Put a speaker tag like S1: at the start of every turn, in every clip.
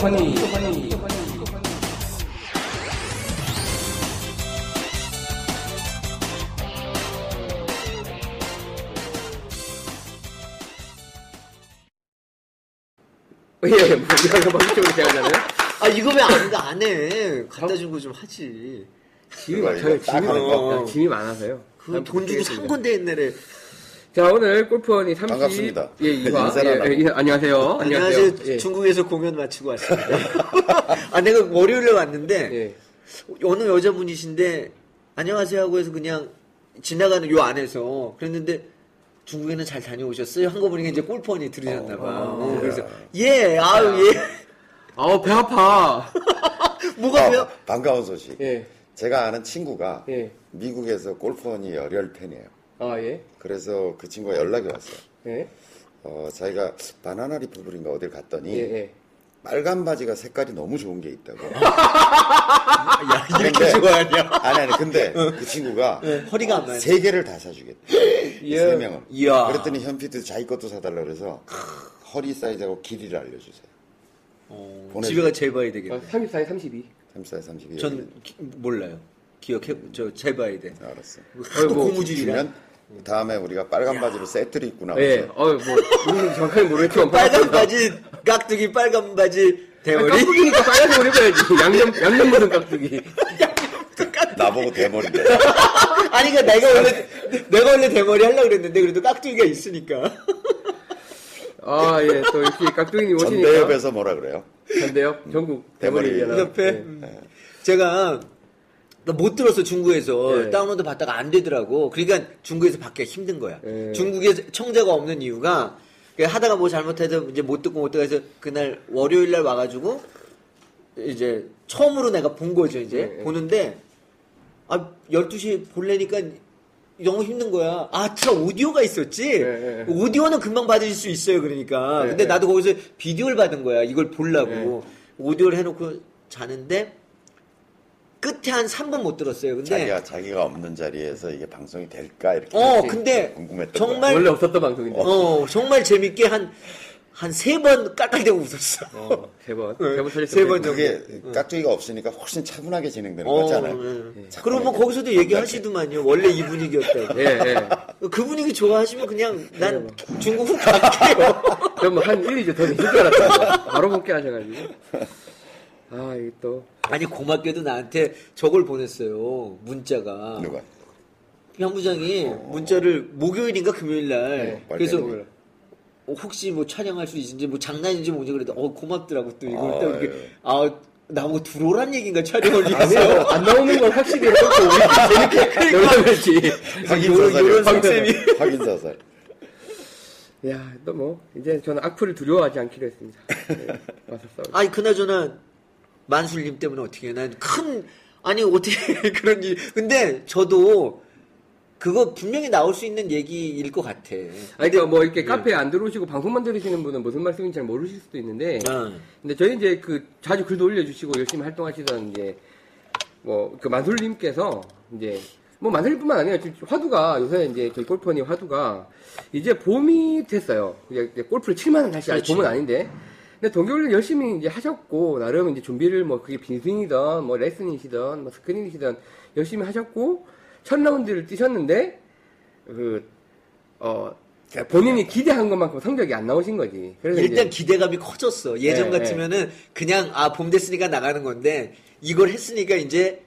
S1: 허니. 예, 뭐, 이거 방식적으로 제안하면
S2: 아 이거 왜 안, 안 해? 갖다 준 거 좀 하지.
S1: 짐이
S3: 이거
S1: 많아요.
S3: 이거 딱
S1: 짐이
S3: 하는 거.
S1: 많아요. 짐이 많아서요.
S2: 그 돈 주고 산 건데 옛날에.
S1: 자, 오늘 골프원이 30.
S3: 반갑습니다.
S1: 예, 이화.
S3: 인사를 안
S1: 예,
S3: 하고.
S1: 예, 안녕하세요. 안녕하세요.
S2: 안녕하세요.
S1: 예.
S2: 중국에서 공연 마치고 왔습니다. 아 내가 월요일에 왔는데
S1: 예.
S2: 어느 여자분이신데 안녕하세요 하고 해서 그냥 지나가는 요 안에서 그랬는데 중국에는 잘 다녀오셨어요? 한 거 보니까 이제 골프원이 들으셨나 봐. 어, 그래서 예, 아유 예.
S1: 아우, 배 아파.
S3: 어.
S2: 뭐가 왜요?
S3: 반가운 소식.
S1: 예.
S3: 제가 아는 친구가
S1: 예.
S3: 미국에서 골프원이 열혈 팬이에요.
S1: 아, 예.
S3: 그래서 그 친구가 연락이 왔어요.
S1: 예.
S3: 어, 자기가 바나나 리퍼블인가 어딜 갔더니
S1: 예, 예.
S3: 빨간 바지가 색깔이 너무 좋은 게 있다고.
S2: 아, 야
S3: 근데-
S2: 이렇게 좋아하냐?
S3: 아니 아니
S2: 예.
S3: 근데 그 친구가
S2: 허리가 안 나요.
S3: 세 개를 다 사주겠다. 이
S1: 이야.
S3: 세 명은.
S2: 예. 이야.
S3: 그랬더니 현피도 자기 것도 사달라 그래서 허리 사이즈하고 길이를 알려주세요.
S2: 어,
S3: 보내줘.
S2: 집에가 재봐야
S1: 아,
S2: 되겠네.
S1: 34에 32.
S3: 34에 32.
S2: 전 기- 몰라요. 기억해 저 재봐야 돼.
S3: 네, 알았어.
S2: 하도
S1: 뭐
S2: 고무줄이라.
S3: 주면 다음에 우리가 빨간 바지로 세트를 입고 나와서
S1: 예. 어, 뭐, 모르, 정확하게 모르겠지만.
S2: 그 빨간 그 바지 깍두기 빨간 바지
S1: 아,
S2: 대머리
S1: 깍두기니까 빨간색을 입어야지. 양념, 양념 묻은 깍두기.
S3: 나보고 대머리인데.
S2: 아니 그러니까 내가 원래 내가 원래 대머리 하려고 그랬는데 그래도 깍두기가 있으니까
S1: 아, 예. 또 이렇게 깍두기님 오시니까.
S3: 전대협에서 뭐라 그래요?
S1: 전대협? 전국
S3: 대머리
S1: 대머리 예. 연합.
S2: 옆에 음. 제가 나못 들었어 중국에서
S1: 예.
S2: 다운로드 받다가 안 되더라고 그러니까 중국에서 받기가 힘든 거야
S1: 예.
S2: 중국에 청자가 없는 이유가 그냥 하다가 뭐 잘못해서 이제 못 듣고 못 듣고 해서 그날 월요일 날 와가지고 이제 처음으로 내가 본 거죠 이제
S1: 예, 예.
S2: 보는데 아 12시 볼래니까 너무 힘든 거야 아 진짜 오디오가 있었지
S1: 예, 예.
S2: 오디오는 금방 받으실 수 있어요 그러니까
S1: 예,
S2: 근데
S1: 예.
S2: 나도 거기서 비디오를 받은 거야 이걸 보려고
S3: 네.
S1: 예.
S2: 오디오를 해놓고 자는데 끝에 한 3분 못 들었어요. 근데
S3: 자기가 자기가 없는 자리에서 이게 방송이 될까 이렇게
S2: 어 근데
S3: 궁금했던
S2: 정말
S1: 원래 없었던 방송인데.
S2: 어 정말 재밌게 한 한 세 번 깔깔대고 웃었어.
S1: 어, 세 번.
S2: 네.
S1: 세번 처리
S2: 세 번.
S3: 그게 깍두기가 없으니까 훨씬 차분하게 진행되는 거
S2: 네. 어,
S3: 같지 않아요? 네.
S2: 예.
S3: 자꾸
S2: 그리고 뭐
S3: 이렇게
S2: 거기서도 얘기하시더만요. 원래 이
S1: 예,
S2: 분위기였다고.
S1: 예.
S2: 그 분위기 좋아하시면 그냥
S3: 네,
S2: 난 중국으로 갈게요.
S1: 그럼 뭐 한 1, 2주 더 있을 줄 알았어요. 바로 복귀 하셔가지고. 아, 이게 또.
S2: 아니 고맙게도 나한테 저걸 보냈어요. 문자가.
S3: 누가?
S2: 현 부장이 어. 문자를 목요일인가 금요일날
S1: 네,
S2: 그래서
S3: 빨대를.
S2: 어, 혹시 뭐 촬영할 수 있는지 뭐 장난인지 뭔지 그래도 어 고맙더라고 또 이걸
S3: 아,
S2: 또 이렇게
S3: 예.
S2: 아 나보고 들어오란 얘기인가 촬영을
S1: 그래서
S2: 위해서
S1: 안 나오는 건 확실히 해놓고 우리 재밌게
S2: 그러니까.
S1: 연락했지.
S3: 확인
S2: 요런- 요런
S3: 사살.
S2: 상쌤이.
S3: 확인 사살.
S1: 야, 또 뭐. 이제 저는 악플을 두려워하지 않기로 했습니다. 네, 와서 싸우죠.
S2: 아니 그나저나 만술님 때문에 어떻게 난 큰 아니 어떻게 그런 일 근데 저도 그거 분명히 나올 수 있는 얘기일 것 같아
S1: 아니, 그러니까 뭐 이렇게 카페에 안 들어오시고 방송만 들으시는 분은 무슨 말씀인지 잘 모르실 수도 있는데.
S2: 응.
S1: 근데 저희 이제 그 자주 글도 올려주시고 열심히 활동하시던 이제 뭐 그 만솔님께서 이제 뭐 만솔님뿐만 아니라 지금 화두가 요새 이제 저희 골프원이 화두가 이제 봄이 됐어요. 이제 이제 골프를 칠 만한 날씨 아직
S2: 그렇지.
S1: 봄은 아닌데. 근데 동교를 열심히 이제 하셨고 나름 이제 준비를 뭐 그게 빈스윙이든 뭐 레슨이시든 뭐 스크린이시든 열심히 하셨고 첫 라운드를 뛰셨는데 그, 그어 본인이 기대한 것만큼 성적이 안 나오신 거지. 그래서 이제-
S2: 일단 기대감이 커졌어. 예전
S1: 예, 예.
S2: 같으면은 그냥 아 봄 됐으니까 나가는 건데 이걸 했으니까 이제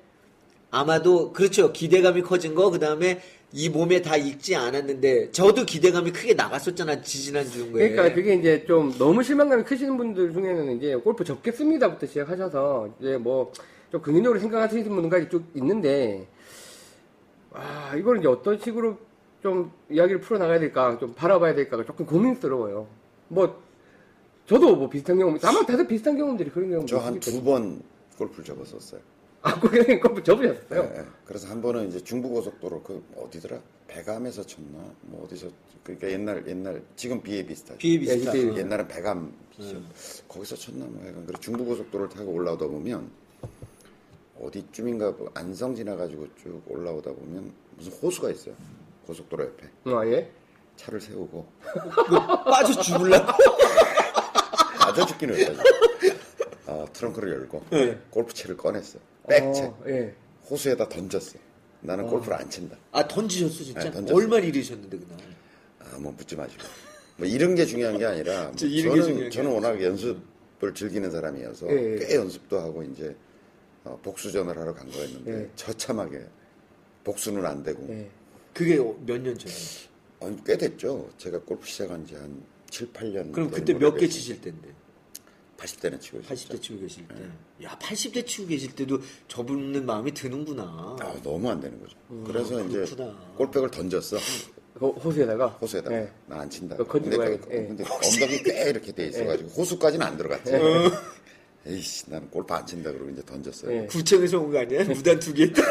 S2: 아마도 그렇죠. 기대감이 커진 거 그다음에 이 몸에 다 익지 않았는데 저도 기대감이 크게 나갔었잖아 지지난 주에.
S1: 그러니까 그게 이제 좀 너무 실망감이 크시는 분들 중에는 이제 골프 접겠습니다부터 시작하셔서 이제 뭐 좀 긍정적으로 생각하시는 분까지 쭉 있는데 아 이걸 이제 어떤 식으로 좀 이야기를 풀어 나가야 될까 좀 바라봐야 될까 조금 고민스러워요. 뭐 저도 뭐 비슷한 경험 아마 다들 비슷한 경험들이 그런 경험
S3: 저 한 두 번 골프를 접었었어요.
S1: 아 그냥 골프 접으셨어요?
S3: 예, 예. 그래서 한 번은 이제 중부고속도로 그 어디더라? 배감에서 쳤나? 뭐 어디서 그러니까 옛날 옛날 지금 비에 비슷하죠.
S2: 비에
S1: 예,
S2: 비슷한.
S1: 그때
S3: 옛날엔 배감 거기서 쳤나 뭐 약간 그래 중부고속도로를 타고 올라오다 보면 어디쯤인가 뭐 안성 지나가지고 쭉 올라오다 보면 무슨 호수가 있어요 고속도로 옆에
S1: 아 예.
S3: 차를 세우고
S2: 빠져 죽을라고.
S3: 맞아 죽기는 했다 어, 트렁크를 열고
S2: 네.
S3: 골프채를 꺼냈어. 백채
S1: 어, 예.
S3: 호수에다 던졌어. 나는 골프를 안 친다.
S2: 아 던지셨어 진짜.
S3: 네, 던졌어요.
S2: 얼마나 이르셨는데 그날.
S3: 아, 뭐 묻지 마시고. 뭐 이런 게 중요한 게 아니라 뭐
S2: 저 이런 게
S3: 저는
S2: 중요한 게
S3: 저는 워낙 연습을 즐기는 사람이어서
S1: 예, 예.
S3: 꽤 연습도 하고 이제 어, 복수전을 하러 간 거였는데
S1: 예.
S3: 처참하게 복수는 안 되고
S1: 예.
S2: 그게 몇 년 전이에요?
S3: 아니, 꽤 됐죠. 제가 골프 시작한 지 한 7, 8년
S2: 그럼 그때 몇 개 치실 텐데?
S3: 80대는 치고 있었죠.
S2: 80대 치고 계실 때.
S3: 예.
S2: 야 80대 치고 계실 때도 접는 마음이 드는구나.
S3: 아, 너무 안 되는 거죠. 그래서 이제
S2: 그렇구나.
S3: 골백을 던졌어.
S1: 그 호수에다가.
S3: 호수에다가
S1: 예.
S3: 나 안 친다.
S1: 어, 건지고
S3: 근데, 그-
S1: 가야겠다. 예.
S3: 근데 엉덩이 꽤 이렇게 돼 있어가지고 호수까지는 안 들어갔지. 에이씨, 난 골프 안 친다 그러고 이제 던졌어요.
S1: 예.
S2: 구청에서 온 거 아니야? 무단 투기 했다.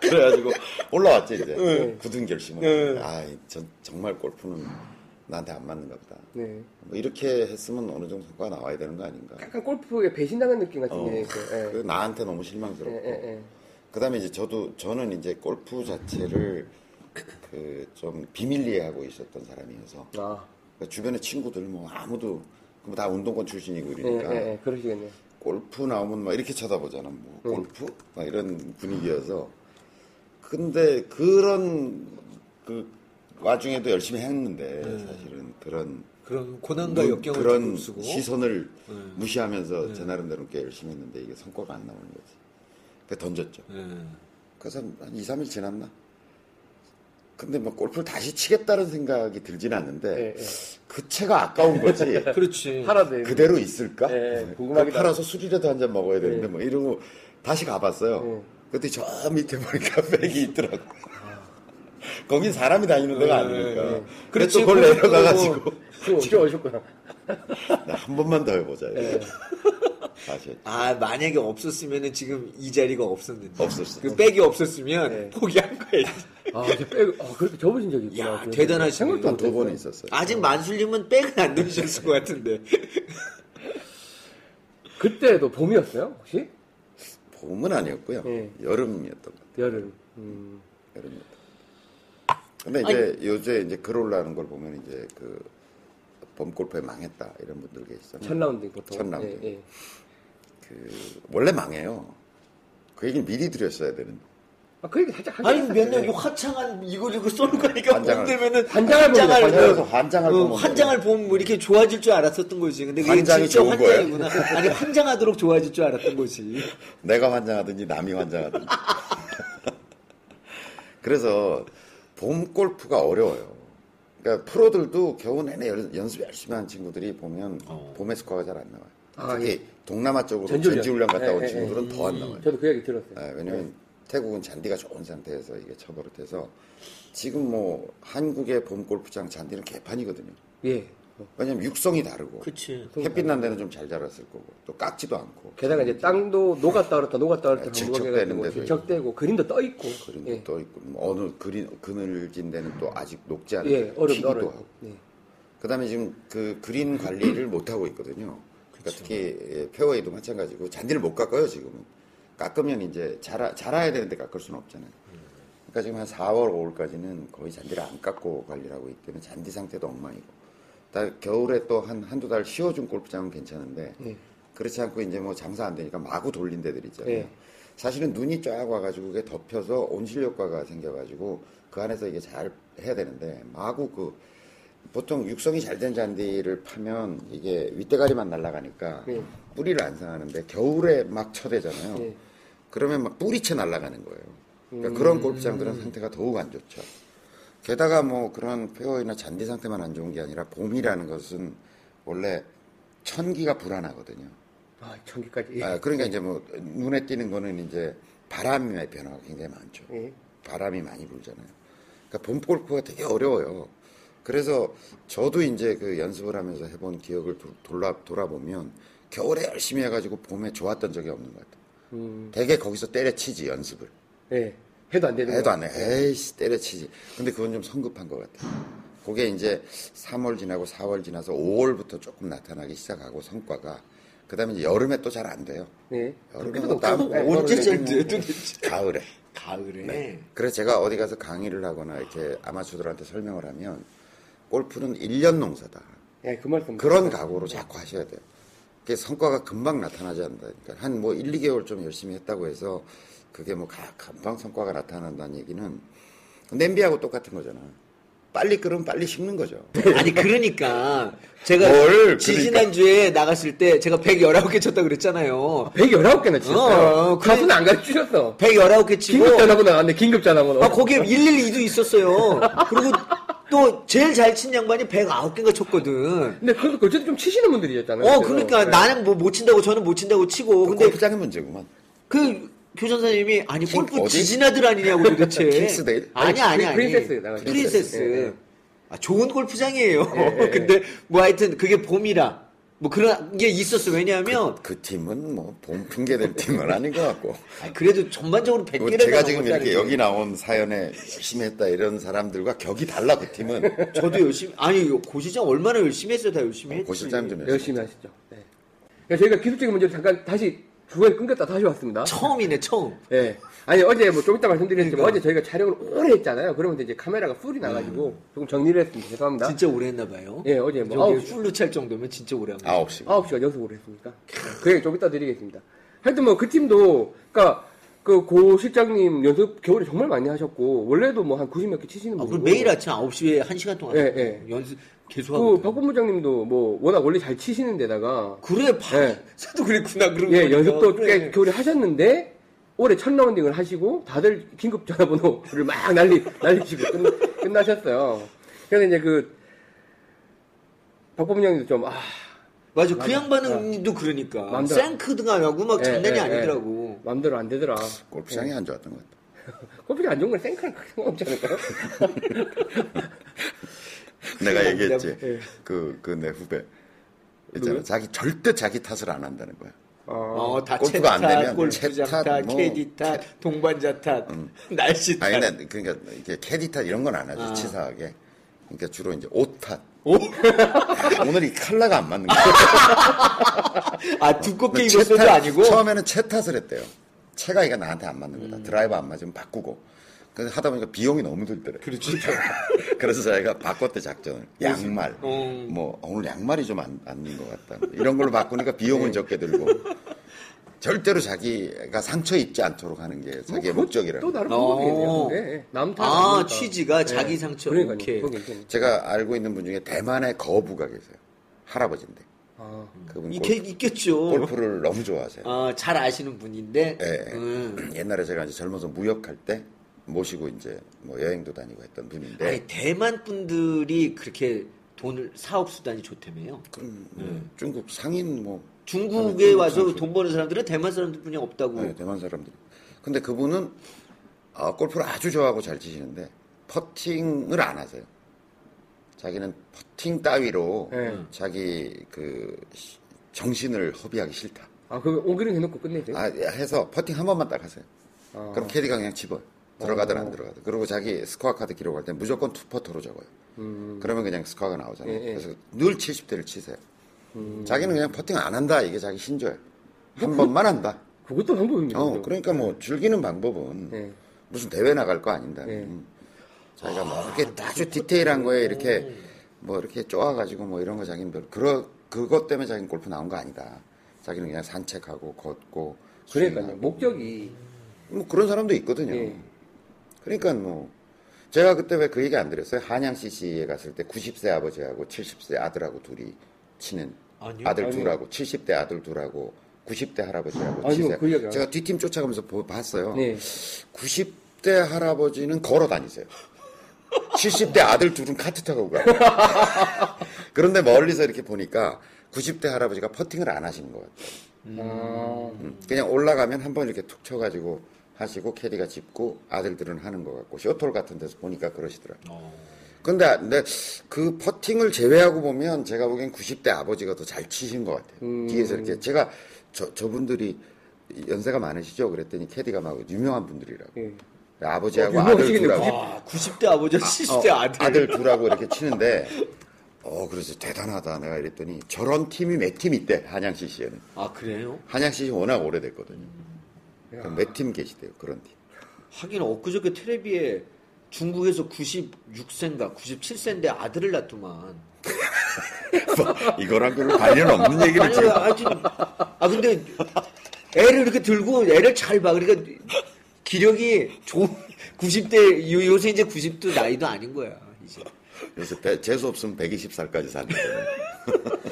S3: 그래가지고 올라왔지 이제
S1: 네.
S3: 굳은 결심을. 아, 전 정말 골프는 나한테 안 맞는가 보다.
S1: 네.
S3: 뭐 이렇게 했으면 어느 정도 성과가 나와야 되는 거 아닌가.
S1: 약간 골프에 배신당한 느낌 같은 게 있어요. 예.
S3: 그 나한테 너무
S1: 예,
S3: 실망스럽고.
S1: 예, 예.
S3: 그다음에 이제 저도 저는 이제 골프 자체를 그 좀 비밀리에 하고 있었던 사람이어서
S1: 아,
S3: 그러니까 주변에 친구들 뭐 아무도 그다 운동권 출신이고
S1: 예,
S3: 이러니까
S1: 예, 예. 그러시겠네요.
S3: 골프 나오면 막 이렇게 쳐다보잖아. 뭐 골프? 막 이런 분위기여서. 근데 그런 그 와중에도 열심히 했는데 사실은 그런
S2: 뭐 그런 고난과
S3: 눈,
S2: 네. 역경을
S3: 그런
S2: 조금 쓰고. 네.
S3: 시선을 무시하면서 제 나름대로 꽤 열심히 했는데 이게 성과가 안 나오는 거지. 그 던졌죠.
S2: 예.
S3: 그래서 한 2, 3일 지났나? 근데 뭐 골프를 다시 치겠다는 생각이 들진 않는데
S2: 네,
S1: 예, 예.
S3: 그 채가 아까운 거지.
S2: 그렇지.
S1: 하나도 예.
S3: 그대로 있을까?
S1: 예,
S3: 네.
S1: 궁금하기도
S3: 팔아서 술이라도 한 잔 먹어야 되는데 뭐 이러고 다시
S1: 예.
S3: 가봤어요. 그때 저 밑에 보니까 백이 있더라고. 거긴 사람이 다니는 데가 아니니까.
S2: 예.
S3: 그래서
S2: 그렇지.
S3: 그걸
S2: 그거-
S3: 내려가가지고
S1: 지금 어떻게 오셨구나.
S3: 나 한 번만 더 해보자. 이래. 다시
S2: 아 만약에 없었으면은 지금 이 자리가 없었는데.
S3: 없었어.
S2: 그 백이 없었으면
S1: 예.
S2: 포기한 거예요.
S1: 아, 이제 빼고, 아, 그렇게 접으신 적이 있구나.
S2: 야
S1: 그래서.
S2: 대단하시네.
S1: 생각도 못-
S3: 두 번 있었어요.
S2: 아직 만술님은 백은 안 넣으셨을 것 같은데.
S1: 그때도 봄이었어요, 혹시?
S3: 봄은 아니었고요.
S1: 예.
S3: 여름이었던 것
S1: 여름. 음.
S3: 같아요. 여름이었던 것 같아요. 근데 이제 요새 이제 글 올라오는 걸 보면 이제 그 범골프에 망했다 이런 분들 계시잖아요.
S1: 첫 라운드 보통.
S3: 첫 라운드.
S1: 예, 예.
S3: 그 원래 망해요. 그 얘기는 미리 드렸어야 되는데.
S1: 아, 그 얘기 살짝 하긴
S2: 아니
S1: 했었어요.
S2: 맨날 요 화창한 이걸 이거 쏘는 거니까 봄
S3: 환장을-
S2: 되면은
S1: 환장을 보는 거야,
S2: 환장을
S3: 환장해서 환장할
S2: 어,
S3: 거면
S2: 환장을 보면 뭐 이렇게 좋아질 줄 알았었던 거지. 근데 그게
S3: 환장이
S2: 진짜
S3: 좋은 거야?
S2: 환장이구나. 아니 환장하도록 좋아질 줄 알았던 거지.
S3: 내가 환장하든지 남이 환장하든지. 그래서 봄 골프가 어려워요. 그러니까 프로들도 겨우 내내 연, 연습 열심히 한 친구들이 보면 봄에 스코어가 잘 안 나와요.
S1: 아,
S3: 특히 동남아 쪽으로
S1: 전지훈련.
S3: 전지훈련 갔다 온
S1: 예, 예,
S3: 친구들은 더 안 나와요.
S1: 저도 그 얘기 들었어요.
S3: 예, 왜냐면 태국은 잔디가 좋은 상태에서 이게 쳐버릇해서 지금 뭐 한국의 봄 골프장 잔디는 개판이거든요.
S1: 예.
S3: 왜냐면 육성이 다르고
S1: 그렇죠.
S2: 그치.
S3: 햇빛 난 데는 좀 잘 자랐을 거고 또 깎지도 않고
S1: 게다가 이제 땅도 녹았다 그랬다 녹았다 그랬다
S3: 아, 질척대는 데도 있고.
S1: 질척대고 그림도 떠 있고
S3: 그림도
S1: 예.
S3: 떠 있고 뭐 어느 그린 그늘진 데는 또 아직 녹지 않은
S1: 예,
S3: 데
S1: 어렵
S3: 튀기도
S1: 어렵.
S3: 하고
S1: 예.
S3: 그다음에 지금 그 그린 관리를 못 하고 있거든요.
S1: 그렇죠.
S3: 그러니까 특히 예, 페어웨이도 마찬가지고 잔디를 못 깎아요 지금은 깎으면 이제 자라 자라야 되는데 깎을 수는 없잖아요. 그러니까 지금 한 4월 5월까지는 거의 잔디를 안 깎고 관리를 하고 있기 때문에 잔디 상태도 엉망이고 다 겨울에 또 한 한두 달 쉬어준 골프장은 괜찮은데
S1: 예.
S3: 그렇지 않고 이제 뭐 장사 안 되니까 마구 돌린 데들 있잖아요.
S1: 예.
S3: 사실은 눈이 쫙 와가지고 그게 덮여서 온실 효과가 생겨가지고 그 안에서 이게 잘 해야 되는데 마구 그 보통 육성이 잘 된 잔디를 파면 이게 윗대가리만 날아가니까
S1: 예.
S3: 뿌리를 안 상하는데 겨울에 막 쳐대잖아요.
S1: 예. 음.
S3: 그러면 막 뿌리채 날아가는 거예요. 그러니까 그런 골프장들은 상태가 더욱 안 좋죠. 게다가 뭐 그런 페어이나 잔디 상태만 안 좋은 게 아니라 봄이라는 것은 원래 천기가 불안하거든요.
S1: 아, 전기까지. 예.
S3: 아, 그러니까 이제 뭐 눈에 띄는 거는 이제 바람의 변화가 굉장히 많죠.
S1: 예.
S3: 바람이 많이 불잖아요. 그러니까 봄 골프가 되게 어려워요. 그래서 저도 이제 그 연습을 하면서 해본 기억을 도- 돌아, 돌아보면 겨울에 열심히 해가지고 봄에 좋았던 적이 없는 것 같아요.
S1: 음.
S3: 되게 거기서 때려치지 연습을.
S1: 예. 해도 안 되는
S3: 해도
S1: 거.
S3: 안 해. 에이씨 때려치지. 근데 그건 좀 성급한 것 같아요. 그게 이제 3월 지나고 4월 지나서 5월부터 조금 나타나기 시작하고 성과가 그다음에 이제 여름에 또 잘 안 돼요.
S1: 예.
S3: 여름에 뭐
S1: 그래도
S3: 땀
S1: 없다고.
S3: 뻘뻘
S2: 언제 잘
S3: 흘리고
S2: 돼요, 도대체?
S3: 가을에.
S2: 가을에.
S3: 그래서 제가 어디 가서 강의를 하거나 이렇게 아마추어들한테 설명을 하면 골프는 일년 농사다.
S1: 예, 그 말씀.
S3: 그렇죠. 음. 그런 각오로 자꾸 하셔야 돼요. 그러니까 그게 성과가 금방 나타나지 않는다니까. 한 뭐 1, 2개월 좀 열심히 했다고 해서 그게 뭐 가- 금방 성과가 나타난다는 얘기는 냄비하고 똑같은 거잖아. 빨리 끓으면 빨리 식는 거죠.
S2: 아니 그러니까 제가
S3: 뭘
S2: 지지난주에 나갔을 때 제가 119개 쳤다 그랬잖아요.
S1: 119개나 치셨어요.
S2: 어, 그래.
S1: 가수는 안 가르치셨어.
S2: 119개 치고
S1: 긴급 전화번호 나왔네, 긴급 전화번호.
S2: 아 거기에 112도 있었어요. 그리고 또 제일 잘 친 양반이 109개가 쳤거든.
S1: 근데 그러니까 어쨌든 좀 치시는 분들이셨잖아요.
S2: 어
S1: 그때는.
S2: 그러니까
S1: 네.
S2: 나는 뭐 못 친다고 저는 못 친다고 치고 근데
S3: 그 골프장의 문제구만.
S2: 그 교전사님이 아니
S3: 킹-
S2: 골프
S3: 어디?
S2: 지진아들 아니냐고 도대체
S3: 킹스데일?
S2: 아니 아니 아니
S1: 프린세스 나가죠.
S2: 프린세스
S1: 예, 예.
S2: 아, 좋은 골프장이에요 근데 뭐 하여튼 그게 봄이라 뭐 그런 게 있었어 왜냐하면
S3: 그 팀은 뭐 봄 핑계 될 팀은 아닌 것 같고. 뭐
S2: 아, 그래도 전반적으로 100개를
S3: 제가 지금 이렇게 여기 네, 나온 사연에 열심히 했다 이런 사람들과 격이 달라 그 팀은.
S2: 저도 열심히 아니 고시장 얼마나 열심히 했어요 다 열심히 했지
S3: 고실장 좀 열심히.
S1: 열심히 하시죠. 네. 그러니까 저희가 기술적인 문제로 잠깐 다시 주거에 끊겼다 다시 왔습니다.
S2: 처음이네 처음
S1: 예. 아니 어제 뭐 좀 이따 말씀드리겠지만
S2: 그러니까.
S1: 어제 저희가 촬영을 오래 했잖아요. 그러면 이제 카메라가 풀이 나가지고 조금 정리를 했습니다. 죄송합니다.
S2: 음. 진짜 오래 했나 봐요
S1: 예, 어제 뭐
S2: 저기
S1: 아홉 시.
S2: 풀로 찰 정도면 진짜 오래 한거
S3: 아홉 시.
S1: 9시간 연속 오래 했으니까. 그 얘기 좀 이따 드리겠습니다. 하여튼 뭐 그 팀도 그러니까 그 고 실장님 연습 겨울에 정말 많이 하셨고 원래도 뭐 한 90 몇 개 치시는
S2: 아,
S1: 분이고
S2: 그럼 매일 아침 9시에 1시간 동안
S1: 예, 예.
S2: 연습 계속 하고
S1: 그 박본 부장님도 뭐 워낙 원래 잘 치시는 데다가
S2: 그래
S1: 예.
S2: 박사도 그랬구나 그런 네.
S1: 예,
S2: 거니까.
S1: 연습도
S2: 그래.
S1: 꽤 겨울에 하셨는데 올해 첫 라운딩을 하시고 다들 긴급 전화번호를 막 날리 날리시고 끝, 끝나셨어요. 그래서 이제 그 박범 형님도 좀 아,
S2: 맞아 그 양반은도 그러니까
S1: 남들-
S2: 생크드가 하고 막
S1: 예,
S2: 장난이
S1: 예, 예.
S2: 아니더라고
S1: 마음대로 안 되더라.
S3: 골프장이 안 좋았던 것 같아.
S1: 골프이 안 좋은 건 생크랑 크게 상관없지 않을까요?
S3: 내가 얘기했지.
S1: 예.
S3: 그, 그 내 후배. 있잖아. 자기, 절대 자기 탓을 안 한다는 거야.
S1: 어,
S2: 어다
S3: 골프가 안 되면
S2: 탓, 골프장
S3: 채 탓,
S2: 탓,
S3: 뭐,
S2: 캐디 탓, 동반자 탓, 날씨 탓.
S3: 아니, 근데, 그러니까, 이게 캐디 탓 이런 건 안 하지, 치사하게. 그러니까 주로 이제 옷 탓.
S2: 옷?
S3: 오늘 이 컬러가 안 맞는 거야.
S2: 아 두껍게
S3: 채
S2: 입었어도
S3: 탓-
S2: 아니고 음.
S3: 처음에는 채 탓을 했대요. 채가 이가 나한테 안 맞는 거다. 드라이버 안 맞으면 바꾸고. 그래서 하다 보니까 비용이 너무 들더래.
S2: 그렇지.
S3: 그래서 자기가 바꿨대 작전을 양말
S2: 어.
S3: 뭐 오늘 양말이 좀 안 맞는 것 같다 이런 걸로 바꾸니까 비용은
S2: 네.
S3: 적게 들고 절대로 자기가 상처 입지 않도록 하는
S2: 뭐
S3: 게 자기의
S1: 그것도
S3: 목적이라는
S1: 또
S3: 거예요.
S1: 나름 방법이네요.
S2: 어.
S1: 근데 예, 남탓
S2: 아
S1: 아니니까. 예.
S2: 취지가 자기 상처
S1: 그러니까요.
S2: 오케이
S1: 그건 괜찮아요.
S3: 제가 알고 있는 분 중에 대만의 거부가 계세요 할아버지인데 그분
S2: 이게
S3: 골,
S2: 있겠죠
S3: 골프를 너무 좋아하세요
S2: 아, 잘 아시는 분인데
S3: 예.
S2: 음.
S3: 옛날에 제가 이제 젊어서 무역할 때 모시고 이제 뭐 여행도 다니고 했던 분인데
S2: 아니 대만 분들이 그렇게 돈을 사업 수단이 좋다며요
S3: 음, 중국 상인 뭐
S2: 중국에 와서 돈 버는 사람들은 대만 사람들뿐이 없다고
S3: 네, 대만 사람들. 근데 그분은 아, 골프를 아주 좋아하고 잘 치시는데 퍼팅을 안 하세요. 자기는 퍼팅 따위로
S1: 네.
S3: 자기 그 시- 정신을 허비하기 싫다.
S1: 아, 그 옹기를 해놓고 끝내세요.
S3: 아, 해서 퍼팅 한 번만 딱 하세요.
S1: 아.
S3: 그럼 캐디가 그냥 집어요. 들어가든 안 들어가든. 그리고 자기 스코어 카드 기록할 때 무조건 투퍼터로 적어요. 그러면 그냥 스코어가
S1: 음.
S3: 나오잖아요.
S1: 예, 음. 예.
S3: 그래서 늘 70대를 치세요. 자기는 그냥 퍼팅 안 한다. 이게 자기 신조예요. 한 번만 한다.
S1: 그것도 방법입니다.
S3: 어,
S1: 그죠?
S3: 그러니까 뭐 즐기는 방법은
S1: 네.
S3: 무슨 대회 나갈 거 아닌다.
S1: 네.
S3: 는 자기가 뭐 이렇게 아주 디테일한 거에 이렇게 뭐 이렇게 쪼아가지고 뭐 이런 거 자기는 별로 그러 그것 때문에 자기는 골프 나온 거 아니다. 자기는 그냥 산책하고 걷고
S1: 그러니까요.
S3: 스윙하고.
S1: 목적이
S3: 뭐 그런 사람도 있거든요.
S1: 예.
S3: 그러니까 뭐 제가 그때 왜 그 얘기 안 드렸어요? 한양 CC에 갔을 때 90세 아버지하고 70세 아들하고 둘이 치는
S2: 아니요.
S3: 들
S1: 아니요.
S3: 둘하고 70대 아들 둘하고 90대 할아버지하고
S1: 아니요,
S3: 치세요.
S1: 그 얘기 안 해요.
S3: 제가 뒷팀 쫓아가면서 보- 봤어요.
S1: 네.
S3: 90대 할아버지는 걸어 다니세요. 70대 아들 둘은 카트 타고 가요. 그런데 멀리서 이렇게 보니까 90대 할아버지가 퍼팅을 안 하시는 것 같아요.
S1: 아,
S3: 그냥 올라가면 한 번 이렇게 툭 쳐가지고 하시고 캐디가 짚고 아들들은 하는 것 같고 쇼톨 같은 데서 보니까 그러시더라고요.
S2: 어.
S3: 근데, 아, 근데 그 퍼팅을 제외하고 보면 제가 보기엔 90대 아버지가 더 잘 치신 것 같아요.
S1: 음.
S3: 뒤에서 이렇게 제가 저, 저분들이 연세가 많으시죠? 그랬더니 캐디가 막 유명한 분들이라고.
S1: 예.
S3: 아버지하고
S1: 어,
S3: 아들
S1: 유명하시겠네,
S3: 둘하고
S2: 90대 아버지, 70대 아들.
S3: 아들 둘하고 이렇게 치는데 어 그래서 대단하다 내가 이랬더니 저런 팀이 몇 팀 있대 한양 CC에는
S2: 아, 그래요?
S3: 한양 CC 워낙 오래됐거든요. 몇 팀 계시대요 그런 팀.
S2: 하긴 엊그저께 텔레비에 중국에서 96세인가 97세인데 아들을 낳더만.
S3: 이거랑 별로 관련 없는 얘기를
S2: 아니,
S3: 지금
S2: 아, 지금- 아, 근데 애를 이렇게 들고 애를 잘 봐. 그러니까 기력이 좋 90대, 요, 요새 이제 90도 나이도 아닌 거야. 이제.
S3: 요새 배- 재수 없으면 120살까지 사는 거예요.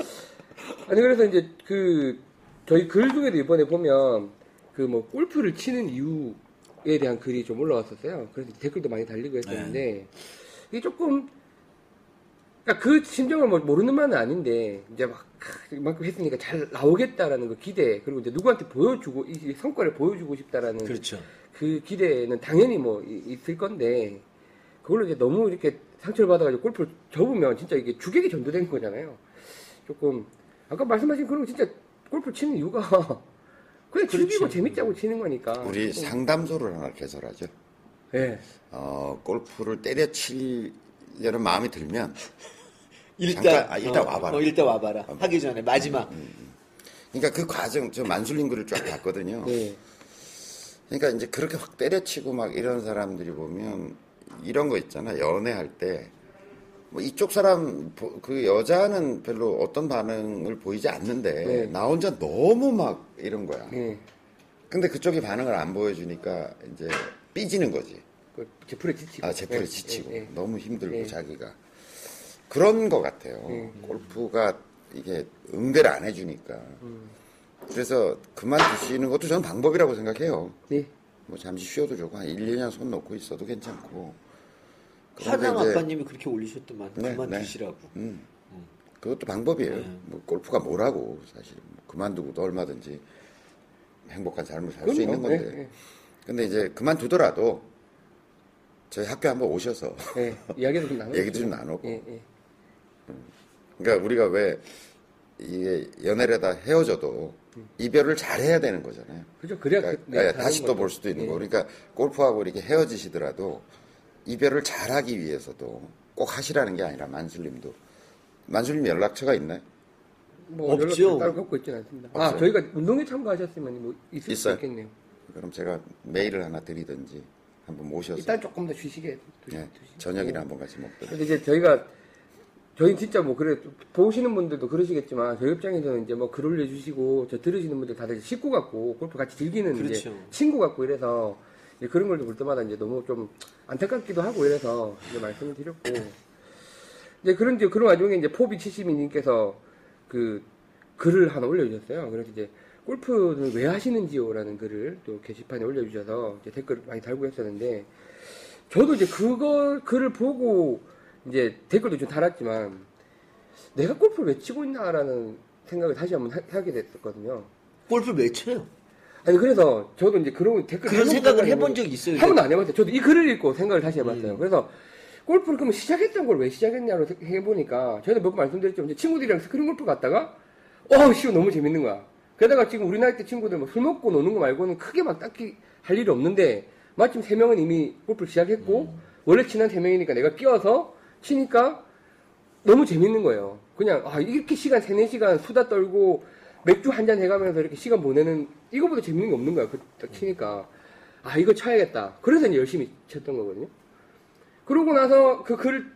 S1: 아니 그래서 이제 그 저희 글 중에도 이번에 보면 그 뭐 골프를 치는 이유에 대한 글이 좀 올라왔었어요. 그래서 댓글도 많이 달리고 했었는데 이게 조금 그러니까 그 심정을 뭐 모르는 만은 아닌데 이제 막 크, 이만큼 했으니까 잘 나오겠다라는 그 기대 그리고 이제 누구한테 보여주고 이이 성과를 보여주고 싶다라는
S2: 그렇죠.
S1: 그 기대는 당연히 뭐 이- 있을 건데 그걸로 이제 너무 이렇게 상처를 받아가지고 골프를 접으면 진짜 이게 주객이 전도된 거잖아요. 조금 아까 말씀하신 그런 거 진짜 골프 치는 이유가 그냥 즐기고 재밌자고 치는 거니까.
S3: 우리 상담소를 하나 개설하죠.
S1: 예.
S3: 어, 골프를 때려치려는 마음이 들면
S2: 일단,
S3: 잠깐, 아, 일단
S2: 어,
S3: 와봐라. 음,
S2: 어, 일단 와봐라. 하기 전에, 마지막.
S3: 그러니까 그 과정 저 만술린 글을 쫙 봤거든요.
S1: 네.
S3: 그러니까 이제 그렇게 확 때려치고 막 이런 사람들이 보면 이런 거 있잖아. 연애할 때. 뭐 이쪽 사람 보- 그 여자는 별로 어떤 반응을 보이지 않는데
S1: 네.
S3: 나 혼자 너무 막 이런 거야.
S1: 예.
S3: 근데 그쪽이 반응을 안 보여주니까 이제 삐지는 거지.
S1: 그 제풀에 지치고.
S3: 아, 제풀에
S1: 예,
S3: 지치고
S1: 예, 예.
S3: 너무 힘들고
S1: 예.
S3: 자기가 그런 거 같아요. 골프가 이게 응대를 안 해주니까 그래서 그만두시는 것도 저는 방법이라고 생각해요.
S1: 네.
S3: 뭐 잠시 쉬어도 좋고 한 1, 2년 손 놓고 있어도 괜찮고 그런데
S2: 하남
S3: 이제
S2: 아빠님이 그렇게 올리셨더만
S3: 네,
S2: 그만
S3: 네.
S2: 두시라고.
S3: 그것도 방법이에요.
S1: 예.
S3: 뭐 골프가 뭐라고 사실 뭐 그만두고도 얼마든지 행복한 삶을 살 수
S1: 그럼요.
S3: 있는 건데
S1: 예, 예.
S3: 근데 이제 그만두더라도 저희 학교 한번 오셔서
S1: 예. 이야기도 좀 나눠.
S3: 얘기도 좀 나누고
S1: 예, 예.
S3: 그러니까 우리가 왜 이게 연애를 하다 헤어져도 이별을 잘 해야 되는 거잖아요.
S1: 그죠. 그래야
S3: 그러니까
S1: 그- 네,
S3: 예,
S1: 다른
S3: 다시 또
S1: 거죠.
S3: 볼 수도 있는
S1: 예.
S3: 거고. 그러니까 골프하고 이렇게 헤어지시더라도 이별을 잘 하기 위해서도 꼭 하시라는 게 아니라 만술님도 만술님 연락처가 있나요?
S1: 뭐
S2: 없죠.
S1: 연락처를 따로 갖고 있지는 않습니다. 아,
S3: 없어요.
S1: 저희가 운동에 참가하셨으면 뭐 있을 수
S3: 있어요.
S1: 있겠네요.
S3: 그럼 제가 메일을 하나 드리든지 한번 모셔서
S1: 일단 조금 더 쉬시게. 두-
S3: 예,
S1: 두시-
S3: 저녁이나 한번 같이 먹든지
S1: 근데 이제 저희가 저희 진짜 뭐 그래 보시는 분들도 그러시겠지만 저희 입장에서는 이제 뭐 글 올려주시고 저 들으시는 분들 다들 식구 같고 골프 같이 즐기는 이제
S2: 그렇죠.
S1: 친구 같고 이래서 이제 그런 걸 볼 때마다 이제 너무 좀 안타깝기도 하고 이래서 이제 말씀을 드렸고 이제 그런 이제 그런 와중에 이제 포비 72님께서 그 글을 하나 올려주셨어요. 그래서 이제 골프는 왜 하시는지요라는 글을 또 게시판에 올려주셔서 이제 댓글 많이 달고 했었는데 저도 이제 그거 글을 보고 이제 댓글도 좀 달았지만 내가 골프를 왜 치고 있나라는 생각을 다시 한번 하- 하게 됐었거든요.
S2: 골프를 왜 쳐요?
S1: 아니 그래서 저도 이제 그런 댓글
S2: 그런 생각을 해본 적 있어요? 음.
S1: 한 번도 안 그러니까 해봤어요. 저도 이 글을 읽고 생각을 다시 해봤어요. 그래서 골프를 그러면 시작했던 걸 왜 시작했냐로 세- 해보니까 저희도 몇 번 말씀드렸지만 이제 친구들이랑 스크린 골프 갔다가 어 쉬워 너무 재밌는 거야. 게다가 지금 우리 나이 때 친구들 뭐술 먹고 노는 거 말고는 크게 막 딱히 할 일이 없는데 마침 세 명은 이미 골프를 시작했고
S2: 음.
S1: 원래 친한 세 명이니까 내가 끼워서 치니까 너무 재밌는 거예요. 그냥 아, 이렇게 시간 3, 4시간 수다 떨고 맥주 한 잔 해가면서 이렇게 시간 보내는 이거보다 재밌는 게 없는 거야. 그딱 치니까 아 이거 쳐야겠다. 그래서 이제 열심히 쳤던 거거든요. 그러고 나서 그 글을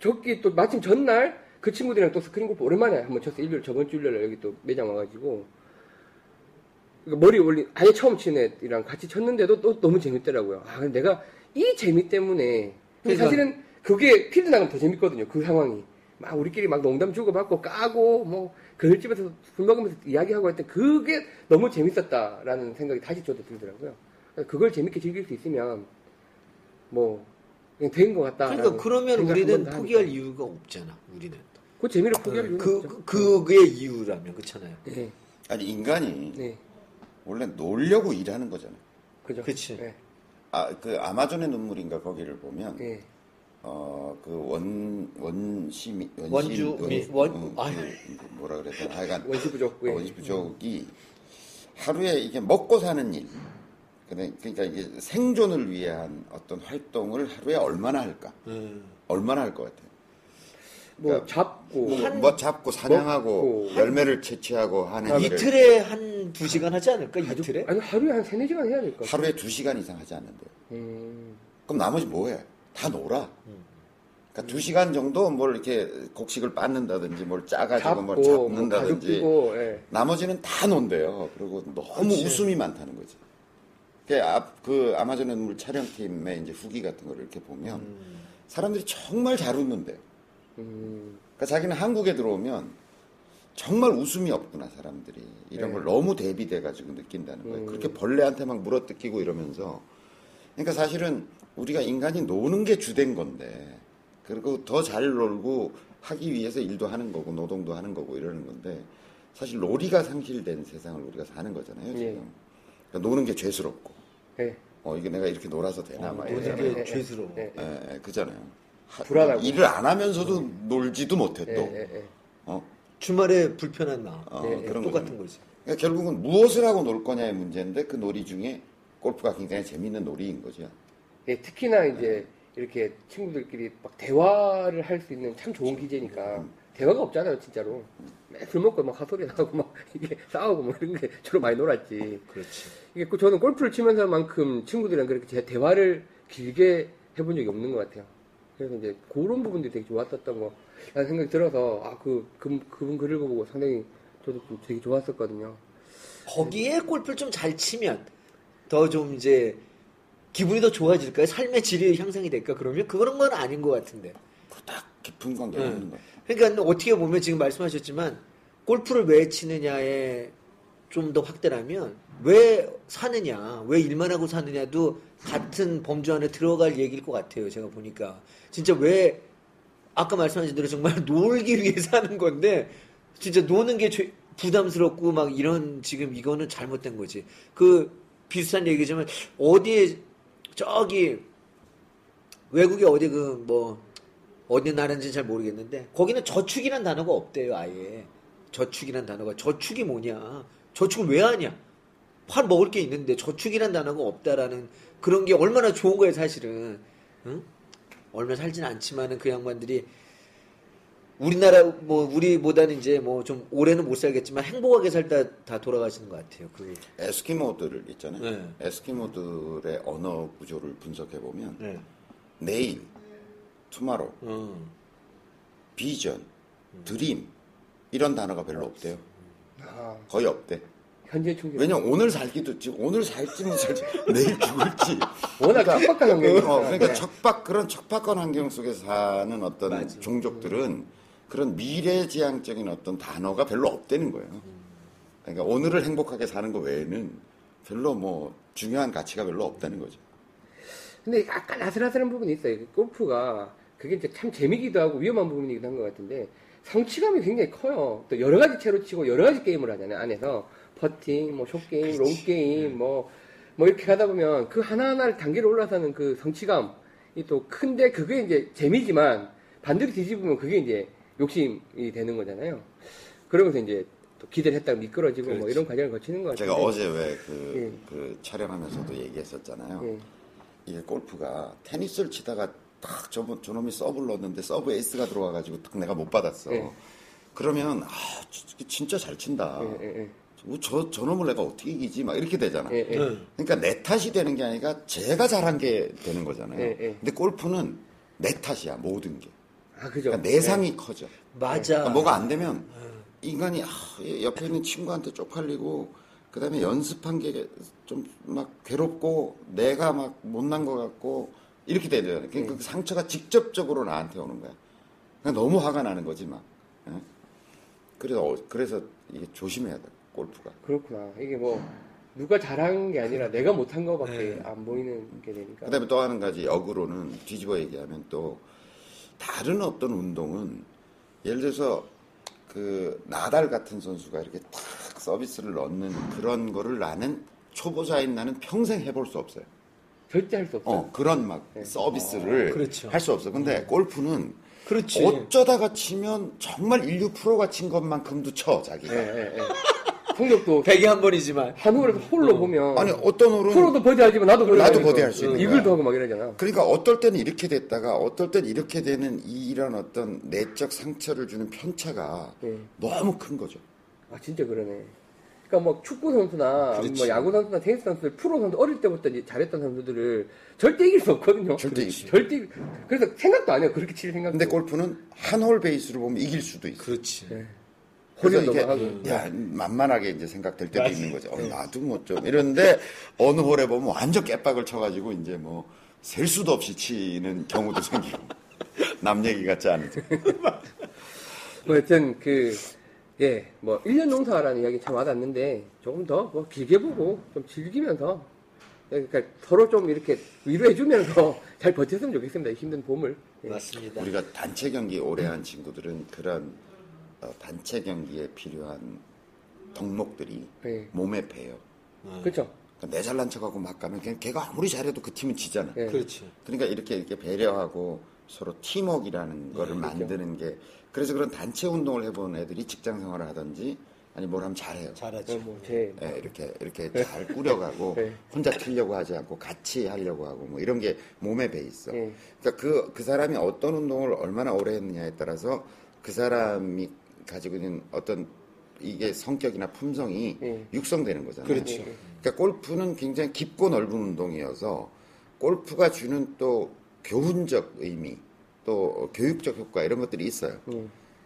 S1: 적기 또 마침 전날 그 친구들이랑 또 스크린 골프 오랜만에 한번 쳤어. 일요일 저번 주 일요일 날 여기 또 매장 와가지고 그러니까 머리 올린 아예 처음 친 애랑 같이 쳤는데도 또 너무 재밌더라고요. 아 근데 내가 이 재미 때문에 근데
S2: 그러니까.
S1: 사실은 그게 필드 나가면 더 재밌거든요. 그 상황이 막 우리끼리 막 농담 주고받고 까고 뭐 그늘집에서 술 먹으면서 이야기하고 할때 그게 너무 재밌었다라는 생각이 다시 저도 들더라고요. 그러니까 그걸 재밌게 즐길 수 있으면 뭐 그냥 된 것 같다.
S2: 그러니까 그러면 우리는 포기할 이유가 없잖아. 우리는
S1: 그 재미를 포기할 이유는
S2: 그
S1: 없죠.
S2: 그- 그게 이유라면 그렇잖아요.
S1: 네,
S3: 아니 인간이
S1: 네,
S3: 원래 놀려고 일하는 거잖아요.
S1: 그죠.
S2: 그치.
S1: 네,
S3: 아 그 아마존의 눈물인가 거기를 보면
S1: 네.
S3: 어, 어그원 원시민 어, 그
S2: 원주, 미- 원- 아유.
S3: 뭐라 그래야 되나 하여간
S1: 원시 부족. 예.
S3: 원시 어, 부족이 하루에 이게 먹고 사는 일 근데 그러니까 이게 생존을 위한 어떤 활동을 하루에 얼마나 할까
S1: 네.
S3: 얼마나 할 것 같아요
S1: 뭐 잡고
S3: 뭐, 뭐 잡고 사냥하고
S1: 먹고.
S3: 열매를 채취하고 하는 일을
S2: 아, 이틀에 한 두 시간 하지 않을까? 이틀에?
S1: 아니 하루에 한 세네 시간 해야 될것 같아요.
S3: 하루에 두 시간 이상 하지 뭐 않는데요
S1: 음,
S3: 그럼 나머지 뭐해 다 놀아 그러니까 두 시간 정도 뭘 이렇게 곡식을 빻는다든지 뭘 짜가지고 뭘
S1: 잡고 뭐 가죽
S3: 잡는다든지
S1: 끼고 예.
S3: 나머지는 다 논대요. 그리고 너무 웃음이 많다는 거지. 그, 앞, 그 아마존의 눈물 촬영팀의 이제 후기 같은 거를 이렇게 보면 사람들이 정말 잘 웃는데. 그러니까 자기는 한국에 들어오면 정말 웃음이 없구나 사람들이 이런 걸 너무 대비돼 가지고 느낀다는 거예요. 그렇게 벌레한테 막 물어뜯기고 이러면서 그러니까 사실은 우리가 인간이 노는 게 주된 건데 그리고 더 잘 놀고 하기 위해서 일도 하는 거고 노동도 하는 거고 이러는 건데 사실 놀이가 상실된 세상을 우리가 사는 거잖아요 지금
S1: 예.
S3: 그러니까 노는 게 죄스럽고
S1: 예.
S3: 어 이게 내가 이렇게 놀아서 되나 막
S2: 모든
S3: 이러잖아요.
S2: 게뭐 죄스러워.
S1: 예.
S3: 예, 예, 그잖아요 하-
S1: 어, 불안하고.
S3: 일을 안 하면서도 놀지도 못해
S1: 예,
S3: 또
S1: 예, 예.
S3: 어?
S2: 주말에 불편한 마음.
S3: 어,
S2: 예,
S3: 그런
S2: 똑같은 거지.
S3: 그러니까 결국은 무엇을 하고 놀 거냐의 문제인데 그 놀이 중에 골프가 굉장히 재밌는 놀이인 거죠.
S1: 예, 특히나 이제 이렇게 친구들끼리 막 대화를 할 수 있는 참 좋은 기제니까
S3: 음.
S1: 대화가 없잖아요 진짜로 매술 먹고 막 화소리 나고 막 이게 싸우고 뭐 이런 게 주로 많이 놀았지
S2: 그렇지.
S1: 이게 그 저는 골프를 치면서만큼 친구들이랑 그렇게 제 대화를 길게 해본 적이 없는 것 같아요 그래서 이제 그런 부분들이 되게 좋았었던 거라는 생각이 들어서 아그 그, 그분 글을 보고 상당히 저도 좀 되게 좋았었거든요
S2: 거기에 골프를 좀 잘 치면 더 좀 이제 기분이 더 좋아질까요? 삶의 질이 향상이 될까? 그러면 그런 건 아닌 것 같은데.
S3: 딱 깊은 관계가 있는 거예요.
S2: 그러니까 어떻게 보면 지금 말씀하셨지만 골프를 왜 치느냐에 좀 더 확대라면 왜 사느냐, 왜 일만 하고 사느냐도 같은 범주 안에 들어갈 얘기일 것 같아요. 제가 보니까 진짜 왜 아까 말씀하신 대로 정말 놀기 위해 사는 건데 진짜 노는 게 죄- 부담스럽고 막 이런 지금 이거는 잘못된 거지. 그 비슷한 얘기지만 어디에 저기 외국에 어디 그 뭐 어디 나라인지 잘 모르겠는데 거기는 저축이란 단어가 없대요 아예 저축이란 단어가 저축이 뭐냐 저축을 왜 하냐 팔 먹을 게 있는데 저축이란 단어가 없다라는 그런 게 얼마나 좋은 거예요 사실은 응? 얼마 살진 않지만은 그 양반들이 우리나라 뭐 우리보다는 이제 뭐 좀 오래는 못 살겠지만 행복하게 살다 다 돌아가시는 것 같아요 그
S3: 에스키모들 있잖아요.
S1: 예.
S2: 네.
S3: 에스키모들의 언어 구조를 분석해 보면
S2: 네.
S3: 내일, 투마로,
S2: 어.
S3: 비전,
S1: 음.
S3: 드림 이런 단어가 별로 없대요.
S1: 아,
S3: 거의 없대.
S1: 현재 충격
S3: 왜냐 면 오늘 살기도 지금 오늘 살지 못 살지 내일 죽을지
S1: 워낙 척박한 환경이니까.
S3: 어, 그러니까
S1: 네.
S3: 척박 그런 척박한 환경 속에 사는 어떤 종족들은 그런 미래지향적인 어떤 단어가 별로 없다는 거예요. 그러니까 오늘을 행복하게 사는 것 외에는 별로 뭐 중요한 가치가 별로 없다는 거죠.
S1: 근데 약간 아슬아슬한 부분이 있어요. 그 골프가 그게 이제 참 재미기도 하고 위험한 부분이기도 한 것 같은데 성취감이 굉장히 커요. 또 여러 가지 채로 치고 여러 가지 게임을 하잖아요. 안에서 퍼팅, 뭐 숏게임,
S3: 네.
S1: 롱게임, 뭐, 뭐 이렇게 하다 보면 그 하나하나를 단계로 올라서는 그 성취감이 또 큰데 그게 이제 재미지만 반대로 뒤집으면 그게 이제 욕심이 되는 거잖아요. 그러면서 이제 또 기대를 했다가 미끄러지고 뭐 이런 과정을 거치는 것 같아요. 네.
S3: 제가 어제 왜그 그 촬영하면서도 얘기했었잖아요.
S1: 예.
S3: 이게 골프가 테니스를 치다가 딱 저, 저놈이 서브를 넣었는데 서브 에이스가 들어와가지고 딱 내가 못 받았어.
S1: 예.
S3: 그러면 아 진- 진짜 잘 친다.
S1: 예, 예, 예.
S3: 뭐 저- 저 저놈을 내가 어떻게 이기지? 막 이렇게 되잖아.
S1: 예, 예.
S3: 그러니까 내 탓이 되는 게 아니라 제가 잘한 게 되는 거잖아요.
S1: 예, 예.
S3: 근데 골프는 내 탓이야 모든 게.
S1: 아, 그죠.
S3: 그러니까 내상이 커져.
S2: 맞아
S3: 그러니까 뭐가 안 되면 인간이 아, 얘 옆에 있는 친구한테 쪽팔리고 그다음에 연습한 게 좀 막 괴롭고 내가 막 못난 것 같고 이렇게 되잖아요. 그러니까
S1: 예.
S3: 그 상처가 직접적으로 나한테 오는 거야. 그러니까 너무 화가 나는 거지 막. 예? 그래서 어- 그래서 이게 조심해야 돼 골프가.
S1: 그렇구나. 이게 뭐 누가 잘한 게 아니라 내가 못한
S3: 네.
S1: 거밖에 안 보이는 게 되니까.
S3: 그러니까. 그다음에 또 한 가지 역으로는 뒤집어 얘기하면 또 다른 어떤 운동은 예를 들어서 그 나달 같은 선수가 이렇게 탁 서비스를 넣는 그런 거를 나는 초보자인 나는 평생 해볼 수 없어요.
S1: 절대 할 수 없어요.
S3: 어 그런 막 서비스를
S2: 그렇죠.
S3: 할 수 없어. 근데 골프는
S2: 그렇지
S3: 어쩌다가 치면 정말 인류 프로가 친 것만큼도 쳐 자기가.
S1: 예, 예, 예. 성적도
S2: 뭐 백이 한 번이지만
S1: 한 홀에서 홀로 보면
S3: 아니 어떤 홀은
S1: 프로도 버디하지만 나도 버디
S3: 나도 버디할 수 있는
S1: 이글도
S3: 거야.
S1: 하고 막 이러잖아.
S3: 그러니까 어떨 때는 이렇게 됐다가 어떨 땐 이렇게 되는 이- 이런 어떤 내적 상처를 주는 편차가
S1: 예.
S3: 너무 큰 거죠.
S1: 아 진짜 그러네. 그러니까 그러니까 뭐 축구 선수나
S2: 그렇지.
S1: 뭐 야구 선수나 테니스 선수들 프로 선수 어릴 때부터 이제 잘했던 선수들을 절대 이길 수 없거든요.
S3: 절대 이기지.
S1: 절대 이기- 그래서 생각도 안 해요. 그렇게 칠 생각도.
S3: 근데 골프는 한 홀 베이스로 보면 이길 수도 있어.
S2: 그렇지.
S3: 그래서
S1: 혼연
S3: 이게
S1: 넘어가고.
S3: 야 만만하게 이제 생각될 때도 있는 거죠. 어, 나도 뭐 좀 이런데 어느 홀에 보면 완전 깨박을 쳐가지고 이제 뭐 셀 수도 없이 치는 경우도 생기고 남 얘기 같지 않은데
S1: 뭐 여튼 그 예, 뭐 1년 농사라는 이야기 참 와닿는데 조금 더 뭐 길게 보고 좀 즐기면서 예, 그러니까 서로 좀 이렇게 위로해 주면서 잘 버텼으면 좋겠습니다. 이 힘든 봄을. 예.
S2: 맞습니다.
S3: 우리가 단체 경기 오래 한 친구들은 그런 어, 단체 경기에 필요한 덕목들이
S1: 네.
S3: 몸에 배요.
S1: 그렇죠.
S3: 그러니까 내 잘난 척하고 막 가면 걔- 걔가 아무리 잘해도 그 팀은 지잖아.
S1: 예.
S2: 그렇지.
S3: 그러니까 이렇게 이렇게 배려하고 서로 팀워크라는 거를 만드는 게 그래서 그런 단체 운동을 해본 애들이 직장 생활을 하든지 아니 뭘 하면 잘해요.
S2: 잘하지.
S1: 네, 뭐제
S3: 예, 이렇게 이렇게 잘 꾸려가고
S1: 네.
S3: 혼자 틀려고 하지 않고 같이 하려고 하고 뭐 이런 게 몸에 배 있어.
S1: 네.
S3: 그러니까 그, 그 사람이 어떤 운동을 얼마나 오래 했느냐에 따라서 그 사람이 가지고 있는 어떤 이게 성격이나 품성이
S1: 네.
S3: 육성되는 거잖아요.
S2: 그렇죠. 네.
S3: 그러니까 골프는 굉장히 깊고 넓은 운동이어서 골프가 주는 또 교훈적 의미, 또 교육적 효과 이런 것들이 있어요.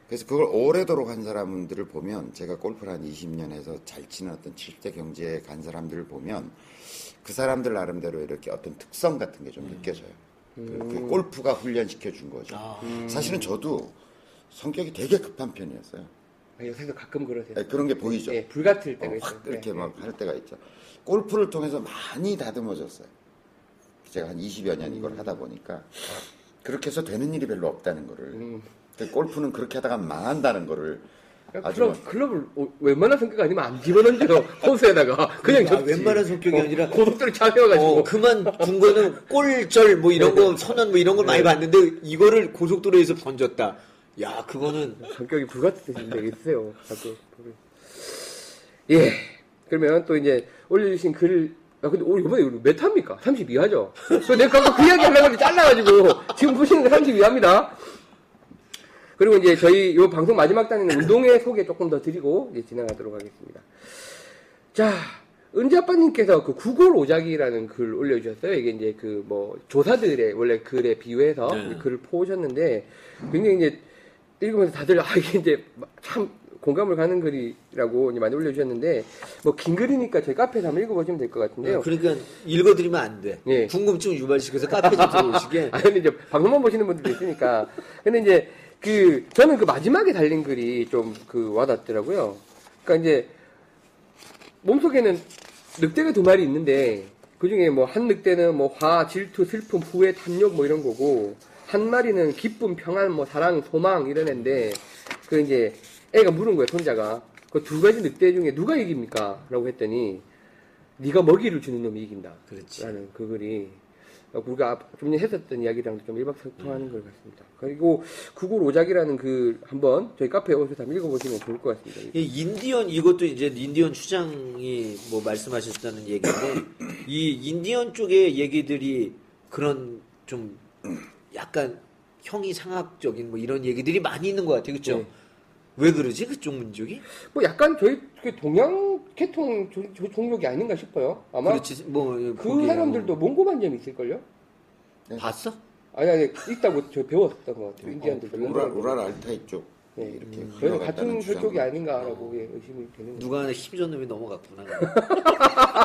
S3: 그래서 그걸 오래도록 한 사람들을 보면 제가 골프를 한 20년 해서 잘 치는 어떤 70대 경제에 간 사람들을 보면 그 사람들 나름대로 이렇게 어떤 특성 같은 게 좀 느껴져요. 그- 그 골프가 훈련시켜 준 거죠.
S2: 아.
S3: 사실은 저도 성격이 되게 급한 편이었어요.
S1: 요새도 가끔 그러세요.
S3: 예, 그런 게 보이죠.
S1: 예, 불 같을 때가
S3: 어,
S1: 있어요. 예.
S3: 확 이렇게 막 할 때가 있죠. 골프를 통해서 많이 다듬어졌어요. 제가 한 20여 년
S1: 음.
S3: 이걸 하다 보니까 그렇게 해서 되는 일이 별로 없다는 거를. 근데 골프는 그렇게 하다가 망한다는 거를
S1: 음. 그러니까
S3: 아주
S1: 클럽, 클럽을 어, 웬만한 성격 아니면 안 집어던져요. 호수에다가 그냥
S2: 아,
S1: 접지. 어,
S2: 웬만한 성격이 아니라
S1: 고속도로 잡혀가지고 네,
S2: 어, 그만 둔 거는 꼴절 뭐 이런 거 선언 뭐 이런 걸 많이 봤는데 이거를 고속도로에서 던졌다. 야, 그거는
S1: 성격이 불같으신 데 있어요. 자꾸. 예. 그러면 또 이제 올려주신 글, 아, 근데 오늘 이번에 우리 몇 합니까? 32화죠? 그 내가 아까 그 이야기 하려고 했는데 잘라가지고 지금 보시는 게 32화입니다. 그리고 이제 저희 요 방송 마지막 단에는 운동회 소개 조금 더 드리고 이제 진행하도록 하겠습니다. 자, 은지 아빠님께서 그 구골 오작이라는 글 올려주셨어요. 이게 이제 그 뭐 조사들의 원래 글에 비유해서
S2: 네.
S1: 글을 포우셨는데 굉장히 이제 읽으면서 다들 아 이게 이제 참 공감을 가는 글이라고 이제 많이 올려주셨는데 뭐 긴 글이니까 저희 카페에서 한번 읽어보시면 될 것 같은데요.
S2: 그러니까 읽어드리면 안 돼.
S1: 예.
S2: 궁금증 유발시켜서 카페 좀 들어오시게.
S1: 아니 근데 이제 방송만 보시는 분들도 있으니까 근데 이제 그 저는 그 마지막에 달린 글이 좀 그 와닿더라고요. 그러니까 이제 몸속에는 늑대가 두 마리 있는데 그 중에 뭐 한 늑대는 뭐 화, 질투, 슬픔, 후회, 탐욕 뭐 이런 거고 한 마리는 기쁨, 평안, 뭐 사랑, 소망 이런 애인데 그 이제 애가 물은 거예요 손자가 그 두 가지 늑대 중에 누가 이깁니까? 라고 했더니 네가 먹이를 주는 놈이 이긴다.
S2: 그렇지.
S1: 라는 그 글이 우리가 앞- 좀 전에 했었던 이야기랑 좀 일박상통하는
S3: 네.
S1: 걸 같습니다. 그리고 구글 오작이라는 글 한번 저희 카페에 오셔서 한번 읽어보시면 좋을 것 같습니다.
S2: 이 인디언 이것도 이제 인디언 추장이 뭐 말씀하셨다는 얘기인데 이 인디언 쪽의 얘기들이 그런 좀 약간 형이 상학적인 뭐 이런 얘기들이 많이 있는 것 같아요, 그렇죠?
S1: 네.
S2: 왜 그러지 그쪽 민족이?
S1: 뭐 약간 저희 그 동양 계통 조- 조- 종족이 아닌가 싶어요. 아마
S3: 그렇죠.
S2: 그렇지 뭐그
S1: 그 사람들도 몽고만 점이 있을걸요?
S2: 봤어?
S1: 아니 아니 있다고 저 배웠던 것 같아요. 인디안들도
S3: 어, 뭐 우라,
S1: 몽고만
S3: 우랄 알타이 쪽 음,
S1: 예,
S3: 이렇게
S1: 점이. 저희는 같은
S3: 흘러갔다는 주장.
S1: 혈족이 아닌가라고 예, 의심이 되는 거죠.
S2: 누가 하나 힘줬는데 넘어갔구나.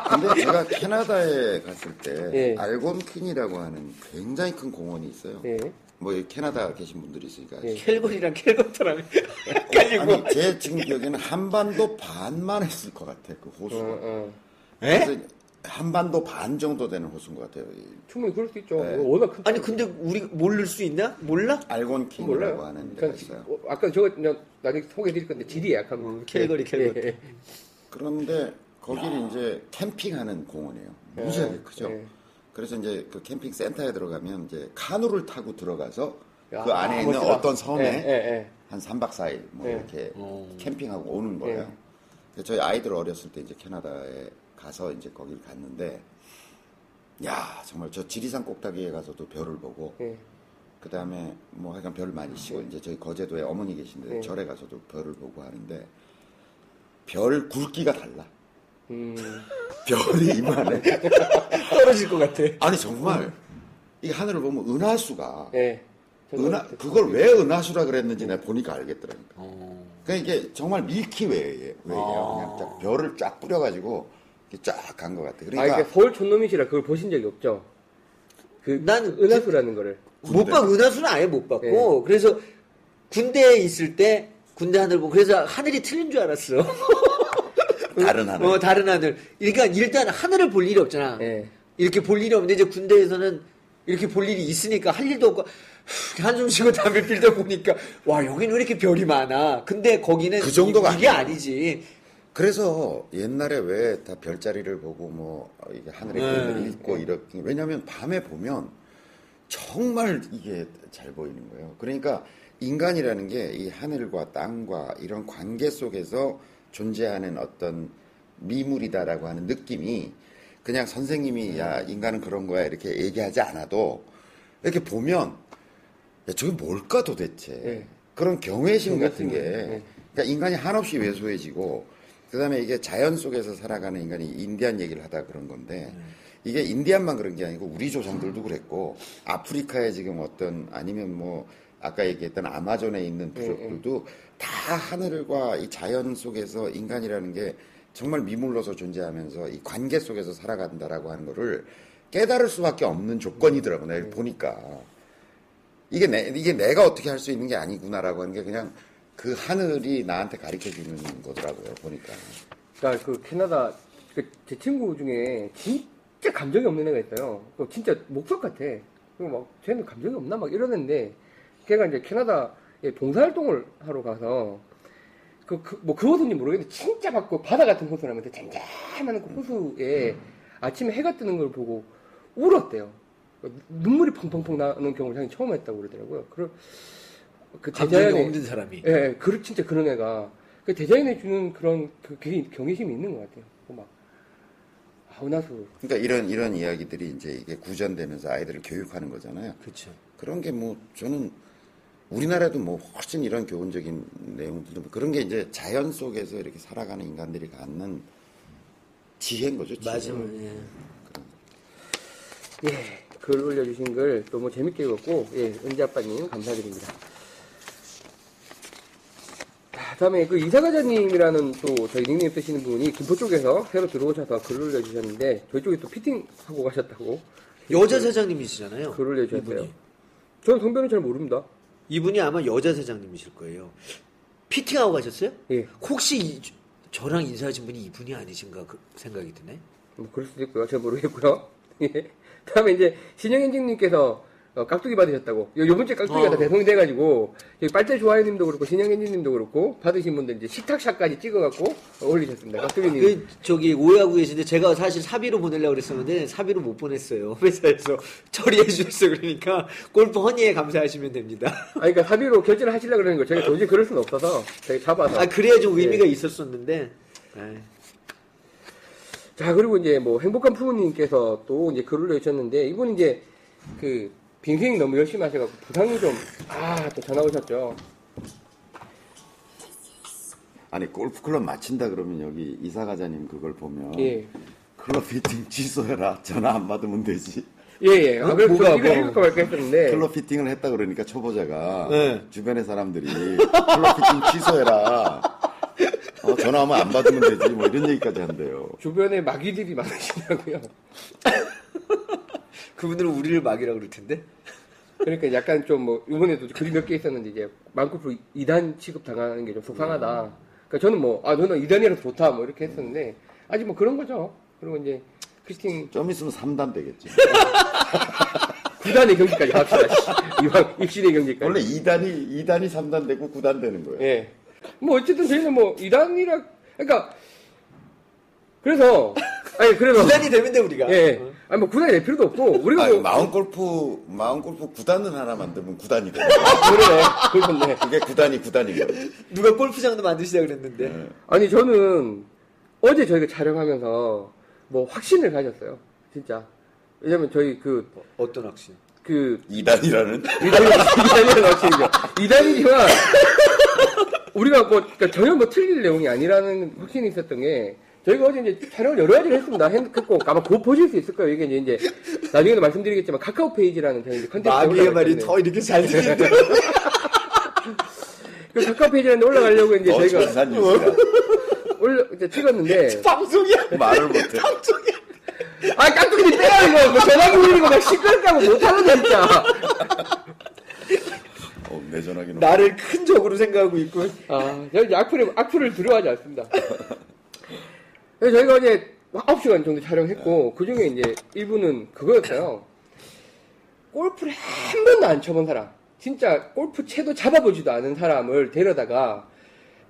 S3: 근데 제가 캐나다에 갔을 때
S1: 아- 예.
S3: 알곤킨이라고 하는 굉장히 큰 공원이 있어요.
S1: 예.
S3: 뭐 여기 캐나다 계신 분들이 있으니까
S1: 예.
S2: 캘거리랑 캘거터랑 헷갈리고.
S3: 아니 제 지금 기억에는 한반도 반만 했을 것 같아 그
S1: 어,
S3: 호수가.
S1: 어.
S2: 아, 에?
S3: 그래서 한반도 반 정도 되는 호수인 것 같아요. 이
S1: 충분히 그럴 수 있죠.
S3: 네.
S1: 워낙 큰
S2: 아니 근데 우리 모를 수 있나? 몰라?
S3: 알곤킨이라고
S1: 몰라요.
S3: 하는 데가
S1: 그러니까
S3: 있어요.
S1: 어, 아까 저거 그냥 나중에 소개해드릴 건데 질이 약한 거.
S2: 음, 캘거리, 캘거리.
S1: 예, 예.
S3: 그런데 거기를 이제 캠핑하는 공원이에요. 무지하게 크죠.
S1: 예.
S3: 그래서 이제 그 캠핑 센터에 들어가면 이제 카누를 타고 들어가서
S1: 야,
S3: 그 안에 있는
S1: 멋지다.
S3: 어떤 섬에
S1: 예, 예,
S3: 한 3박 4일 뭐
S1: 예.
S3: 이렇게
S2: 어.
S3: 캠핑하고 오는 거예요.
S1: 예.
S3: 근데 저희 아이들 어렸을 때 이제 캐나다에 가서 이제 거길 갔는데 야 정말 저 지리산 꼭다기에 가서도 별을 보고
S1: 예. 예.
S3: 그 다음에 뭐 하여간 별 많이 쉬고 이제 저희 거제도에 어머니 계신데
S1: 네.
S3: 절에 가서도 별을 보고 하는데 별 굵기가 달라.
S1: 음.
S3: 별이 이만해.
S2: 떨어질 것 같아.
S3: 아니 정말 이 하늘을 보면 은하수가
S1: 예.
S3: 은하 그걸 왜 은하수라 그랬는지 내가 보니까 알겠더라니까.
S2: 어.
S3: 그러니까 이게 정말 밀키웨이예요. 그냥 딱 별을 쫙 뿌려가지고 쫙 간 것 같아.
S1: 아,
S3: 그러니까
S1: 그러니까 서울 촌놈이시라 그걸 보신 적이 없죠. 그,
S2: 난
S1: 은하수라는 거를.
S2: 못
S3: 군대.
S2: 봐, 은하수는 아예 못 봤고, 그래서 군대에 있을 때, 군대 하늘 보고, 그래서 하늘이 틀린 줄 알았어.
S3: 다른 하늘.
S2: 어, 다른 하늘. 그러니까 일단 하늘을 볼 일이 없잖아.
S1: 예.
S2: 이렇게 볼 일이 없는데, 이제 군대에서는 이렇게 볼 일이 있으니까 할 일도 없고, 후, 한숨 쉬고 담배 필다 보니까, 와, 여긴 왜 이렇게 별이 많아. 근데 거기는
S3: 그 정도가
S2: 이- 이게
S3: 아니야.
S2: 아니지.
S3: 그래서 옛날에 왜 다 별자리를 보고 뭐 이게 하늘에 그림을 읽고 이렇게 왜냐하면 밤에 보면 정말 이게 잘 보이는 거예요. 그러니까 인간이라는 게 이 하늘과 땅과 이런 관계 속에서 존재하는 어떤 미물이다라고 하는 느낌이 그냥 선생님이 야 인간은 그런 거야 이렇게 얘기하지 않아도 이렇게 보면 야, 저게 뭘까 도대체?
S1: 네.
S3: 그런 예. 경외심 같은 게.
S1: 네.
S3: 그러니까 인간이 한없이 왜소해지고, 그 다음에 이게 자연 속에서 살아가는 인간이 인디안 얘기를 하다 그런 건데, 이게 인디안만 그런 게 아니고, 우리 조상들도 그랬고, 아프리카에 지금 어떤, 아니면 뭐, 아까 얘기했던 아마존에 있는 부족들도 다 하늘과 이 자연 속에서 인간이라는 게 정말 미물러서 존재하면서 이 관계 속에서 살아간다라고 하는 거를 깨달을 수밖에 없는 조건이더라고, 내가 보니까. 이게 내, 이게 내가 어떻게 할 수 있는 게 아니구나라고 하는 게 그냥 그 하늘이 나한테 가르쳐 주는 거더라고요, 보니까.
S1: 그러니까 그 캐나다 그 제 친구 중에 진짜 감정이 없는 애가 있어요. 그 진짜 목석 같아. 그리고 막 쟤는 감정이 없나 막 이러는데 걔가 이제 캐나다에 봉사활동을 하러 가서 그뭐 그 호수인지 모르겠는데 진짜 막 그 바다 같은 호수라면서 쨍쨍한 그 호수에 아침에 해가 뜨는 걸 보고 울었대요. 눈물이 펑펑펑 나는 경우를 자기 처음 했다고 그러더라고요. 그걸 그
S2: 감정이
S1: 제자연의-
S2: 없는 사람이.
S1: 예, 예, 그 진짜 그런 애가 그 디자인해 주는 그런 그 개- 경외심이 있는 것 같아요. 그막 아, 은하수
S3: 그러니까 이런, 이런 이야기들이 이제 이게 구전되면서 아이들을 교육하는 거잖아요.
S2: 그렇죠.
S3: 그런 게 뭐, 저는 우리나라도 뭐 훨씬 이런 교훈적인 내용들도 뭐 그런 게 이제 자연 속에서 이렇게 살아가는 인간들이 갖는 지혜인 거죠, 지혜.
S2: 맞아요. 예.
S1: 예, 글 올려주신 글 너무 재밌게 읽었고 예, 은지 아빠님 감사드립니다. 자, 다음에 그 이사과자님이라는 또 저희 닉네임 쓰시는 분이 김포 쪽에서 새로 들어오셔서 글 올려주셨는데 저희 쪽에 또 피팅하고 가셨다고
S2: 여자 사장님이시잖아요.
S1: 글 올려주셨어요.
S2: 이분이.
S1: 저는 성별은 잘 모릅니다.
S2: 이분이 아마 여자 사장님이실 거예요. 피팅하고 가셨어요?
S1: 예.
S2: 혹시 이- 저랑 인사하신 분이 이분이 아니신가 그 생각이 드네.
S1: 뭐 그럴 수도 있고요. 잘 모르겠고요. 예. 다음에 이제 신영현진님께서 어, 깍두기 받으셨다고. 요, 요번 주에 깍두기가
S2: 어.
S1: 다 배송이 돼가지고, 저희 빨대 좋아요님도 그렇고, 신영현진님도 그렇고, 받으신 분들 이제 식탁샷까지 찍어갖고 어, 올리셨습니다. 깍두기님.
S2: 그 저기 오해하고 계신데 제가 사실 사비로 보내려고 그랬었는데 사비로 못 보냈어요. 회사에서 처리해 주셨어 그러니까 골프 허니에 감사하시면 됩니다.
S1: 아, 그러니까 사비로 결제를 하시려고 그러는 거. 저희가 도저히 그럴 수는 없어서, 저희 잡아서.
S2: 아 그래야 좀 의미가 있었었는데. 아이,
S1: 자, 그리고 이제 뭐 행복한 부모님께서 또 이제 글을 내주셨는데, 이분 이제 그 빙생이 너무 열심히 하셔가지고 부상이 좀, 아, 또 전화 오셨죠.
S3: 아니, 골프클럽 마친다 그러면 여기 이사가자님 그걸 보면.
S1: 예.
S3: 클럽 피팅 취소해라. 전화 안 받으면 되지.
S1: 예, 예. 아,
S2: 어?
S1: 그래서
S2: 뭐가,
S1: 저 이거
S2: 뭐.
S1: 읽을까 말까 했었는데.
S3: 클럽 피팅을 했다 그러니까 초보자가
S2: 네.
S3: 주변의 사람들이 클럽 피팅 취소해라. 어, 전화 오면 안 받으면 되지 뭐 이런 얘기까지 한대요.
S1: 주변에 마귀들이 많으시더라고요.
S2: 그분들은 우리를 막이라 그럴 텐데.
S1: 그러니까 약간 좀 뭐, 이번에도 글이 몇 개 있었는데, 이제, 만코프 2단 취급 당하는 게 좀 속상하다.
S3: 음.
S1: 그러니까 저는 뭐, 아, 너는 2단이라서 좋다, 뭐, 이렇게 했었는데, 아직 뭐 그런 거죠. 그리고 이제, 피팅
S3: 좀 있으면 3단 되겠지.
S1: 그러니까 9단의 경기까지 갑시다. 씨. 이왕 입신의 경기까지.
S3: 원래 2단이 2단이 3단 되고 9단 되는 거예요.
S1: 예. 뭐, 어쨌든 저희는 뭐, 2단이라, 그러니까, 그래서, 아니, 그래서,
S2: 부산이 어. 되면 돼 우리가.
S1: 예. 아니, 뭐, 9단이 될 필요도 없고, 우리가
S3: 아니,
S1: 뭐,
S3: 마음 골프 마음 골프 9단을 하나 만들면 9단이 돼.
S1: 그러네. 그러네.
S3: 그게 9단이 9단인 거예요.
S2: 누가 골프장도 만드시자 그랬는데.
S1: 아니 저는 어제 저희가 촬영하면서 뭐 확신을 가졌어요. 진짜. 왜냐면 저희 그
S2: 어떤 학신?
S1: 그
S3: 2단이라는
S1: 이단이라는 확신이죠. 이단이지만 우리가 뭐 그러니까 전혀 뭐 틀릴 내용이 아니라는 확신이 있었던 게 저희가 어제 이제 촬영을 여러 가지를 했습니다. 했고 아마 곧 보실 수 있을 거예요. 이게 이제, 이제 나중에도 말씀드리겠지만 카카오 페이지라는 저희 이제 컨텐츠
S2: 마귀의 말이 더 이렇게 잘 들린다.
S1: 그 카카오 페이지라는 데 올라가려고 이제
S3: 어,
S1: 저희가 뭐
S3: 전산 뉴스다.
S1: 올려 이제
S2: 예.
S1: 찍었는데
S2: 방송이야.
S3: 말을 못해.
S2: 방송이야.
S1: 아 깍두기 빼라 이거 뭐 전화기 울리는 거막 시끄럽다고 못하는데 진짜
S3: 어, 내 전화기는.
S2: 나를 큰 적으로 생각하고 있고.
S1: 아 저희 이제 악플을 악플을 두려워하지 않습니다 그래서 저희가 이제 9시간 정도 촬영했고 그 중에 이제 일부는 그거였어요 골프를 한 번도 안 쳐본 사람 진짜 골프 채도 잡아보지도 않은 사람을 데려다가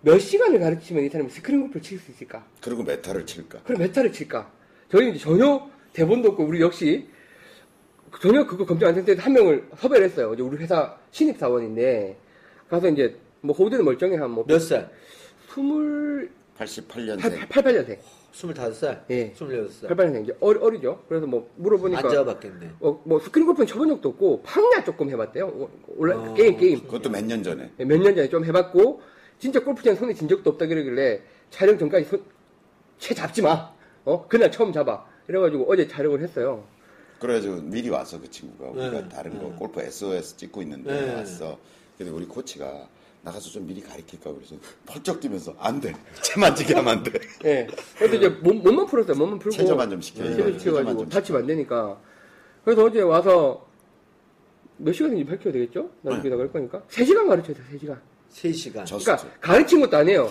S1: 몇 시간을 가르치면 이 사람이 스크린 골프를 칠 수 있을까
S3: 그리고 메타를 칠까?
S1: 그럼 메타를 칠까? 저희는 이제 전혀 대본도 없고 우리 역시 전혀 그거 검증 안 된 때한 명을 섭외를 했어요. 이제 우리 회사 신입 사원인데 가서 이제 뭐 고대는 멀쩡히 한뭐
S2: 몇 살?
S1: 28,
S3: 88년생.
S1: 88년생,
S2: 25살?
S1: 예.
S2: 26살.
S1: 88년생 이제 어리, 어리죠. 그래서 뭐 물어보니까
S2: 안 잡아봤겠네.
S1: 어, 뭐 스크린 골프는 쳐본 적도 없고 팡야 조금 해봤대요. 어, 온라인
S2: 어,
S1: 게임 게임.
S3: 그것도 몇 년 전에.
S1: 몇 년 전에 좀 해봤고 진짜 골프장 손에 진 적도 없다 그러길래 촬영 전까지 손, 채 잡지 마. 어 그날 처음 잡아. 이래가지고 어제 촬영을 했어요.
S3: 그래가지고 미리 와서 그 친구가 우리가
S2: 네,
S3: 다른
S2: 네.
S3: 거 골프 SOS 찍고 있는데
S2: 네.
S3: 왔어. 근데 우리 코치가 나가서 좀 미리 가르칠까 그래서 펄쩍 뛰면서 안 돼. 채 만지게 하면 안 돼.
S1: 예. 그래서 이제 몸, 몸만 풀었어요. 몸만 풀고.
S3: 체조만 좀 시켜요.
S1: 체조
S3: 체조만
S1: 시켜가지고
S3: 좀
S1: 다치면 안 되니까. 그래서 어제 와서 몇 시간인지 밝혀야 되겠죠? 나중에 나갈 거니까. 3시간 가르쳐야 돼, 3시간.
S2: 3시간.
S3: 저-
S1: 그러니까 가르친 것도 안 해요.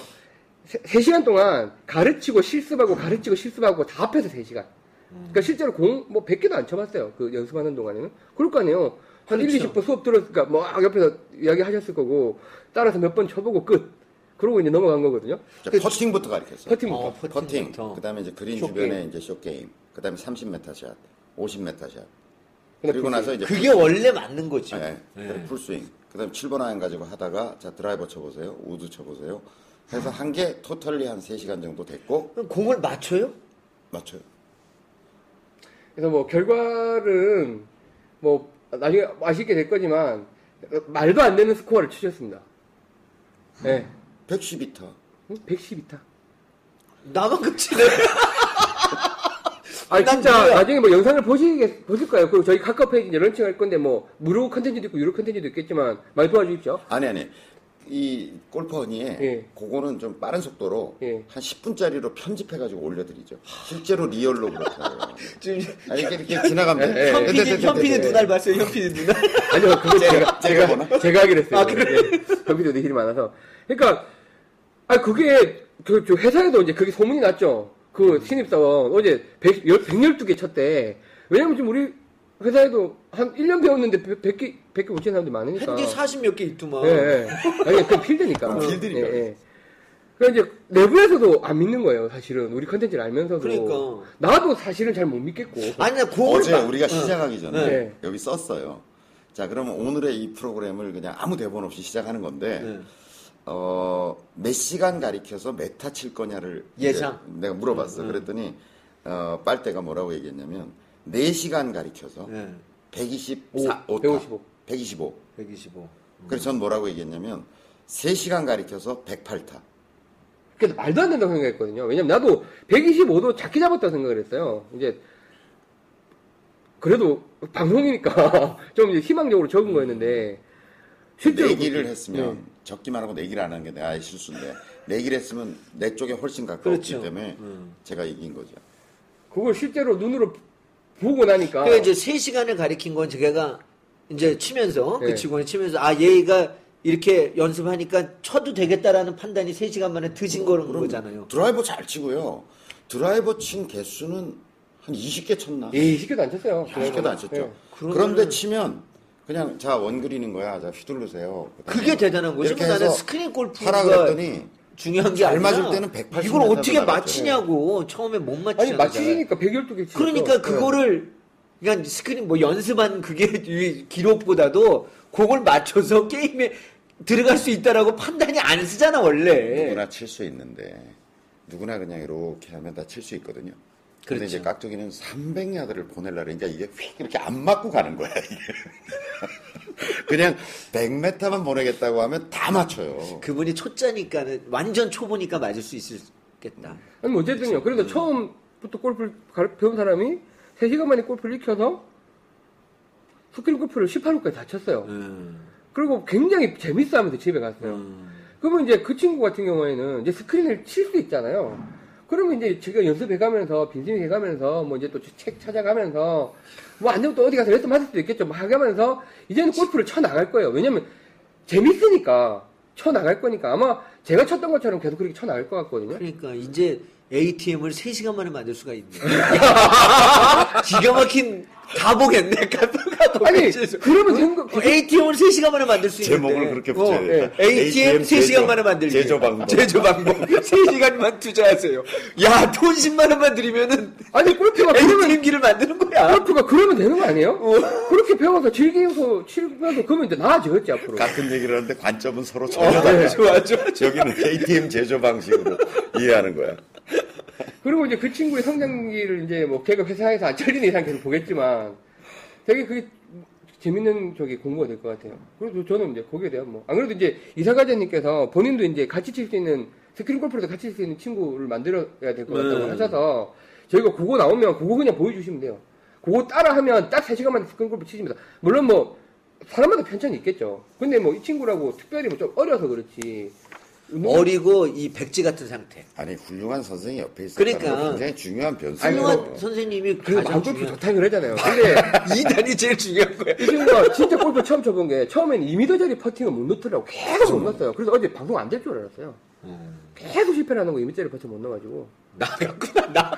S1: 3시간 동안 가르치고 실습하고 가르치고 실습하고 다 합해서 3시간. 그러니까 실제로 공 뭐 100개도 안 쳐봤어요. 그 연습하는 동안에는. 그럴 거 아니에요. 한
S2: 그렇죠.
S1: 1, 20분 수업 들었으니까 막 옆에서 이야기 하셨을 거고 따라서 몇 번 쳐보고 끝. 그러고 이제 넘어간 거거든요.
S3: 자, 퍼팅부터 가르쳤어.
S1: 그러니까 그 퍼팅부터.
S2: 어, 퍼팅부터.
S3: 퍼팅. 그다음에 이제 그린
S1: 숏
S3: 주변에
S1: 게임.
S3: 이제 쇼게임. 그다음에 30m 샷, 50m 샷.
S1: 근데
S3: 그리고 나서 이제
S2: 그게 원래 맞는 거지.
S3: 예.
S1: 네.
S3: 그다음에 풀스윙. 그다음에 7번 아이언 가지고 하다가 자 드라이버 쳐보세요. 우드 쳐보세요. 해서 한 게 토털리 한 3시간 정도 됐고
S2: 그럼 공을 맞춰요?
S3: 맞춰요.
S1: 그래서 뭐 결과는 뭐 나중에 아쉽게 될 거지만 말도 안 되는 스코어를 치셨습니다. 네.
S3: 112타.
S1: 112타.
S2: 나만 급치네.
S1: 아
S2: 난
S1: 진짜
S2: 몰라요.
S1: 나중에 뭐 영상을 보시게 보실 거예요. 그리고 저희 카카오 페이지 이제 런칭할 건데 뭐 무료 컨텐츠도 있고 유료 컨텐츠도 있겠지만 많이 도와주십시오.
S3: 아니 아니 이 골퍼니에
S1: 예.
S3: 그거는 좀 빠른 속도로
S1: 예.
S3: 한 10분짜리로 편집해가지고 올려드리죠. 실제로 리얼로 그렇더라고요.
S2: 지금 예.
S3: 아니 이렇게, 이렇게 지나가면 돼. 네, 네, 네,
S2: 현피디,
S3: 네,
S2: 현피디
S3: 네, 네.
S2: 눈알 봤어요, 현피디 눈알.
S1: 아니요 그거 제가
S3: 제가 보나?
S1: 제가 하기로 했어요. 아, 그래? 경비도 내 일이 많아서. 그러니까, 아, 그게, 저, 저 회사에도 이제 그게 소문이 났죠. 그 신입사원 어제 100, 112개 쳤대. 왜냐면 지금 우리 회사에도 한 1년 배웠는데 100개, 100개 못 치는 사람들이
S3: 그러니까.
S1: 많으니까.
S2: 핸디 40몇 개 있더만.
S1: 예,
S3: 네,
S1: 예. 아니, 그 필드니까.
S3: 어, 필드니까.
S1: 예, 예. 그러니까 이제 내부에서도 안 믿는 거예요, 사실은. 우리 컨텐츠를 알면서도.
S2: 그러니까.
S1: 나도 사실은 잘 못 믿겠고.
S2: 아니, 나 공을
S3: 어제
S2: 맞-
S3: 우리가
S2: 응.
S3: 시작하기 전에
S1: 네.
S3: 여기 썼어요. 자 그러면 오늘의 이 프로그램을 그냥 아무 대본 없이 시작하는 건데
S2: 네.
S3: 어, 몇 시간 가리켜서 메타 칠 거냐를 이제
S2: 예상. 음.
S3: 내가 물어봤어. 그랬더니 어, 빨대가 뭐라고 얘기했냐면 4시간 가리켜서
S2: 네.
S3: 124,
S1: 오,
S3: 125.
S1: 155.
S3: 125.
S2: 125.
S3: 그래서 전 뭐라고 얘기했냐면 3시간 가리켜서 108타.
S1: 그래서 말도 안 된다고 생각했거든요. 왜냐면 나도 125도 작게 잡았다고 생각을 했어요. 이제 그래도 방송이니까 좀 이제 희망적으로 적은 거였는데 실제로
S3: 내기를
S2: 그렇죠.
S1: 그렇게-
S3: 했으면
S1: 네.
S3: 적기만 하고 내기를 안 하는 게 나의 실수인데 네 내기를 했으면 내 쪽에 훨씬 가까웠기
S2: 그렇죠.
S3: 때문에 제가 이긴 거죠.
S1: 그걸 실제로 눈으로 보고 나니까
S2: 그러니까 이제 3시간을 가리킨 건 제가 이제 치면서 그
S1: 네.
S2: 직원이 치면서 아 얘가 이렇게 연습하니까 쳐도 되겠다라는 판단이 3시간 만에 드신 거는 거잖아요.
S3: 드라이버 잘 치고요. 드라이버 친 개수는 한 20개 쳤나?
S1: 예, 쉽게도 안 쳤어요.
S2: 아,
S3: 쉽게도 안 쳤죠.
S1: 예.
S3: 그런데 치면 그냥 자 원그리는 거야. 자 휘둘르세요.
S2: 그게 대단한 거지.
S3: 이렇게
S2: 뭐 나는
S3: 해서
S2: 스크린 골프가
S3: 하라 그랬더니
S2: 중요한 게
S3: 잘
S2: 아니라
S3: 맞을 때는 180
S2: 이걸 어떻게
S3: 나가죠.
S2: 맞히냐고 처음에 못 맞히잖아.
S1: 네. 아니 맞히시니까 112개 치죠. 네.
S2: 그러니까 그거를 그냥 스크린 뭐 연습한 그게 이 기록보다도 그걸 맞춰서 게임에 들어갈 수 있다라고 판단이 안 쓰잖아 원래.
S3: 누구나 칠 수 있는데 누구나 그냥 이렇게 하면 다 칠 수 있거든요. 근데 이제
S2: 그렇죠.
S3: 깍두기는 300야드를 보내려 그러니까 이게 휙 이렇게 안 맞고 가는 거야. 이게. 그냥 100m만 보내겠다고 하면 다 맞춰요.
S2: 그분이 초짜니까는 완전 초보니까 맞을 수 있겠다.
S1: 아니, 뭐 어쨌든요. 그래도 처음부터 골프를 가르- 배운 사람이 3시간 만에 골프를 익혀서 스크린 골프를 18호까지 다 쳤어요.
S2: 음.
S1: 그리고 굉장히 재밌어 하면서 집에 갔어요. 그러면 이제 그 친구 같은 경우에는 이제 스크린을 칠 수 있잖아요. 그러면 이제 제가 연습해 가면서, 빈틈이 해 가면서, 뭐 이제 또 책 찾아가면서, 뭐 안 되면 또 어디 가서 레슨 받을 수도 있겠죠. 막 하면서, 이제는 골프를 쳐 나갈 거예요. 왜냐면, 재밌으니까, 쳐 나갈 거니까. 아마 제가 쳤던 것처럼 계속 그렇게 쳐 나갈 것 같거든요.
S2: 그러니까 이제 ATM을 3시간 만에 만들 수가 있네. 기가 막힌 가보겠네. 가보겠네.
S1: 아니, 그러면 생각,
S2: 어, ATM을 3시간 만에 만들 수 있는데.
S3: 제목을 그렇게
S2: 어,
S3: 붙여야 된다.
S2: 예. ATM 3시간
S3: 제조,
S2: 만에 만들기.
S3: 제조 방법.
S2: 제조 방법. 3시간만 투자하세요. 야, 돈 10만 원만 들이면은
S1: 아니,
S2: 어,
S1: 골프가 그러면,
S2: ATM기를 만드는 거야.
S1: 골프가 그러면 되는 거 아니에요? 그렇게 배워서 즐기면서 치면서 그러면 이제 나아지겠지, 앞으로.
S3: 같은 얘기를 하는데 관점은 서로 전혀 다르죠.
S2: 어, 좋아, 좋아.
S3: 여기는 ATM 제조 방식으로 이해하는 거야.
S1: 그리고 이제 그 친구의 성장기를 이제 뭐 걔가 회사에서 안 잘리는 이상 계속 보겠지만 되게 그게 재밌는 저기 공부가 될 것 같아요. 그래서 저는 이제 거기에 대한 뭐 안 그래도 이제 이사가자님께서 본인도 이제 같이 칠 수 있는 스크린 골프로도 같이 칠 수 있는 친구를 만들어야 될 것 같다고
S2: 네.
S1: 하셔서 저희가 그거 나오면 그거 그냥 보여주시면 돼요. 그거 따라하면 딱 3시간만에 스크린 골프 치십니다. 물론 뭐 사람마다 편차는 있겠죠. 근데 뭐 이 친구라고 특별히 뭐 좀 어려서 그렇지 음.
S2: 어리고 이 백지 같은 상태.
S3: 아니 훌륭한 선생이 옆에 있었다는
S2: 그러니까.
S3: 건 굉장히 중요한 변수예요.
S2: 훌륭한 선생님이
S1: 뭐. 그래서
S2: 가장
S1: 장골프
S2: 중요한
S1: 좋다는 걸 하잖아요. 근데
S2: 이 단이 제일 중요한 거야.
S1: 이 친구가 그러니까 진짜 골프 처음 쳐본 게 처음엔 2m짜리 퍼팅을 못 넣더라고 계속 못 넣었어요. 그래서 어제 방송 안 될 줄 알았어요. 계속 실패를 하는 거 2m짜리 퍼팅 못 넣어가지고 네.
S2: 나였구나, 나.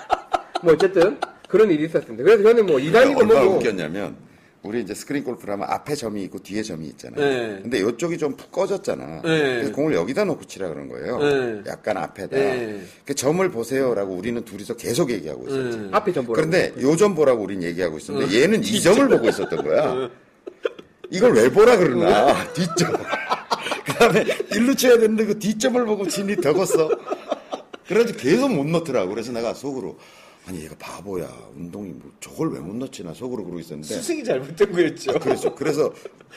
S1: 뭐 어쨌든 그런 일이 있었습니다. 그래서 저는 뭐
S3: 그러니까
S1: 이단이고
S3: 얼마나
S1: 뭐고
S3: 웃겼냐면 우리 이제 스크린 골프를 하면 앞에 점이 있고 뒤에 점이 있잖아요.
S2: 네.
S3: 근데 이쪽이 좀 푹 꺼졌잖아.
S2: 네.
S3: 그래서 공을 여기다 놓고 치라 그런 거예요.
S2: 네.
S3: 약간 앞에다.
S2: 네.
S3: 그 점을 보세요라고 우리는 둘이서 계속 얘기하고 있었지.
S2: 음.
S1: 앞에 전보
S3: 그런데 요 점 보라고 우린 얘기하고
S1: 어.
S3: 있었는데 얘는 이 점을 보고 있었던 거야. 이걸 왜 보라 그러나
S1: 어.
S3: 뒷점. 그다음에 일로 쳐야 되는데 그 뒷점을 보고 진이 덕었어. 그래서 계속 못 넣더라고. 그래서 내가 속으로 아니 얘가 바보야. 운동이 뭐 저걸 왜 못 넣지나 속으로 그러고 있었는데.
S2: 수승이 잘못된 거였죠.
S3: 그래서 그래서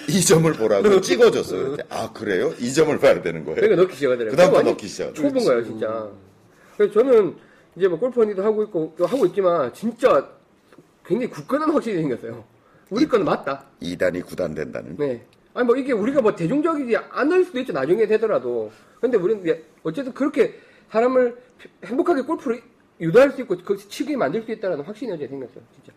S3: 이 점을 보라고 찍어줬어요. 그랬더니 아 그래요? 이 점을 봐야 되는 거예요.
S1: 네. 그러니까 넣기 시작하더라고요.
S3: 그다음부터
S1: 완전
S3: 넣기 시작. 음.
S1: 초보인 거예요, 진짜. 그래서 저는 이제 뭐 골프 언니도 하고 있고 또 하고 있지만 진짜 굉장히 굳건한 확신이 생겼어요. 우리 거는 맞다.
S3: 2단이 9단 된다는.
S1: 네. 아니 뭐 이게 우리가 뭐 대중적이지 않을 수도 있죠 나중에 되더라도 근데 우리는 이제 어쨌든 그렇게 사람을 행복하게 골프를 유도할 수 있고 그 치게 만들 수 있다는 확신이 어제 생겼어요 진짜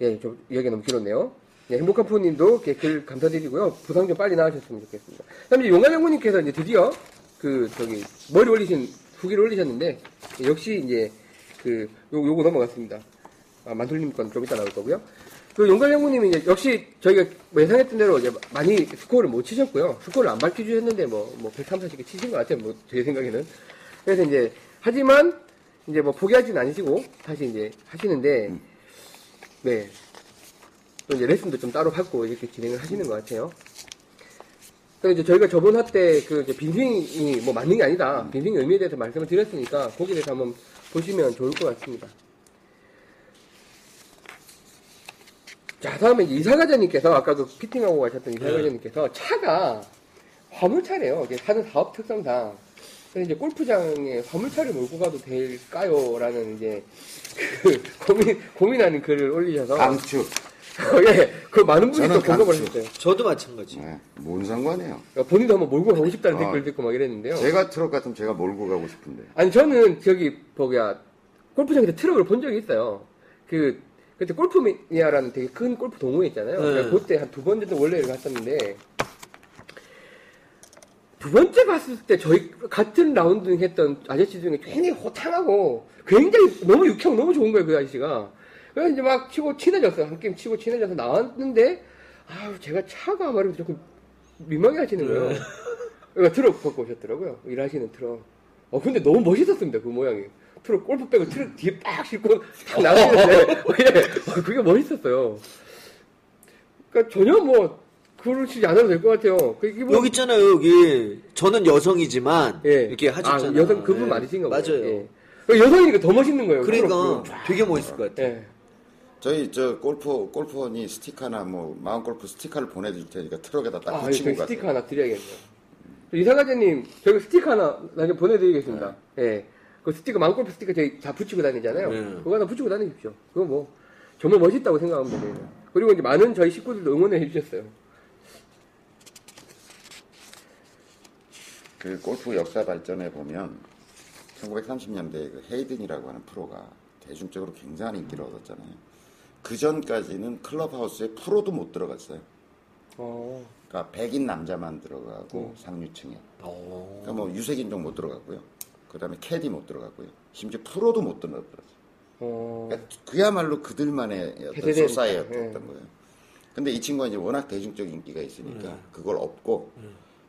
S1: 예좀 이야기 가 너무 길었네요 예, 행복한 프로님도 이렇게 글 감사드리고요 부상 좀 빨리 나으셨으면 좋겠습니다 그다음 이제 용한 형님께서 이제 드디어 그 저기 머리 올리신 후기를 올리셨는데 예, 역시 이제 그 요, 요거 넘어갔습니다 아, 만솔님 건 좀 이따 나올 거고요. 그 용관 형님이 이제 역시 저희가 뭐 예상했던 대로 이제 많이 스코어를 못 치셨고요. 스코어를 안 밝혀주셨는데 뭐, 뭐 130개 치신 것 같아요. 뭐, 제 생각에는. 그래서 이제, 하지만 이제 뭐 포기하진 않으시고 다시 이제 하시는데, 네. 또 이제 레슨도 좀 따로 받고 이렇게 진행을 하시는 것 같아요. 그 이제 저희가 저번 화때그 빈생이 뭐 맞는 게 아니다. 빈생 의미에 대해서 말씀을 드렸으니까 거기에 대해서 한번 보시면 좋을 것 같습니다. 자, 다음에 이제 이사가자님께서 아까 그 피팅하고 가셨던 이사가자님께서 차가 화물차래요. 이게 하는 사업 특성상. 그래서 이제 골프장에 화물차를 몰고 가도 될까요? 라는 이제 그 고민, 고민하는 글을 올리셔서.
S3: 강추.
S1: 예, 그 많은 분이 또
S3: 저는
S1: 공감을
S3: 강추.
S1: 하셨어요.
S2: 저도 마찬가지.
S3: 네, 뭔 상관이에요.
S1: 그러니까 본인도 한번 몰고 가고 싶다는
S3: 아.
S1: 댓글 듣고 막 이랬는데요.
S3: 제가 트럭 같으면 제가 몰고 가고 싶은데.
S1: 아니 저는 저기 뭐야 골프장에서 트럭을 본 적이 있어요. 그 그때 골프미니아라는 되게 큰 골프 동호회 있잖아요.
S2: 네.
S1: 제가 그때 한 두 번째 도 원래를 갔었는데 두 번째 갔을 때 저희 같은 라운드 했던 아저씨 중에 굉장히 호탕하고 굉장히 너무 유쾌하고 너무 좋은 거예요 그 아저씨가. 그래서 이제 막 치고 친해졌어요. 한 게임 치고 친해져서 나왔는데 아유 제가 차가 말이면 조금 민망해 하시는 거예요. 그러니까 트럭 갖고 오셨더라고요. 일하시는 트럭. 어, 근데 너무 멋있었습니다, 그 모양이. 트럭, 골프 빼고 트럭 뒤에 빡 싣고 딱 나가시는데, 예, 어, 그게 멋있었어요. 그러니까 전혀 뭐, 그러시지 않아도 될 것 같아요. 그게 뭐,
S2: 음. 여기 있잖아요, 여기. 저는 여성이지만
S1: 예.
S2: 이렇게 하셨잖아요.
S1: 아, 여성 그분
S2: 예.
S1: 말이신가 봐요.
S2: 맞아요.
S1: 예. 그러니까 여성이니까 더 멋있는 거예요.
S2: 그러니까
S1: 그런 거.
S2: 되게 멋있을 것 같아.
S1: 예.
S3: 저희 저 골프 골프원이 스티커 하나 뭐 마음 골프 스티커를 보내줄 테니까 트럭에다 딱
S1: 아, 예,
S3: 붙이고
S1: 저희
S3: 가세요.
S1: 스티커 하나 드려야겠네요. 이사과장님, 저희 스티커 하나 나중에 보내드리겠습니다. 예. 그 스티커, 망골프 스티커 저희 다 붙이고 다니잖아요.
S2: 네.
S1: 그거 하나 붙이고 다니십시오. 그거 뭐, 정말 멋있다고 생각하면 돼요. 그리고 이제 많은 저희 식구들도 응원해 주셨어요.
S3: 그 골프 역사 발전에 보면 1930년대에 그 헤이든이라고 하는 프로가 대중적으로 굉장한 인기를 얻었잖아요. 그 전까지는 클럽하우스에 프로도 못 들어갔어요.
S1: 어.
S3: 그러니까 백인 남자만
S1: 음.
S3: 들어가고 상류층에.
S2: 어.
S3: 그러니까 뭐 유색인종 못 들어갔고요. 그다음에 캐디 못 들어갔고요. 심지어 프로도 못 들어갔어요.
S1: 어.
S3: 그러니까 그야말로 그들만의 어떤
S1: 대세대니까.
S3: 소사이였던
S1: 예.
S3: 거예요. 근데 이 친구가 이제 워낙 대중적인 인기가 있으니까
S1: 음.
S3: 그걸 업고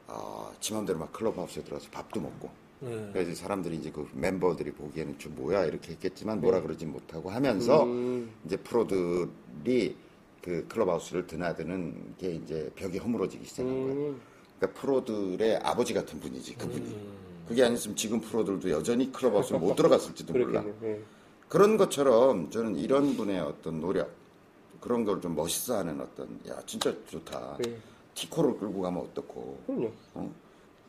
S3: 아, 지 맘대로 막 클럽하우스에 들어가서 밥도 먹고
S1: 예.
S2: 네.
S3: 그래서 이제 사람들이 이제 그 멤버들이 보기에는 좀 뭐야 이렇게
S1: 네.
S3: 했겠지만 뭐라 그러지 못하고 하면서
S1: 음.
S3: 이제 프로들이 그 클럽하우스를 드나드는 게 이제 벽이 허물어지기 시작한 거예요.
S1: 음.
S3: 그러니까 프로들의 아버지 같은 분이지 그분이.
S1: 음.
S3: 그게 아니었으면 지금 프로들도 여전히 클럽하우스 못 들어갔을지도 몰라.
S1: 그렇겠네요. 예.
S3: 그런 것처럼 저는 이런 분의 어떤 노력 그런 걸 좀 멋있어하는 어떤 야 진짜 좋다.
S1: 네.
S3: 티코를 끌고 가면 어떻고
S1: 그럼요.
S3: 아. 어?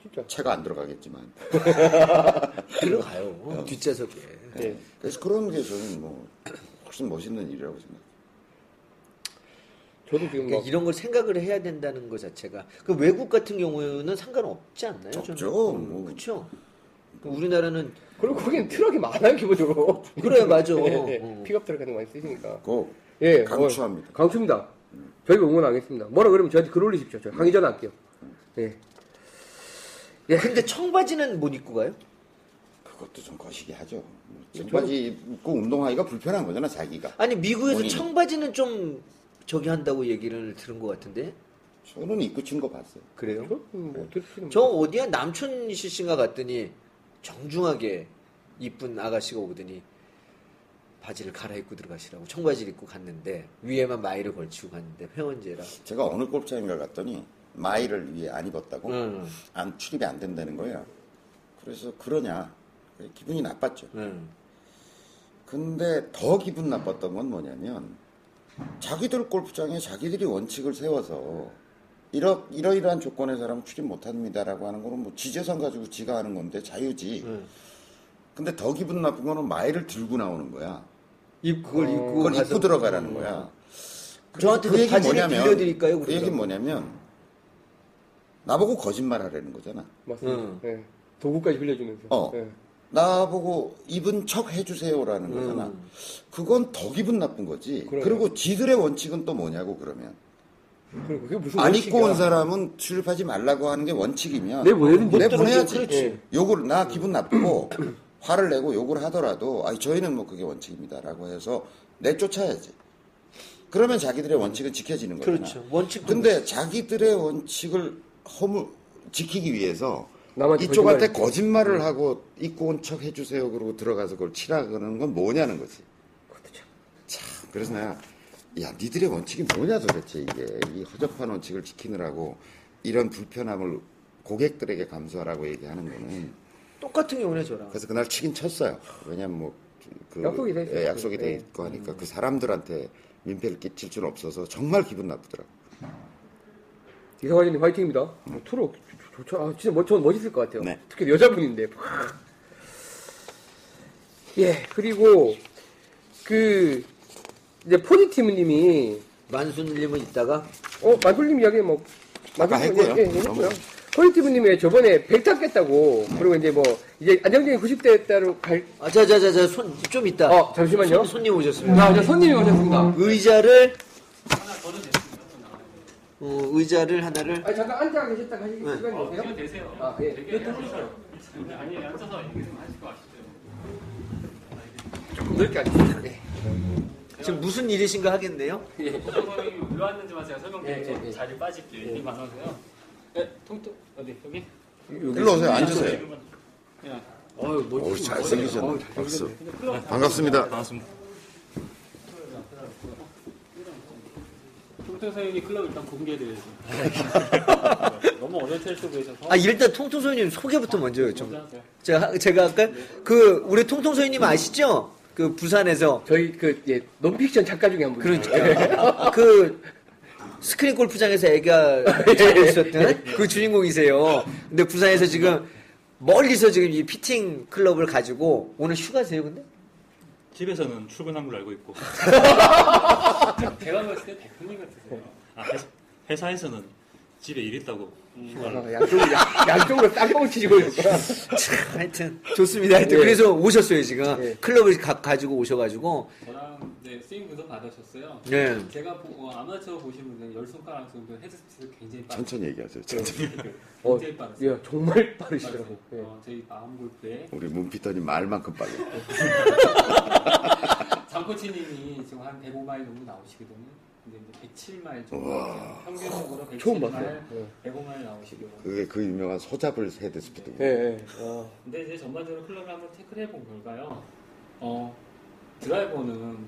S1: 진짜.
S3: 채가 안 들어가겠지만
S2: 들어가요. 뒷좌석에.
S3: 네.
S1: 예.
S3: 그래서 그런 게 저는 뭐 훨씬 멋있는 일이라고 생각해요.
S1: 저도 지금 막
S2: 그러니까 이런 걸 생각을 해야 된다는 것 자체가 그 외국 같은 경우는 상관없지 않나요? 저는?
S3: 없죠,
S2: 음,
S3: 뭐.
S2: 그쵸. 우리나라는
S1: 그리고 거기는 트럭이 많아요 기본적으로.
S2: 그래, 맞아.
S1: 예, 예.
S2: 어.
S1: 픽업 트럭 같은 거 많이 쓰시니까.
S3: 꼭
S1: 예,
S3: 강추합니다.
S1: 어, 강추입니다. 저희가 응원하겠습니다. 뭐라 그러면 저한테 글 올리십시오. 저 강의 전화할게요. 예.
S2: 예, 근데 청바지는 못 입고 가요?
S3: 그것도 좀 거시기 하죠. 뭐
S1: 그렇죠.
S3: 청바지 입고 운동하기가 불편한 거잖아 자기가.
S2: 아니 미국에서
S3: 본인이.
S2: 청바지는 좀 저기 한다고 얘기를 들은 것 같은데
S3: 저는 입고 친 거 봤어요. 네.
S2: 그래요?
S1: 음, 뭐 들으시는
S2: 저 어디야 남촌 씨씨인가 갔더니 정중하게 이쁜 아가씨가 오더니 바지를 갈아입고 들어가시라고 청바지를 입고 갔는데 위에만 마이를 걸치고 갔는데 회원제라
S3: 제가 어느 골프장인가 갔더니 마이를 위에 안
S1: 음.
S3: 입었다고
S2: 응.
S3: 안 출입이 안 된다는 거예요. 그래서 그러냐 기분이 나빴죠.
S2: 응.
S3: 근데 더 기분 나빴던 건 뭐냐면 자기들 골프장에 자기들이 원칙을 세워서 이러 이러이러한 조건의 사람 출입 못합니다라고 하는 거는 뭐 지재산 가지고 지가 하는 건데 자유지.
S2: 네.
S3: 근데 더 기분 나쁜 거는 마이를 들고 나오는 거야.
S2: 입 어, 그걸 입고
S3: 그걸
S2: 가서- 음.
S3: 입고 들어가라는 거야.
S2: 저한테 그,
S3: 얘기는
S2: 바지를 빌려드릴까요?
S3: 그 얘기는 뭐냐면 나보고 거짓말 하라는 거잖아.
S1: 맞습니다.
S2: 응.
S1: 예. 도구까지 빌려주면서.
S3: 어.
S1: 예.
S3: 나보고 입은 척 해주세요라는 거잖아. 그건 더 기분 나쁜 거지.
S1: 음. 그래요.
S3: 그리고 지들의 원칙은 또 뭐냐고 그러면
S1: 그리고 그게 무슨
S3: 안
S1: 원칙이야.
S3: 입고 온 사람은 출입하지 말라고 하는 게 원칙이면
S1: 내 보내든지.
S3: 내
S2: 들어오죠.
S3: 보내야지.
S2: 그렇지.
S1: 예.
S3: 욕을 나 기분 나쁘고 화를 내고 욕을 하더라도 아 저희는 뭐 그게 원칙입니다라고 해서 내쫓아야지. 그러면 자기들의 원칙은 지켜지는 거잖아.
S2: 그렇죠. 원칙도
S3: 근데 자기들의 원칙을 허물 지키기 위해서
S1: 남한테
S3: 이쪽한테 거짓말을
S1: 음.
S3: 하고 입고 온 척 해주세요 그러고 들어가서 그걸 치라는 건 뭐냐는 거지. 참 그래서 내가 야 니들의 원칙이 뭐냐 도대체 이게 이 허접한 원칙을 지키느라고 이런 불편함을 고객들에게 감수하라고 얘기하는 거는
S2: 똑같은 경우네 저랑
S3: 그래서 그날 치긴 쳤어요. 왜냐면 뭐그 예,
S1: 약속이 돼 있어요.
S3: 약속이 돼
S1: 네.
S3: 있고 하니까 그 사람들한테 민폐를 끼칠 수는 없어서 정말 기분 나쁘더라고.
S1: 이사과장님 화이팅입니다. 어, 트럭 좋- 좋죠. 아, 진짜 멋, 저는 멋있을 것 같아요.
S3: 네.
S1: 특히 여자분인데. 예. 그리고 그 이제 포지티브님이
S2: 만순님은 있다가
S1: 어, 만솔님 이야기 뭐,
S3: 아까
S1: 만솔님
S3: 했고요.
S1: 예, 예,
S3: 너무.
S1: 했고요. 허리티브님이 저번에 백 탔겠다고, 그리고 이제 뭐, 이제 안정적인 90대 따로 갈,
S2: 아자자자자 손 좀 있다
S1: 어, 잠시만요.
S2: 손, 님 오셨습니다
S1: 아, 이제 손님이 오셨습니다.
S2: 의자를 어, 의자를 하나를
S1: 아, 잠깐 앉아 계셨다 하시,
S4: 네. 어,
S1: 시간 되세요? 되세요. 아, 예. 조금 넓게 앉으세요. 예.
S2: 지금 무슨 일이신가 하겠네요
S4: 선생님이 왜 왔는지만 제가 설명드릴게요.
S1: 예, 예, 예.
S4: 자리 빠질게요. 이리 마세요. 네, 통통 어디 여기?
S3: 일로 오세요. 앉으세요.
S4: 예.
S1: 어유
S3: 오,
S1: 멋지시네. 어우,
S3: 잘생기셨네.
S1: 잘생겼네.
S3: 박수. 반갑습니다.
S4: 반갑습니다. 통통 사연이 클럽 일단 공개해드려야죠. 너무 어려운 텔레스로 보이셔서.
S2: 아 일단 통통 소희님 소개부터 먼저
S4: 먼저
S2: 좀
S4: 하세요.
S2: 제가 제가 아까 그 우리 통통 소희님 아시죠? 그 부산에서
S1: 저희 그 예, 논픽션 작가 중에 한 분.
S4: 그렇죠.
S2: 그러니까 그 스크린 골프장에서 애가 자고 있었던 그 주인공이세요. 근데 부산에서 지금 멀리서 지금 이 피팅 클럽을 가지고 오늘 휴가세요, 근데?
S5: 집에서는 출근한 걸로 알고 있고
S4: 아, 제가 봤을 때 대표님 같으세요.
S5: 아, 회사, 회사에서는 집에 일 있다고
S2: 음.
S5: 휴가를
S1: 아, 양쪽으로 양- 양쪽으로 쌍뻥을 치시고
S4: 네.
S1: 있구나.
S2: 참, 하여튼 좋습니다. 하여튼
S1: 예.
S2: 그래서 오셨어요, 지금
S1: 예.
S2: 클럽을 가, 지고 오셔가지고
S4: 저랑 이제 스윙 분석 받으셨어요.
S2: 네.
S4: 제가 보, 어, 아마추어 보신 분들 열 손가락 정도 헤드스피드 굉장히 빠르
S3: 천천히 얘기하세요. 천천히.
S1: 어,
S4: 굉장히 빠르세요.
S1: 예, 정말
S4: 빠르세요.
S1: 빠르시더라고요. 예.
S4: 어, 저희 마음 골프에
S3: 우리 문피터님 말만큼 빨리.
S4: 장코치님이 지금 한 105마일 정도 나오시거든요. 근데 이제 107마일 정도
S3: 우와.
S4: 평균적으로 107마일,
S1: 처음 봤어요.
S4: 네.
S1: 예.
S4: 105마일 나오시고요.
S3: 그게 그 유명한 소잡을 헤드 스피드.
S1: 예, 예. 어,
S4: 근데 이제 전반적으로 클럽을 한번 태클해 본 결과요. 어, 드라이버는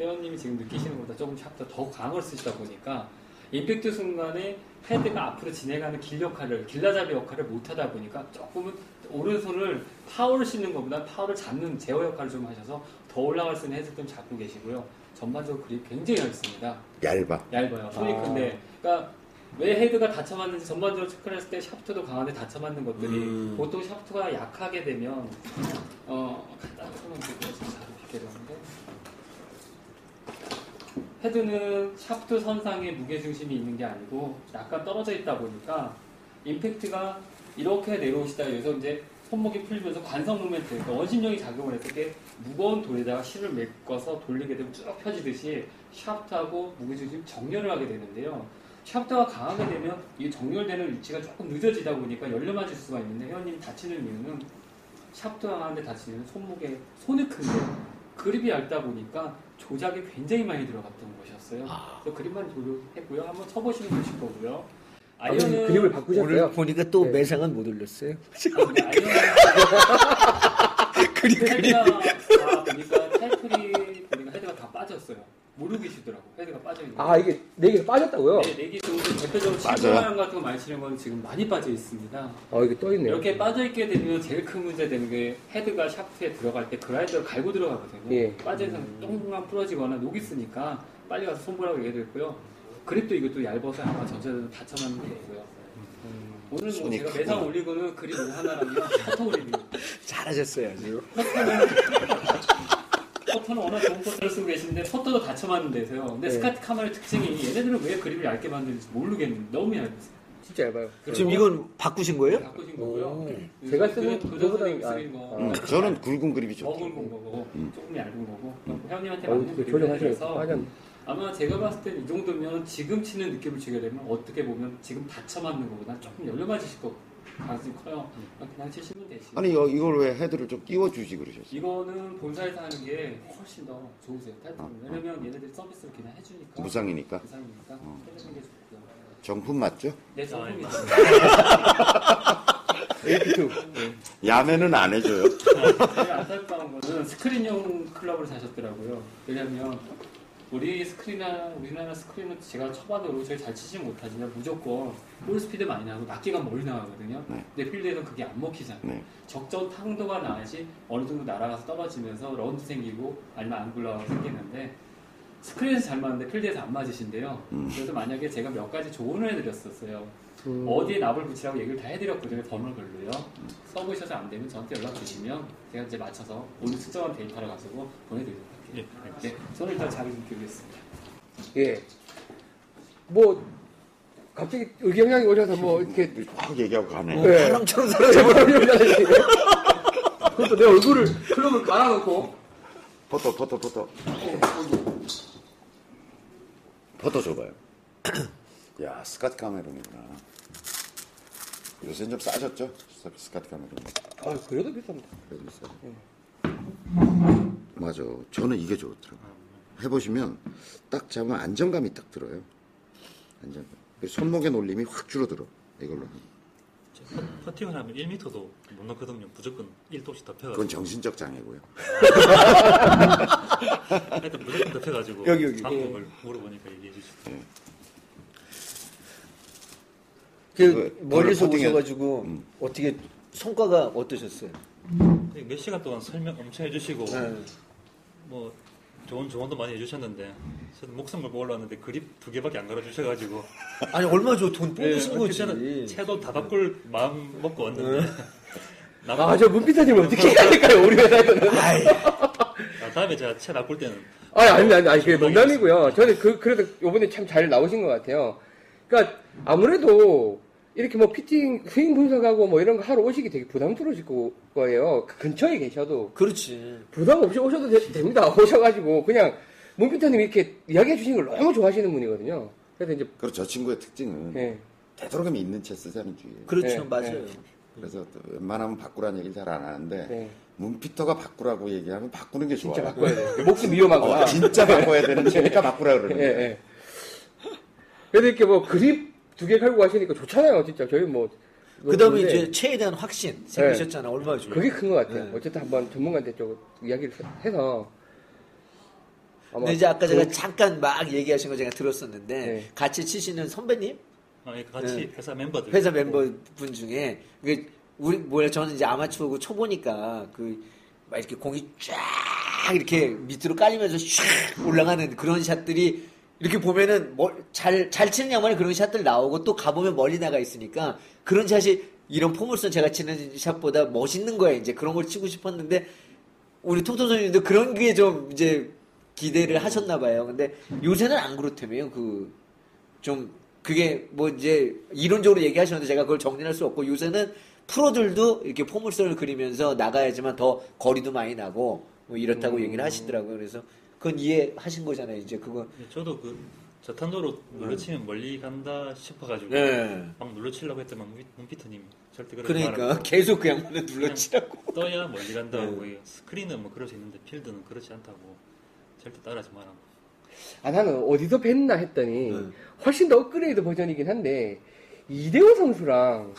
S4: 회원님이 지금 느끼시는 것보다 조금 샵더 더 강을 쓰시다 보니까 임팩트 순간에 헤드가 앞으로 진행하는 길 역할을 길라잡이 역할을 못하다 보니까 조금은 오른손을 파워를 씻는 것보다 파워를 잡는 제어 역할을 좀 하셔서 더 올라갈 수 있는 헤드 좀 잡고 계시고요. 전반적으로 그립 굉장히 얇습니다.
S3: 얇아.
S4: 얇아요. 손이
S1: 아.
S4: 큰데, 그러니까 왜 헤드가 다쳐 맞는지 전반적으로 체크를 했을 때 샤프트도 강한데 다쳐 맞는 것들이
S2: 음.
S4: 보통 샤프트가 약하게 되면 어 간단한 손은 보고 잘 비게 되는데 헤드는 샤프트 선상에 무게 중심이 있는 게 아니고 약간 떨어져 있다 보니까 임팩트가 이렇게 내려오시다 여기서 이제 손목이 풀리면서 관성 모멘트, 그러니까 원심력이 작용을 했을 때 무거운 돌에다가 실을 메꿔서 돌리게 되면 쭉 펴지듯이 샤프트하고 무게중심 정렬을 하게 되는데요. 샤프트가 강하게 되면 이 정렬되는 위치가 조금 늦어지다 보니까 열려 맞을 수가 있는데 회원님 다치는 이유는 샤프트 강한데 다치는 손목에 손이 큰데 그립이 얇다 보니까 조작이 굉장히 많이 들어갔던 것이었어요.
S1: 아.
S4: 그래서 그립만 조절했고요. 한번 쳐보시면 되실 거고요.
S1: 아버님
S4: 아이언은-
S1: 그림을
S2: 오늘
S1: 바꾸셨어요.
S2: 보니까 또
S1: 예.
S2: 매상은 못 올렸어요.
S4: 아니,
S2: 그리
S4: 아이언은
S2: 그리
S4: 헤드가 다 보니까 타이틀이 보니까 헤드가 다 빠졌어요. 모르겠시더라고 헤드가 빠져 있는.
S1: 아, 이게 네 개가 빠졌다고요?
S4: 네, 내기 좋은데 대표적으로
S3: 어. 맞아요.
S4: 치고만 같은 거 많이 치는 건 지금 많이 빠져 있습니다.
S1: 아, 이게 떠 있네요.
S4: 이렇게 빠져 있게 되면 제일 큰 문제 되는 게 헤드가 샤프트에 들어갈 때 그라인더를 갈고 들어가거든요.
S1: 예.
S4: 빠져 있으면
S3: 음.
S4: 똥만 부러지거나 녹이 있으니까 빨리 가서 손보라고 얘기했고요. 그립도 이것도 얇아서 아마 전체적으로 다쳐맞는 게 있고요. 음, 오늘 뭐
S3: 손이
S4: 제가
S3: 크구나.
S4: 매상 올리고는 그립 뭐 하나랑요 커터 올리고
S2: 잘하셨어요, 아주.
S4: 포터는 워낙 좋은 포터를 쓰고 계신데 포터도 다쳐 맞는데서요. 근데
S1: 네.
S4: 스카트 카마의 특징이 얘네들은 왜 그립을 얇게 만드는지 모르겠는데 너무 얇으세요.
S1: 진짜 얇아요.
S2: 지금 이건 바꾸신 거예요?
S4: 바꾸신 거고요.
S1: 오. 제가 쓰는 그거보다-
S4: 그거보다는 쓰는 거.
S1: 아,
S3: 음, 저는 굵은 그립이
S4: 먹은
S3: 좋죠. 음.
S4: 거고 조금 얇은 거고 회원님한테
S1: 어,
S4: 맞는
S1: 그
S4: 그립을
S1: 조정하셔야
S4: 해서
S1: 빠졌네.
S4: 아마 제가 봤을 때 이 정도면 지금 치는 느낌을 주게 되면 어떻게 보면 지금 다쳐 맞는 것보다 조금 열려 맞으실 거 가능성이 커요.
S1: 음.
S4: 그냥 치시면 되시고
S3: 아니 어, 이걸 왜 헤드를 좀 띄워주지 그러셨어요?
S4: 이거는 본사에서 하는 게 훨씬 더 좋으세요.
S3: 아,
S4: 타이틀은
S3: 아.
S4: 왜냐면 얘네들이 서비스를 그냥 해주니까
S3: 무상이니까 어.
S4: 부상이니까 해주는 게 좋고요. 네,
S3: 정품 맞죠?
S4: 내 정품이
S3: 야매는 안 해줘요.
S4: 제일 안타까운 거는 스크린용 클럽을 사셨더라고요. 왜냐면 우리 스크린이나 우리나라 스크린은 제가 쳐봐도 제일 잘 치지 못하지만 무조건 볼 스피드 많이 나고 낮게가 멀리 나가거든요.
S3: 네.
S4: 근데 필드에서는 그게 안 먹히잖아요.
S3: 네.
S4: 적정 탕도가 나야지 어느 정도 날아가서 떨어지면서 라운드 생기고 아니면 안 굴러가 생기는데 스크린에서 잘 맞는데 필드에서 안 맞으신데요.
S3: 음.
S4: 그래서 만약에 제가 몇 가지 조언을 해드렸었어요.
S1: 음.
S4: 어디에 납을 붙이라고 얘기를 다 해드렸거든요. 번호별로요. 써보셔서 안 되면 저한테 연락 주시면 제가 이제 맞춰서 오늘 특정한 데이터를 가지고 보내드리도록 할게요. 네, 저는 일단 자리 좀 드리겠습니다.
S1: 예. 뭐 갑자기 의경량이 오셔서 뭐 이렇게
S3: 확 얘기하고 가네.
S1: 네.
S2: 바람처럼 사라져.
S1: 그것도 내 얼굴을
S4: 클럽을 깔아놓고
S3: 포토 포토 포토 포토 줘봐요 야 스카트 카메론이구나 요새는 좀 싸졌죠? 스- 스카트 카메론
S1: 아, 그래도 비쌉니다.
S3: 그래도 있어요 맞아 저는 이게 좋더라고요 해보시면 딱 잡으면 안정감이 딱 들어요 안정감 그리고 손목의 놀림이 확 줄어들어 이걸로 하면.
S5: 저 퍼- 퍼팅을 하면 1m도 못 넣거든요 무조건 1도씩 더 펴가지고
S3: 그건 정신적 장애고요
S5: 하여튼 무조건 더 펴가지고
S2: 여기, 네. 여기.
S5: 방법을 물어보니까 얘기해 주시고
S2: 그 음.
S3: 그
S2: 멀리서
S3: 볼을
S2: 오셔가지고 어떻게 성과가 어떠셨어요?
S5: 되게 몇 시간 동안 설명 엄청 해주시고
S2: 네.
S5: 뭐 좋은 조언도 많이 해주셨는데 저는 목숨 걸고 올라왔는데 그립 두 개밖에 안 걸어주셔가지고
S2: 아니 얼마 줘돈 뽑으신 거지. 네.
S5: 그때는 채도 다 바꿀 마음 먹고 왔는데 나,
S1: 아, 저 문빛 사진을 어떻게 해야 될까요, 우리 회사에서는?
S5: 나 아, 다음에 제가 채 바꿀 때는
S1: 아니, 아니, 아니, 아니, 그게 농담이고요. 저는 그, 그래도 요번에 참 잘 나오신 것 같아요. 그러니까 아무래도 이렇게 뭐 피팅, 스윙 분석하고 뭐 이런 거 하러 오시기 되게 부담스러우실 거- 거예요. 그 근처에 계셔도.
S2: 그렇지.
S1: 부담 없이 오셔도 되- 됩니다. 오셔가지고 그냥 문피터님이 이렇게 이야기해 주시는 걸 너무 좋아하시는 분이거든요. 그래서 이제,
S3: 그리고 저 친구의 특징은
S1: 예.
S3: 되도록이면 있는 채 쓰자는 주의예요.
S2: 그렇죠.
S1: 네,
S2: 맞아요.
S3: 그래서 또 웬만하면 바꾸라는 얘기를 잘 안 하는데
S1: 네.
S3: 문피터가 바꾸라고 얘기하면 바꾸는 게 좋아요.
S1: 진짜 바꿔야 돼요. 뭐, 목숨 위험하거나.
S3: 어, 진짜 바꿔야 되는 채니까 바꾸라 그러는
S1: 예,
S3: 거예요.
S1: 예. 그래도 이렇게 뭐 그립 두 개 갈고 가시니까 좋잖아요, 진짜. 저희 뭐.
S2: 그다음에
S1: 근데 네.
S2: 이제 체에 대한 확신 생기셨잖아. 얼마 줘.
S1: 그게 큰 것 같아요.
S2: 네.
S1: 어쨌든 한번 전문가한테 좀 이야기를 해서. 아마
S2: 근데 이제 아까
S1: 좋은-
S2: 제가 잠깐 막 얘기하신 거 제가 들었었는데
S1: 네.
S2: 같이 치시는 선배님
S5: 아, 예, 같이
S2: 네.
S5: 회사 멤버들
S2: 회사 멤버분 중에 그 우리 뭐야 저는 이제 아마추어고 초보니까 그 막 이렇게 공이 쫙 이렇게 밑으로 깔리면서 슉 올라가는 그런 샷들이 이렇게 보면은 뭐, 잘잘 치는 양반에 그런 샷들 나오고 또 가보면 멀리 나가 있으니까 그런 샷이 이런 포물선 제가 치는 샷보다 멋있는 거야 이제 그런 걸 치고 싶었는데 우리 톡톡 선생님도 그런 게 좀 이제 기대를 하셨나 봐요. 근데 요새는 안 그렇다며요. 그 좀 그게 뭐 이제 이론적으로 얘기하셨는데 제가 그걸 정리할 수 없고 요새는 프로들도 이렇게 포물선을 그리면서 나가야지만 더 거리도 많이 나고 뭐 이렇다고 얘기를 하시더라고요. 그래서 그건 이해하신 거잖아요. 이제 그거
S5: 예, 저도 그 저탄도로 눌러치면 멀리 간다 싶어가지고
S1: 네.
S5: 막 눌러치려고 했더만 문- 문피터님 절대 그러지
S2: 그러니까
S5: 말라고.
S2: 계속 그 양반을 눌러치라고.
S5: 떠야 멀리
S1: 네.
S5: 간다고 스크린은 뭐 그럴 수 있는데 필드는 그렇지 않다고 절대 따라하지 마라
S1: 아, 나는 어디서 뵀나 했더니
S2: 음.
S1: 훨씬 더 업그레이드 버전이긴 한데 이대호 선수랑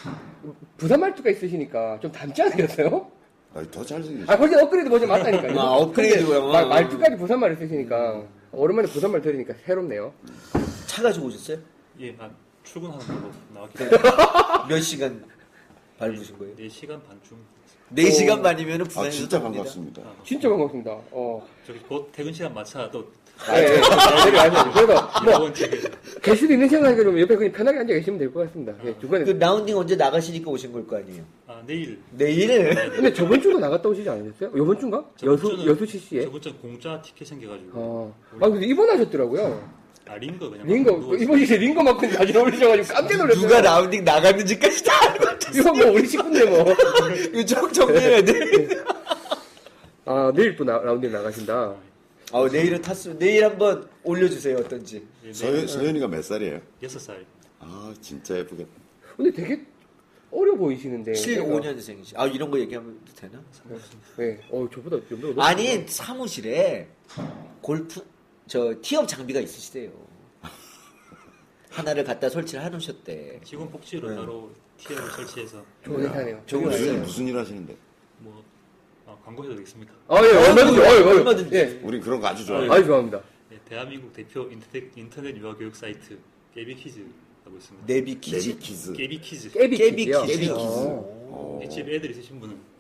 S1: 부산 말투가 있으시니까 좀 닮지 않으셨어요?
S3: 아니, 더
S1: 아
S3: 잘생기죠.
S1: 훨씬 업그레이드 버전 맞다니까요.
S2: 아, 업그레이드구나.
S1: 근데 말, 말투까지 부산 말을 쓰시니까 오랜만에 부산 말 들으니까 새롭네요.
S2: 차 가지고 오셨어요?
S5: 예, 아, 출근하는 걸로 나왔기 때문에
S2: 몇 시간 밟으신
S1: 네.
S2: 거예요?
S5: 4시간 반쯤
S2: 네 시간 반이면은
S3: 아,
S2: 부산에서
S3: 진짜
S2: 놉니다.
S3: 반갑습니다.
S1: 진짜 반갑습니다. 어,
S5: 저기 곧 퇴근 시간 맞춰 또
S1: 예, 예, 내려가세요. 그래서 뭐
S5: 이번 책에
S1: 게스트 있는 시간이니까 좀 옆에 그냥 편하게 앉아 계시면 될 것 같습니다. 예, 중간에.
S2: 그 라운딩 언제 나가시니까 오신 걸 거 아니에요?
S5: 아, 내일
S2: 내일
S1: 근데 저번 주도 나갔다 오시지 않으셨어요? 요번 주인가?
S5: 저번
S1: 네. 여수
S5: 주는-
S1: 여수 CC에.
S5: 저번 주 공짜 티켓 생겨가지고
S1: 어. 아 근데 입원하셨더라고요.
S5: 아 링거 그냥
S1: 링거
S5: 누워서
S1: 이번 주에 링거 맞고 사진 올리셔가지고 깜짝 놀랐어요.
S2: 누가 라운딩 나갔는지까지 다 알고
S1: 이거 뭐 우리 식구인데 뭐.
S2: 요청 정리해야 돼.
S1: 아 내일 또 나, 라운드에 나가신다.
S2: 아 내일은 탔으면 내일 한번 올려주세요 어떤지.
S5: 예, 내일
S3: 서현, 서현이가 몇 살이에요?
S5: 6살
S3: 아, 진짜 예쁘겠다.
S1: 근데 되게 어려 보이시는데.
S2: 7,
S1: 내가.
S2: 5년생이지. 아 이런 거 얘기하면 되나?
S1: 네. 어 저보다 좀더
S2: 아니 사무실에 골프 저 티업 장비가 있으시대요. 하나를 갖다 설치를 해놓으셨대.
S5: 직원 복지로
S1: 네.
S5: 따로 티어를 설치해서
S1: 좋은 회사네요.
S2: 좋은
S3: 무슨,
S2: 회사예요.
S3: 무슨 일 하시는데?
S5: 뭐 아, 광고해도 되겠습니까?
S1: 아 예. 얼마든지.
S2: 얼마든지,
S1: 어이, 어이.
S2: 얼마든지.
S1: 예.
S3: 우린 그런 거 아주
S2: 어,
S3: 좋아해요.
S1: 아유 좋아합니다.
S5: 예, 대한민국 대표 인터넷, 인터넷 유아 교육 사이트 깨비키즈라고 있습니다
S2: 네비키즈.
S3: 네비키즈.
S5: 깨비키즈
S1: 깨비
S2: 깨비
S1: 퀴즈요.
S2: 퀴즈.
S3: 어,
S5: 이 집에 애들 있으신 분은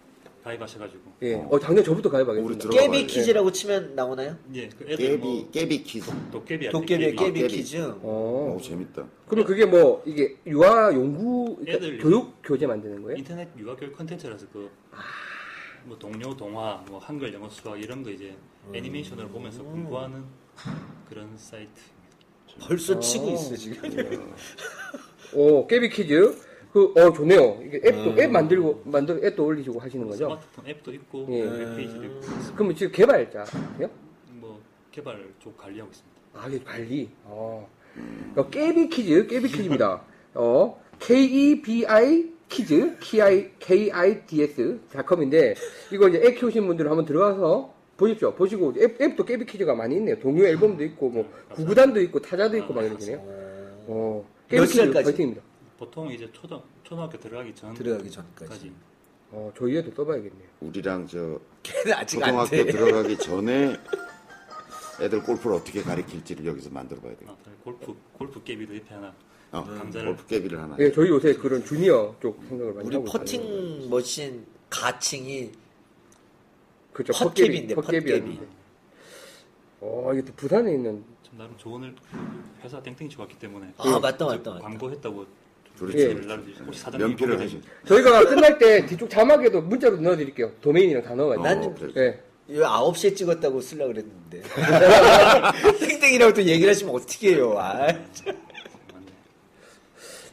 S5: 가입하셔가지고
S1: 예. 어 작년 저부터
S3: 우리
S1: 가입하겠습니다.
S3: 들어-
S2: 깨비 퀴즈라고 치면 나오나요?
S5: 예, 그 애들
S3: 깨비,
S5: 뭐
S3: 깨비키즈.
S5: 도깨비 아니에요?
S2: 도깨비의
S5: 깨비.
S2: 깨비
S3: 깨비.
S2: 퀴즈.
S1: 어.
S3: 어, 재밌다.
S1: 그럼 그게 뭐 이게 유아 연구 그러니까
S5: 애들
S1: 교육 교재 만드는 거예요?
S5: 인터넷 유아 교육 콘텐츠라서 그 뭐 동료 동화, 뭐 한글, 영어, 수학 이런 거 이제 애니메이션을 보면서 공부하는 그런 사이트.
S2: 벌써 치고 있어 지금.
S1: 오, 어, 깨비 퀴즈. 그, 어, 좋네요. 이게 앱도,
S3: 음.
S1: 앱 만들고, 만들, 앱도 올리시고 하시는 거죠?
S5: 스마트폰 앱도 있고
S1: 예.
S5: 웹페이지도 있고 있습니다.
S1: 그럼 지금 개발자세요?
S5: 뭐 개발 쪽 관리하고 있습니다.
S1: 아, 이게 관리. 어. 어, 깨비 퀴즈, 깨비 퀴즈입니다. 어, K-E-B-I 퀴즈, K-I, K-I-D-S.com인데, 이거 이제 앱 키우신 분들은 한번 들어가서 보십시오. 보시고, 앱, 앱도 깨비 퀴즈가 많이 있네요. 동요 앨범도 있고, 뭐, 구구단도 있고, 타자도 있고, 막 이러시네요. 어,
S2: 아, 그렇죠. 몇
S1: 깨비 퀴즈
S2: 살까지?
S1: 파이팅입니다.
S5: 보통 이제 초등 초등학교 들어가기 전
S2: 들어가기 전까지.
S5: 까지.
S1: 어, 저희 애도 써봐야겠네요.
S3: 우리랑 저
S2: 걔는 아직 안
S3: 초등학교
S2: 돼.
S3: 들어가기 전에 애들 골프를 어떻게 가르칠지를 여기서 만들어 봐야 돼요.
S5: 아, 골프 골프 깨비도 옆에 하나
S3: 어,
S2: 음,
S5: 감자를.
S3: 골프깨비를 하나.
S1: 예, 저희 요새 그런 주니어 쪽 생각을 많이
S2: 우리
S1: 하고 있어요.
S2: 퍼팅 머신 가칭이
S1: 그죠,
S2: 헛개비인데,
S1: 헛개비였는데.
S2: 헛개비.
S1: 어, 이게 또 부산에 있는
S5: 좀 나름 조언을 회사 땡땡이 줘왔기 때문에
S2: 아 맞다 맞다 맞다.
S5: 광고했다고
S3: 그렇죠.
S1: 예.
S5: 그렇죠. 혹시 사장님이
S3: 면피를
S5: 보게
S3: 하죠.
S5: 되면
S1: 저희가 끝날 때 뒤쪽 자막에도 문자로 넣어드릴게요. 도메인이랑 다 넣어가지고.
S2: 난-
S3: 어, 그래.
S1: 예.
S2: 이거 9시에 찍었다고 쓰려고 그랬는데. 땡땡이라고 또 얘기를 하시면 어떻게 해요. 아,
S5: 맞네.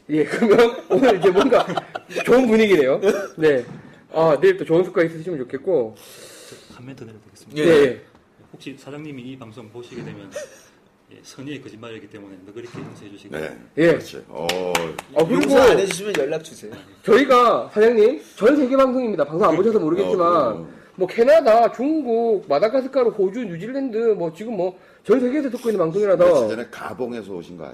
S1: 예, 그러면 오늘 이제 뭔가 좋은 분위기네요. 네. 아, 내일 또 좋은 습관 있으시면 좋겠고.
S5: 한 멘트 내려도 되겠습니다.
S1: 네.
S2: 예.
S5: 혹시 사장님이 이 방송 보시게 되면 예, 선의의 거짓말이기 때문에 너그럽게 용서해 주시고
S3: 네.
S1: 예.
S3: 그렇지. 어,
S1: 아, 그리고
S2: 용서 안 해주시면 연락 주세요.
S1: 저희가 사장님 전 세계 방송입니다. 방송 안 보셔서 모르겠지만
S3: 어, 그럼요.
S1: 뭐 캐나다, 중국, 마다가스카르, 호주, 뉴질랜드 뭐 지금 뭐 전 세계에서 듣고 있는
S3: 며칠
S1: 방송이라서
S3: 전에 가봉에서 오신 거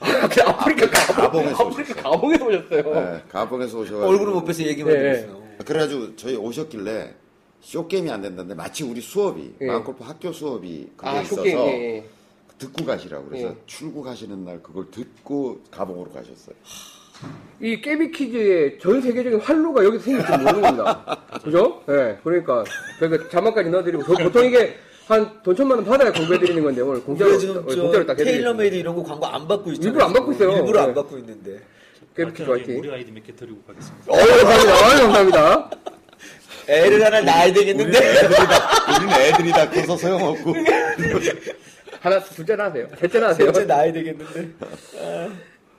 S3: 아니에요?
S1: 아프리카 가봉,
S3: 가봉에서
S1: 아프리카 가봉에서 오셨어요.
S3: 네, 가봉에서 오셔가지고.
S2: 얼굴은 못 뵈서 얘기만
S1: 네.
S2: 해주세요.
S3: 그래가지고 저희 오셨길래 쇼게임이 안 된다는데 마치 우리 수업이
S1: 예.
S3: 마음골프 학교 수업이 그게
S1: 아,
S3: 있어서
S1: 쇼게임. 예,
S3: 듣고 가시라고 그래서
S1: 예.
S3: 출국하시는 날 그걸 듣고 가봉으로 가셨어요.
S1: 예. 이 깨비키즈의 전 세계적인 활로가 여기서 생길 줄 모르는 겁니다. 그죠? 예, 그러니까 저희가 자막까지 넣어드리고 저- 보통 이게 한 돈 천만 원 받아야 공개해드리는 건데 오늘 공짜로,
S2: 우리가 지금
S1: 어,
S2: 저
S1: 공짜로 딱 해드리고
S2: 테일러메이드 이런 거 광고 안 받고 있잖아요.
S1: 일부러 안 받고
S2: 지금.
S1: 있어요.
S2: 일부러
S1: 네.
S2: 안 받고 있는데.
S1: 깨비키즈
S5: 마지막에
S1: 화이팅.
S5: 무료 아이디 몇 개 드리고 가겠습니다.
S1: 어, 감사합니다. 아유, 감사합니다.
S2: 애를 하나 낳아야 되겠는데.
S3: 우리는 애들이 다 커서 소용없고.
S1: 하나, 둘째나 하세요. 셋째나 하세요.
S2: 진짜 낳아야 되겠는데.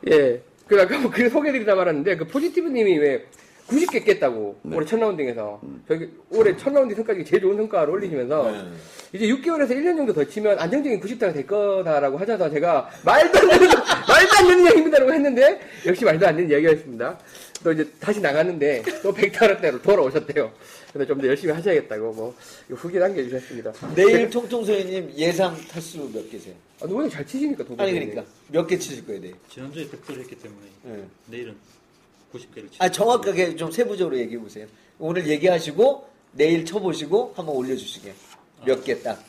S1: 예. 그, 아까 뭐글 소개해드리다 말았는데, 그 포지티브님이 왜 90개 깼다고, 올해 첫 라운딩에서. 저기, 올해 첫 라운딩 성까지 제일 좋은 성과를 올리시면서, 이제 6개월에서 1년 정도 더 치면 안정적인 90대가 될 거다라고 하셔서 제가, 말도 안 되는, 말도 안 되는 이야기입니다라고 했는데, 역시 말도 안 되는 이야기였습니다. 또 이제 다시 나갔는데, 또 100타락대로 돌아오셨대요. 그래서 좀 더 열심히 하셔야겠다고, 뭐, 후기 남겨주셨습니다.
S2: 내일 통통소희님 예상 타수 몇 개세요?
S1: 아, 너무 잘 치시니까, 도구
S2: 아니 그러니까 몇 개 치실 거예요 내일?
S5: 지난주에 100도를 했기 때문에
S2: 어? 예.
S5: 내일은 90개를
S2: 아 정확하게 좀 세부적으로 얘기해 보세요. 오늘 얘기하시고 내일 쳐보시고 한번 올려주시게 몇 개 딱.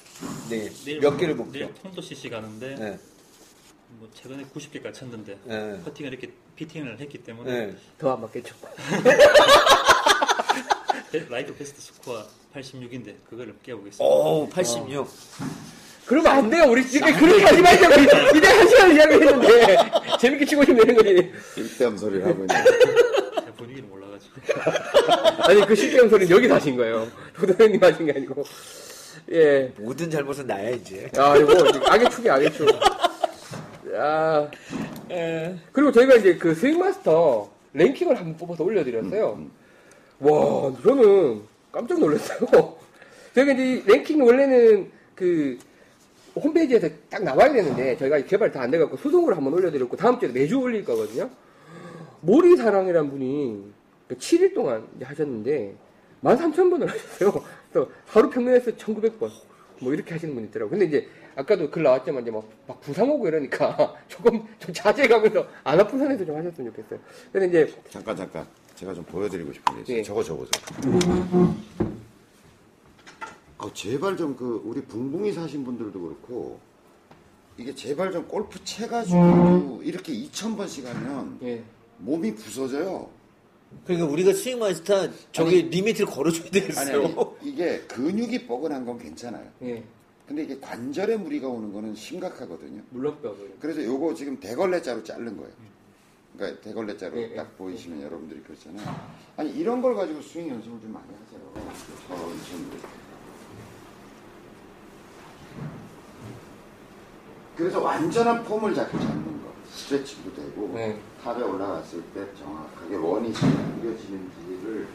S2: 네. 몇 개를 볼게요.
S5: 내일 폰도 CC 가는데
S2: 네.
S5: 뭐 최근에 90개까지 쳤는데
S2: 네.
S5: 퍼팅을 이렇게 피팅을 했기 때문에
S2: 네.
S1: 더안 맞겠죠.
S5: 베- 라이브 베스트 스코어 86인데 그거를 깨보겠습니다.
S2: 오, 86.
S1: 그러면 안 돼요. 우리 지금 그렇게 하지 말자고. 이제- 이제 한 시간 이야기했는데 재밌게 치고 싶면 되는 거지.
S3: 일대암 소리를 하고 있는.
S5: 제가 분위기를 몰라가지고
S1: 아니 그 실패한 소리는 여기서 하신 거예요. 도도현님 하신 게 아니고. 예.
S2: 모든 잘못은 나야 이제.
S1: 아 이거 악의 축이 악의 축. 아 그리고 저희가 이제 그 스윙마스터 랭킹을 한번 뽑아서 올려드렸어요. 와 저는 깜짝 놀랐어요. 저희가 이제 이 랭킹 원래는 그 홈페이지에서 딱 나와야 되는데 저희가 개발 다 안 돼갖고 수동으로 한번 올려드렸고 다음 주에 매주 올릴 거거든요. 모리사랑이란 분이 7일 동안 이제 하셨는데 13,000번을 하셨어요. 또 하루 평균해서 1,900번 뭐 이렇게 하시는 분이 있더라고요. 근데 이제 아까도 글 나왔지만 이제 막, 막 부상 오고 이러니까 조금 좀 자제해가면서 안 아픈 선에서 좀 하셨으면 좋겠어요. 근데 이제
S3: 잠깐 잠깐 제가 좀 보여드리고 싶은 게 있어요.
S1: 예.
S3: 저거 저거 저거. 아, 제발 좀 그 우리 붕붕이 사신 분들도 그렇고 이게 제발 좀 골프 채 가지고 이렇게 2천 번씩 하면
S1: 예.
S3: 몸이 부서져요.
S2: 그러니까 우리가 스윙마스터 저기 리미트를 걸어줘야
S3: 아니
S2: 되겠어요.
S3: 아니 이게 근육이 뻐근한 건 괜찮아요.
S1: 예.
S3: 근데 이게 관절에 무리가 오는 거는 심각하거든요.
S1: 물렁뼈 뭐
S3: 그래서 요거 지금 대걸레자로 자른 거예요. 그러니까 대걸레자로
S1: 예,
S3: 딱 보이시면 여러분들이 그렇잖아요. 아니 이런 걸 가지고 스윙 연습을 좀 많이 하세요. 저런 친구들. 그래서 완전한 폼을 자꾸 잡는 거. 스트레칭도 되고
S1: 네.
S3: 탑에 올라갔을 때 정확하게 원이 지금 당겨지는지를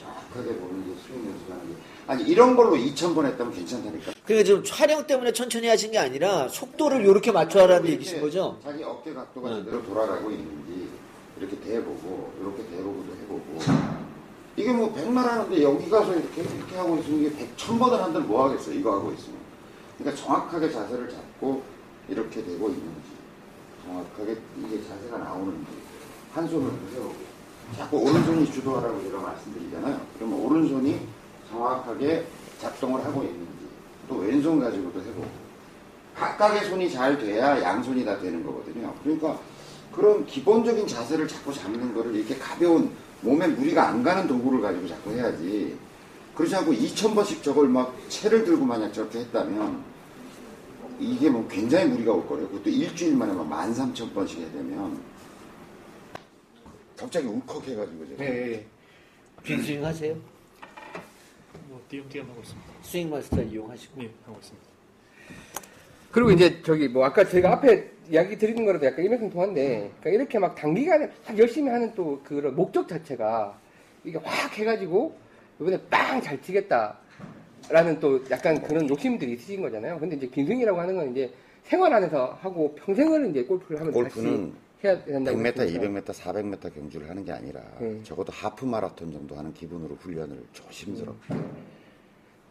S3: 정확하게 보는 게 스윙 연습하는 게 아니 이런 걸로 2,000번 했다면 괜찮다니까.
S2: 그러니까 지금 촬영 때문에 천천히 하신 게 아니라 속도를 이렇게 맞춰라는
S3: 이렇게
S2: 얘기신 거죠?
S3: 자기 어깨 각도가
S2: 네.
S3: 제대로 돌아가고 있는지 이렇게 대보고 이렇게 대보고도 해보고 이게 뭐 백날 하는데 여기 가서 이렇게 이렇게 하고 있으면 이게 백천 번을 한들 뭐 하겠어 이거 하고 있으면 그러니까 정확하게 자세를 잡고 이렇게 되고 있는지 정확하게 이게 자세가 나오는지 한 손으로
S2: 음.
S3: 해보고 자꾸 오른손이 주도하라고 제가 말씀드리잖아요 그러면 오른손이 정확하게 작동을 하고 있는지 또 왼손 가지고도 해보고 각각의 손이 잘 돼야 양손이 다 되는 거거든요. 그러니까 그런 기본적인 자세를 자꾸 잡는 거를 이렇게 가벼운 몸에 무리가 안 가는 도구를 가지고 자꾸 해야지. 그렇지 않고 2,000번씩 저걸 막 채를 들고 만약 저렇게 했다면 이게 뭐 굉장히 무리가 올 거래요. 그것도 일주일 만에 막 13,000번씩 해야 되면 갑자기 울컥해가지고 제가.
S4: 네.
S2: 빈스윙 하세요?
S5: 뭐 띄엄띄엄 하고 있습니다.
S2: 스윙 마스터 이용하시고.
S5: 네, 하고 있습니다.
S1: 그리고 이제 저기 뭐 아까 저희가 앞에 이야기 드리는 거라도 약간 일맥상통한데 그러니까 이렇게 막 단기간에 막 열심히 하는 또 그런 목적 자체가 이게 확 해가지고 이번에 빵 잘 치겠다라는 또 약간 그런 욕심들이 있으신 거잖아요. 근데 이제 빈승이라고 하는 건 이제 생활 안에서 하고 평생을 이제 골프를 하면
S3: 골프는
S1: 다시 해야 된다고
S3: 100m,
S1: 생각해요.
S3: 200m, 400m 경주를 하는 게 아니라
S1: 음.
S3: 적어도 하프 마라톤 정도 하는 기분으로 훈련을 조심스럽게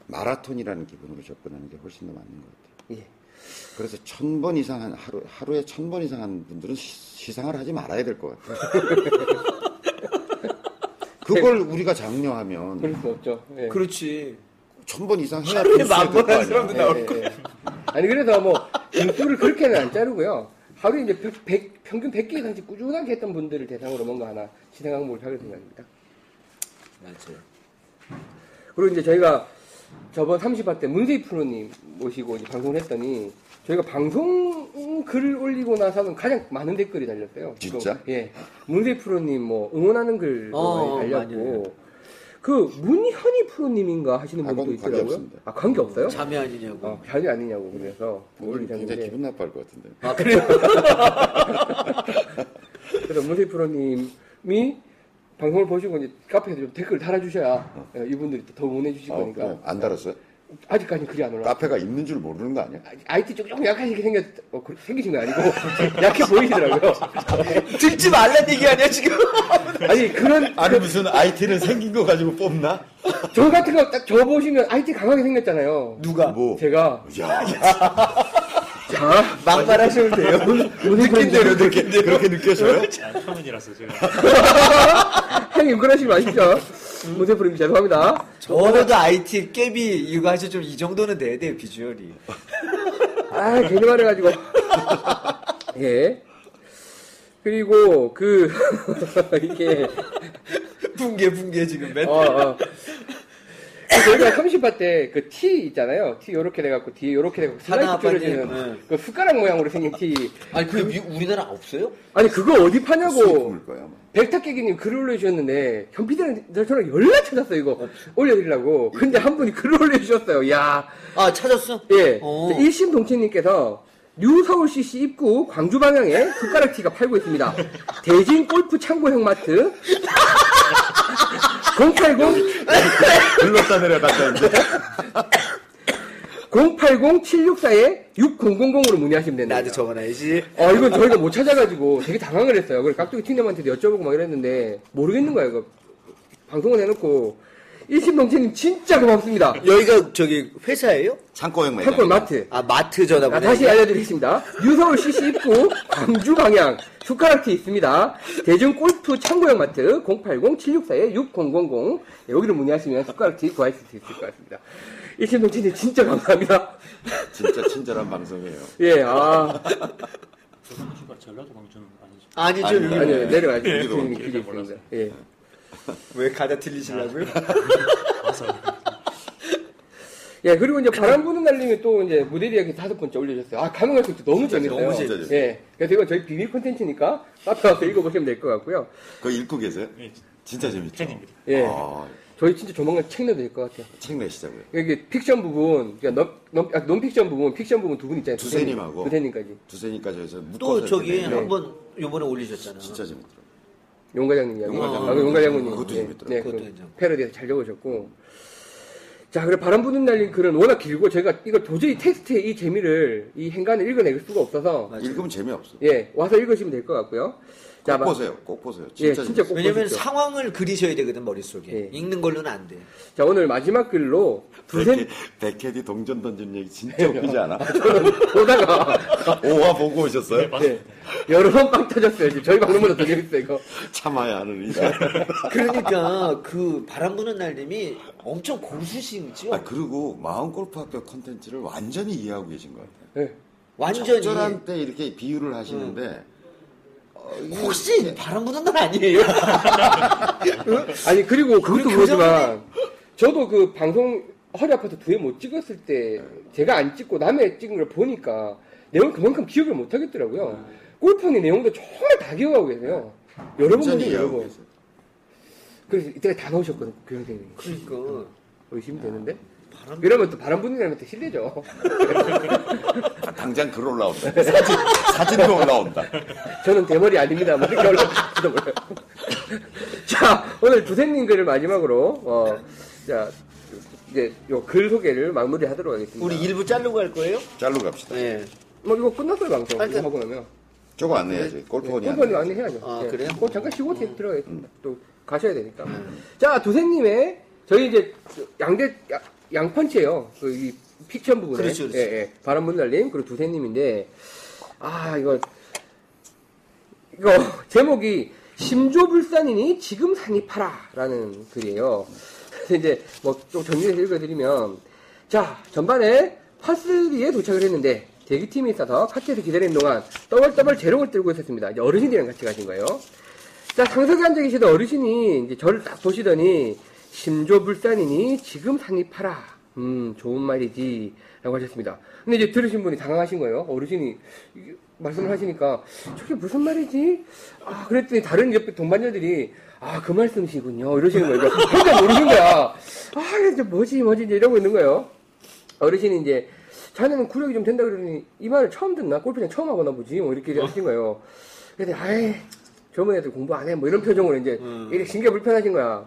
S3: 마라톤이라는 기분으로 접근하는 게 훨씬 더 맞는 것 같아요.
S1: 예.
S3: 그래서 천 번 이상 한 하루 하루에 천 번 이상 하는 분들은 시, 상을 하지 말아야 될 것 같아요. 그걸 우리가
S1: 그럴
S3: 장려하면
S1: 수 없죠. 예.
S2: 그렇지.
S3: 천 번 이상 해야
S2: 하루에
S3: 될
S2: 만번
S3: 거
S2: 하는 사람도
S3: 아니에요.
S2: 나올
S1: 예, 예. 아니 그래서 뭐 인수를 그렇게는 안 자르고요. 하루에 이제 백- 백- 평균 100개 이상씩 꾸준하게 했던 분들을 대상으로 뭔가 하나 진행 항목을 하게 생각입니다.
S2: 맞아요.
S1: 그리고 이제 저희가 저번 30화 때 문세희 프로님 모시고 이제 방송을 했더니 저희가 방송 글을 올리고 나서는 가장 많은 댓글이 달렸어요.
S3: 진짜?
S1: 그, 예. 문세희 프로님 뭐 응원하는 글도
S2: 어,
S1: 많이
S2: 많이
S1: 달렸고 그 문현희 프로님인가 하시는
S3: 아,
S1: 분도
S3: 그건 관계
S1: 있더라고요.
S3: 없습니다.
S1: 아 관계 없어요?
S2: 자매 아니냐고.
S1: 어, 자녀 아니냐고 그래서
S3: 오늘
S1: 올리셨는데.
S3: 네. 굉장히 기분 나빠할 것 같은데.
S2: 아 그래요?
S1: 그래서 문세희 프로님이 방송을 보시고 이제 카페에 좀 댓글 달아주셔야 예, 이분들이 또 더 응원해주실
S3: 아,
S1: 거니까
S3: 그래. 안 달았어요?
S1: 아직까지는 그 글이 안 올라.
S3: 카페가 있는 줄 모르는 거 아니야?
S1: IT 쪽 조금 약하게 생겼, 어, 그- 생기신 거 아니고, 약해 보이시더라고요.
S2: 듣지 말란 얘기 아니야 지금?
S1: 아니, 그런,
S6: 아니 무슨 IT는 생긴 거 가지고 뽑나?
S1: 저 같은 거 딱 저 보시면 IT 강하게 생겼잖아요.
S2: 누가?
S3: 뭐?
S1: 제가,
S3: 야.
S1: 자,
S2: 막말하시면 돼요.
S1: 느낀 대로
S3: 그렇게 그렇게 느껴져요?
S5: 아, 처음이라서 제가
S1: 형님, 그러시지 마십시오. 문세프님 죄송합니다.
S2: 저도 IT 깨비 이거 하셔 좀 이 정도는 내야 돼요 비주얼이.
S1: 아, 괜히 말해가지고. 예. 그리고, 그, 이게,
S2: 붕괴 붕괴 지금 맨.
S1: 어, 어. 그 저희가 30화 때 그 티 있잖아요. 티 요렇게 돼갖고, 뒤에 요렇게 돼갖고,
S2: 하나
S1: 슬라이스 줄여지는
S2: 아빠님, 네.
S1: 그 숟가락 모양으로 생긴 티.
S2: 아니 그게 미- 우리나라 없어요?
S1: 아니 그거 어디 파냐고
S3: 을 거야 뭐. 아마.
S1: 백탁객님 글을 올려주셨는데 현피디랑 저랑 연락 찾았어요 이거 올려드리려고 근데 한 분이 글을 올려주셨어요 야예 예.
S2: 아 찾았어? 어.
S1: 일심동체님께서 뉴서울CC 입구 광주 방향에 숟가락티가 팔고 있습니다 대진 골프 창고형 마트 080
S6: 눌렀다 내려갔다 이제.
S1: 080 764에 6000으로 문의하시면 된다
S2: 나도 적어놔야지.
S1: 어, 이건 저희가 못 찾아가지고 되게 당황을 했어요. 그래서 깍두기 튀님한테도 여쭤보고 막 이랬는데, 모르겠는 거야, 이거. 방송을 해놓고, 일심동체님 진짜 고맙습니다.
S2: 여기가 저기 회사예요?
S3: 창고형 매장.
S1: 팔골 마트.
S2: 아 마트 전화
S1: 아,
S2: 보내.
S1: 다시 알려드리겠습니다. 유서울 CC 입구, 광주 방향, 숟가락티 있습니다. 대중 골프 창고형 마트, 080-764-6000. 예, 여기로 문의하시면 숟가락티 구하실 수 있을 것 같습니다. 일심동체님 진짜 감사합니다.
S3: 진짜 친절한 방송이에요.
S1: 예, 아.
S5: 조선 출가 전라도 광주는 아니죠.
S2: 아니죠.
S3: 아니요,
S2: 여기.
S1: 아니요, 내려가시죠.
S3: 예,
S1: 교수님 길이
S5: 몰라서.
S1: 있습니다. 예.
S2: 왜 가다 틀리시려고요?
S5: 와서
S1: 예, 그리고 이제 바람 부는 날님이 또 이제 무대 이야기 다섯 번째 올려주셨어요. 아, 가면 갈수록 너무 재밌어요.
S2: 너무
S3: 재밌어요.
S1: 예. 그래서 이건 저희 비밀 콘텐츠니까 카페 와서 읽어보시면 될 것 같고요.
S3: 그거 읽고 계세요?
S5: 예,
S3: 진짜 재밌죠?
S5: 팬입니다.
S1: 예.
S3: 아,
S1: 저희 진짜 조만간 책 내도 될 것 같아요.
S3: 책 내시자고요.
S1: 여기 픽션 부분, 그러니까 넘, 넘, 아, 논픽션 부분, 픽션 부분 두 분 있잖아요. 두 분이.
S3: 두세님하고.
S1: 두세님까지.
S3: 두세니까 저에서 묶어서
S2: 또 저기
S3: 이렇게 내면
S2: 한번 요번에 올리셨잖아.
S3: 진짜 재밌더라고요.
S1: 용과장님 이야기.
S3: 용과장님.
S1: 아, 그 용과장님.
S3: 그것도
S1: 예.
S3: 재밌더라고요.
S1: 네,
S2: 그것도
S1: 그
S2: 괜찮고.
S1: 패러디에서 잘 적으셨고. 자, 그래 바람 부는 날님 글은 워낙 길고 저희가 이걸 도저히 텍스트의 이 재미를 이 행간을 읽어낼 수가 없어서
S2: 맞아요.
S3: 읽으면 재미없어.
S1: 예, 와서 읽으시면 될 것 같고요. 자,
S3: 꼭
S1: 마-
S3: 보세요. 꼭 보세요. 진짜
S1: 예, 진짜
S3: 재밌어요.
S1: 꼭
S2: 왜냐면
S1: 보십시오.
S2: 상황을 그리셔야 되거든 머릿속에.
S1: 예.
S2: 읽는 걸로는 안 돼.
S1: 자, 오늘 마지막 글로 두세
S3: 백헤- 백헤디 동전 던지는 얘기 진짜 웃기지 않아?
S1: 보다가
S3: 오와 보고
S5: 네,
S3: 오셨어요?
S1: 예, 여러 번 빵 터졌어요. 지금 저희 방송보다 더 재밌어요, 이거.
S3: 참아야 하는 이유.
S2: 그러니까 그 바람 부는 날님이 엄청 고수신지요.
S3: 아, 그리고 마음골프학교 컨텐츠를 완전히 이해하고 계신 것 같아요.
S1: 예.
S2: 완전히
S3: 적절한 때 이렇게 비유를 하시는데 어,
S2: 혹시 바람 부는 날 아니에요?
S1: 아니 그리고 그것도
S2: 그
S1: 그러지만 저도 그 방송 허리 아파서 두 회 못 찍었을 때 제가 안 찍고 남의 찍은 걸 보니까 내용 그만큼 기억을 못 하겠더라고요.
S2: 네.
S1: 골프의 내용도 정말 다 기억하고 계세요. 여러 번 보고
S3: 완전히
S1: 여러
S3: 이해하고
S1: 번.
S3: 계세요.
S1: 그래서 이때가 다 나오셨거든요, 그 형님.
S2: 그러니까
S1: 어, 의심되는데?
S2: 바람
S1: 이러면 또 바람 분이라면 또 실례죠.
S3: 아, 당장 글 올라온다. 사진, 사진도 올라온다.
S1: 저는 대머리 아닙니다. 뭐 이렇게 올라갈지도 몰라요. 자, 오늘 부세님 글을 마지막으로, 어, 자, 이제 요 글 소개를 마무리 하도록 하겠습니다.
S2: 우리 일부 자르고 갈 거예요?
S3: 잘로 갑시다.
S2: 네.
S1: 뭐 이거 끝났어요, 방송.
S2: 아니,
S1: 이거
S2: 그-
S1: 하고 나면.
S3: 저거 안 해야지. 네. 골프원이 안
S1: 골프는
S3: 해야지.
S1: 안 해야죠.
S2: 아,
S1: 예.
S2: 그래요?
S1: 그럼 잠깐 쉬고 음. 들어가겠습니다. 또 가셔야 되니까. 자, 도세님의 저희 이제 양대 야- 양펀치예요. 그 이 픽션 부분에
S2: 그렇죠, 그렇죠.
S1: 예, 예. 바람분달님 그리고 두세님인데 아 이거 이거 제목이 심조불산이니 지금 산입하라라는 글이에요. 그래서 이제 뭐 좀 정리해서 읽어드리면 자 전반에 파스리에 도착을 했는데 대기팀이 있어서 카트에서 기다리는 동안 떠벌떠벌 재롱을 들고 있었습니다. 이제 어르신들이랑 같이 가신 거예요. 자 상석에 앉아 계시던 어르신이 이제 저를 딱 보시더니 심조불산이니 지금 산입하라. 음 좋은 말이지 라고 하셨습니다. 근데 이제 들으신 분이 당황하신 거예요. 어르신이 이게 말씀을 하시니까 저게 무슨 말이지? 아 그랬더니 다른 옆에 동반자들이 아 그 말씀이시군요 이러시는 거예요. 그러니까 혼자 모르는 거야. 아 이제 뭐지 뭐지 이제 이러고 있는 거예요. 어르신이 이제 자네는 구력이 좀 된다 그러니 이 말을 처음 듣나 골프장 처음 와보나 보지 뭐 이렇게 하신 거예요. 근데 아이 젊은 애들 공부 안 해 뭐 이런 표정으로 이제 이렇게 신경 불편하신 거야.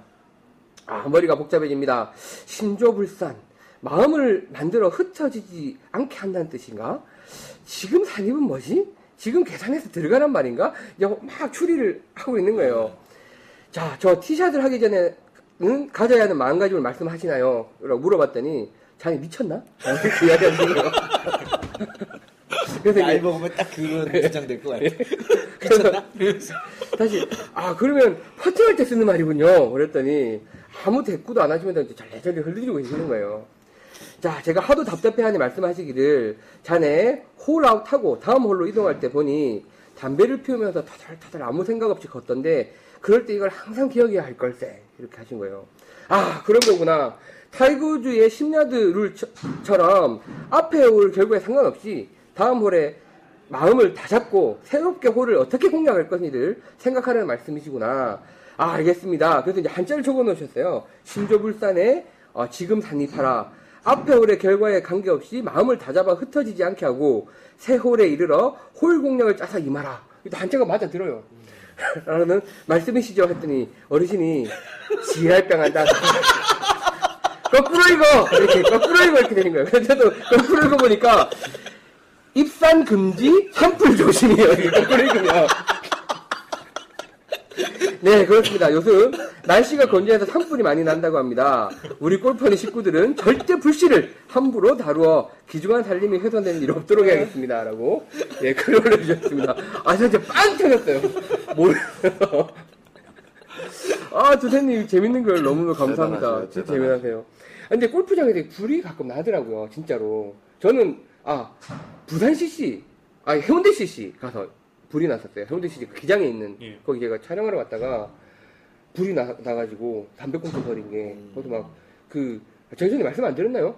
S1: 아, 머리가 복잡해집니다. 신조불산. 마음을 만들어 흩어지지 않게 한다는 뜻인가? 지금 산입은 뭐지? 지금 계산해서 들어가란 말인가? 이제 막 추리를 하고 있는 거예요. 자, 저 티샷을 하기 전에는 가져야 하는 마음가짐을 말씀하시나요? 라고 물어봤더니, 자네 미쳤나? 이렇게 이야기하는 거예요. 그래서
S2: 나이
S1: 이제
S2: 먹으면 딱 그런
S1: 네.
S2: 주장 될 것 같아. 미쳤나? 이러면서.
S1: 다시 아 그러면 퍼팅할 때 쓰는 말이군요. 그랬더니 아무 대꾸도 안 하시면서 이제 절레절레 흘리고 계시는 거예요. 자 제가 하도 답답해하니 말씀하시기를 자네 홀아웃 하고 다음 홀로 이동할 때 보니 담배를 피우면서 타들타들 아무 생각 없이 걷던데 그럴 때 이걸 항상 기억해야 할 걸세 이렇게 하신 거예요. 아 그런 거구나. 타이거즈의 10야드 룰처럼 앞에 올 결과에 상관없이 다음 홀에 마음을 다잡고 새롭게 홀을 어떻게 공략할 것인지를 생각하라는 말씀이시구나. 아, 알겠습니다. 그래서 이제 한자를 적어 놓으셨어요. 신조불산에 어, 지금 산입하라. 앞에 홀의 결과에 관계없이 마음을 다잡아 흩어지지 않게 하고 새 홀에 이르러 홀 공략을 짜서 임하라. 이것도 한자가 맞아 들어요. 라는 말씀이시죠? 했더니 어르신이 지랄병한다. 거꾸로 이거! 이렇게 거꾸로 이거 이렇게 되는 거예요. 근데 저도 거꾸로 이거 보니까 입산 금지, 산불 조심이에요. 거꾸로 읽으면. 네, 그렇습니다. 요즘 날씨가 건조해서 산불이 많이 난다고 합니다. 우리 골퍼니 식구들은 절대 불씨를 함부로 다루어 기중한 살림이 훼손되는 일이 없도록 해야겠습니다. 라고, 예, 글을 올려주셨습니다. 아, 진짜 빵 터졌어요. 뭘. 아, 조세님, 재밌는 걸 너무너무 감사합니다.
S3: 대단하세요,
S1: 진짜
S3: 대단하세요.
S1: 재미나세요. 아, 근데 골프장에 되게 불이 가끔 나더라고요, 진짜로. 저는, 아, 부산 CC, 아, 해운대 CC 가서 불이 났었어요. 해운대 CC 그 기장에 있는,
S5: 예.
S1: 거기 제가 촬영하러 갔다가 불이 나, 나가지고 담배꽁초 버린 게,
S2: 음.
S1: 거기서 막, 그, 정선이 말씀 안 드렸나요?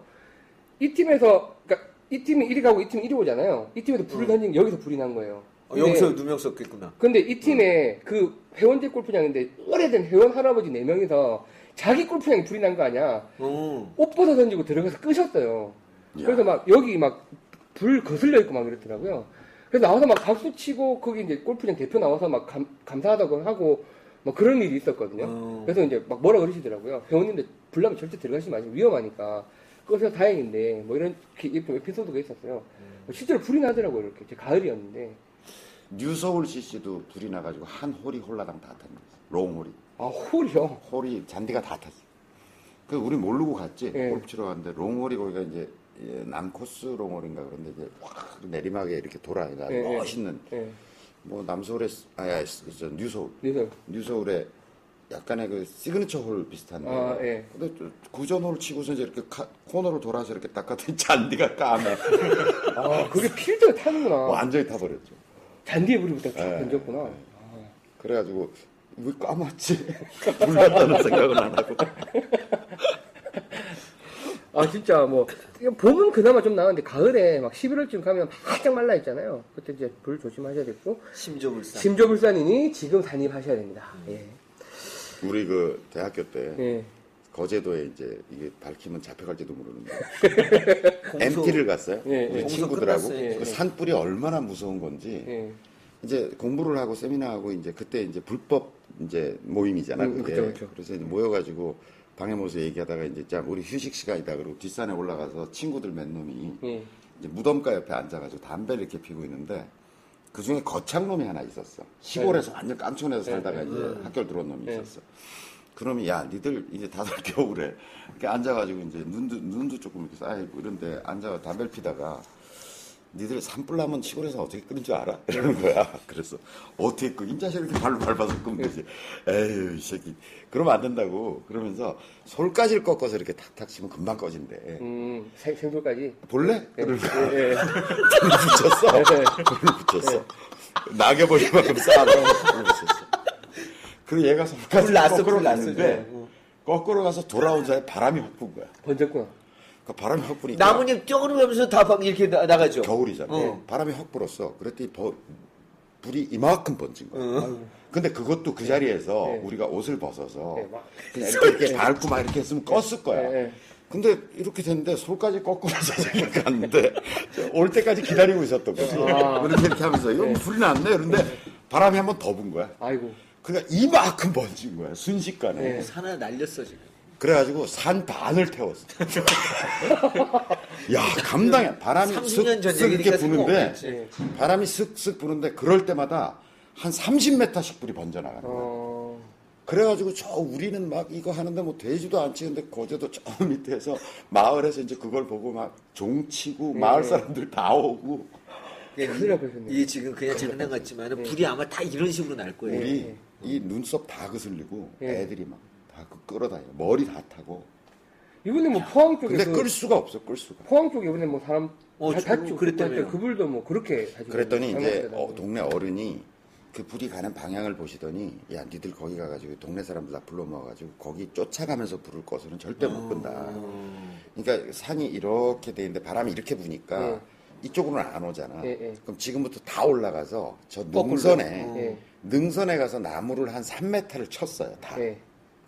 S1: 이 팀에서, 그니까, 이 팀이 1위 가고 이 팀이 1위 오잖아요. 이 팀에서 불을 던진 게 여기서 불이 난 거예요.
S2: 어, 여기서 누명 썼겠구나.
S1: 근데 이 팀에 그 회원제 골프장인데 오래된 회원 할아버지 4명이서 자기 골프장에 불이 난 거 아니야.
S2: 어.
S1: 옷 벗어 던지고 들어가서 끄셨어요. 그래서 막 여기 막 불 거슬려 있고 막 이랬더라고요. 그래서 나와서 막 박수 치고 거기 이제 골프장 대표 나와서 막 감, 감사하다고 하고 뭐 그런 일이 있었거든요.
S2: 어.
S1: 그래서 이제 막 뭐라 그러시더라고요. 회원님들 불나면 절대 들어가시면 안 위험하니까 그래서 다행인데 뭐 이런 기- 좀 에피소드가 있었어요. 실제로 불이 나더라고요. 이렇게 제 가을이었는데
S3: 뉴서울 CC도 불이 나가지고 한 홀이 홀라당 다 탔는 거지. 롱홀이.
S1: 아 홀이요.
S3: 홀이 잔디가 다 탔어. 그 우리 모르고 갔지.
S1: 예.
S3: 골프 치러 갔는데 롱홀이 거기가 이제 예, 남코스 롱홀인가 그런데 이제 확 내리막에 이렇게 돌아가 아주
S1: 예, 예.
S3: 멋있는
S1: 예.
S3: 뭐 남서울에 아야 뉴서울
S1: 그래서
S3: 뉴서울에 약간의 그 시그니처 홀 비슷한 데.
S1: 아, 예.
S3: 근데 또 구전홀 치고서 이제 이렇게 카- 코너로 돌아서 이렇게 딱 갔더니 잔디가 까매.
S1: 아 그게 필드가 타는구나.
S3: 완전히 타버렸죠.
S1: 잔디에 불이 붙어
S3: 예.
S1: 던졌구나.
S3: 예. 그래가지고 왜 까맣지?
S6: 몰랐다는 생각은 안 하고.
S1: 아 진짜 뭐 이거 봄은 그나마 좀 나은데 가을에 막 11월쯤 가면 바짝 말라 있잖아요. 그때 이제 불 조심하셔야 되고
S2: 심조불사.
S1: 심조불산이니 지금 산입하셔야 됩니다.
S3: 우리 그 대학교 때
S1: 예. 예.
S3: 거제도에 이제 이게 밝히면 잡혀갈지도 모르는데
S2: 공소.
S3: MT를 갔어요.
S1: 예, 예.
S3: 우리
S2: 공소
S3: 친구들하고
S2: 끝났어요,
S1: 예,
S3: 그
S1: 예.
S3: 산불이 얼마나 무서운 건지
S1: 예.
S3: 이제 공부를 하고 세미나하고 이제 그때 이제 불법 이제 모임이잖아
S1: 음,
S3: 그게.
S1: 그쵸, 그쵸.
S3: 래서 이제 모여가지고 방에 모여서 얘기하다가 이제 자 우리 휴식 시간이다 그리고 뒷산에 올라가서 친구들 몇 놈이
S1: 예.
S3: 이제 무덤가 옆에 앉아가지고 담배를 이렇게 피고 있는데 그 중에 거창 놈이 하나 있었어. 시골에서 완전 깜촌에서 살다가 이제 학교를 들어온 놈이
S1: 네.
S3: 있었어. 그러면 야 니들 이제 다들 겨울에 이렇게 앉아가지고 이제 눈도 눈도 조금 이렇게 쌓이고 이런데 앉아서 담배를 피다가 니들 산불 나면 시골에서 어떻게 끄는 줄 알아? 이러는 거야. 그래서 어떻게 끄? 인자시 이렇게 발로 밟아서 끄면 되지.
S1: 네.
S3: 에휴 이 새끼 그러면 안 된다고 그러면서 솔까지를 꺾어서 이렇게 탁탁 치면 금방 꺼진대.
S1: 음, 생, 생돌까지.
S3: 볼래?
S1: 예.
S3: 그러는 거야.
S1: 예, 예.
S3: 불을 붙였어.
S1: 네.
S3: 불을 붙였어. 낙엽을만큼 쌓아놓은 불을 붙였어. 그리고 얘가
S2: 불
S3: 서울까지
S2: 났어,
S3: 거꾸로
S2: 불 났어.
S3: 갔는데 거꾸로 가서 돌아온 자에 바람이 확 분 거야.
S1: 번졌구나.
S3: 그 바람이 확 부니까
S2: 나뭇잎 쪽으로 가면서 다 막 이렇게 나, 가죠
S3: 겨울이잖아.
S2: 어.
S3: 바람이 확 불었어. 그랬더니 버- 불이 이만큼 번진 거야.
S2: 어.
S3: 근데 그것도 그 자리에서
S1: 네.
S3: 우리가 옷을 벗어서
S1: 예, 막.
S3: 그냥 이렇게, 이렇게 밟고 막 이렇게 했으면 껐을 거야.
S1: 네, 네.
S3: 근데 이렇게 됐는데 솔까지 거꾸로 자전거 갔는데 올 때까지 기다리고 있었던 거지.
S1: 아.
S3: 그렇게 이렇게 하면서 이거 불이 났네. 그런데 바람이 한 번 더 분 거야.
S1: 아이고.
S3: 그러니까 이만큼 번진 거야. 순식간에.
S1: 네.
S2: 하나 날렸어 지금.
S3: 그래가지고 산 반을 태웠어. 야 감당해. 바람이
S2: 30년 전
S3: 쓱쓱
S2: 얘기니까
S3: 이렇게 부는데
S2: 상관없겠지.
S3: 바람이 쓱쓱 부는데 그럴 때마다 한 30m씩 불이 번져나가는 거야.
S1: 어,
S3: 그래가지고 저 우리는 막 이거 하는데 뭐 되지도 않지 근데 거제도 저 밑에서 마을에서 이제 그걸 보고 막 종치고
S2: 예.
S3: 마을 사람들 다 오고
S1: 큰일 날 뻔했네. 네.
S2: 이게 지금 그냥 장난 같지만 은 불이 아마 다 이런 식으로 날 거예요.
S3: 우리 이 눈썹 다 그슬리고
S1: 예.
S3: 애들이 막 다그 끌어다녀 머리 다 타고
S1: 이번에 뭐 포항 쪽에.
S2: 그러니까
S3: 근데
S1: 그-
S3: 끌 수가 없어 끌 수가
S1: 포항 쪽에 이번에 뭐 사람.
S2: 어,
S1: 다-
S2: 저-
S1: 다치고
S2: 그랬다며요.
S1: 그랬다니까 그분도 뭐 그렇게. 다치고
S3: 그랬더니 이제
S1: 잘못되다니.
S3: 어, 동네 어른이 그 불이 가는 방향을 보시더니 야 니들 거기 가가지고 동네 사람들 다 불러 모아가지고 거기 쫓아가면서 불을 꺼서는 절대 못 끈다
S2: 아. 어.
S3: 그러니까 산이 이렇게 돼 있는데 바람이 이렇게 부니까
S1: 예.
S3: 이쪽으로는 안 오잖아
S1: 예, 예.
S3: 그럼 지금부터 다 올라가서 저
S2: 거꾸로.
S3: 능선에
S1: 예.
S3: 능선에 가서 나무를 한 3m를 쳤어요 다
S1: 예.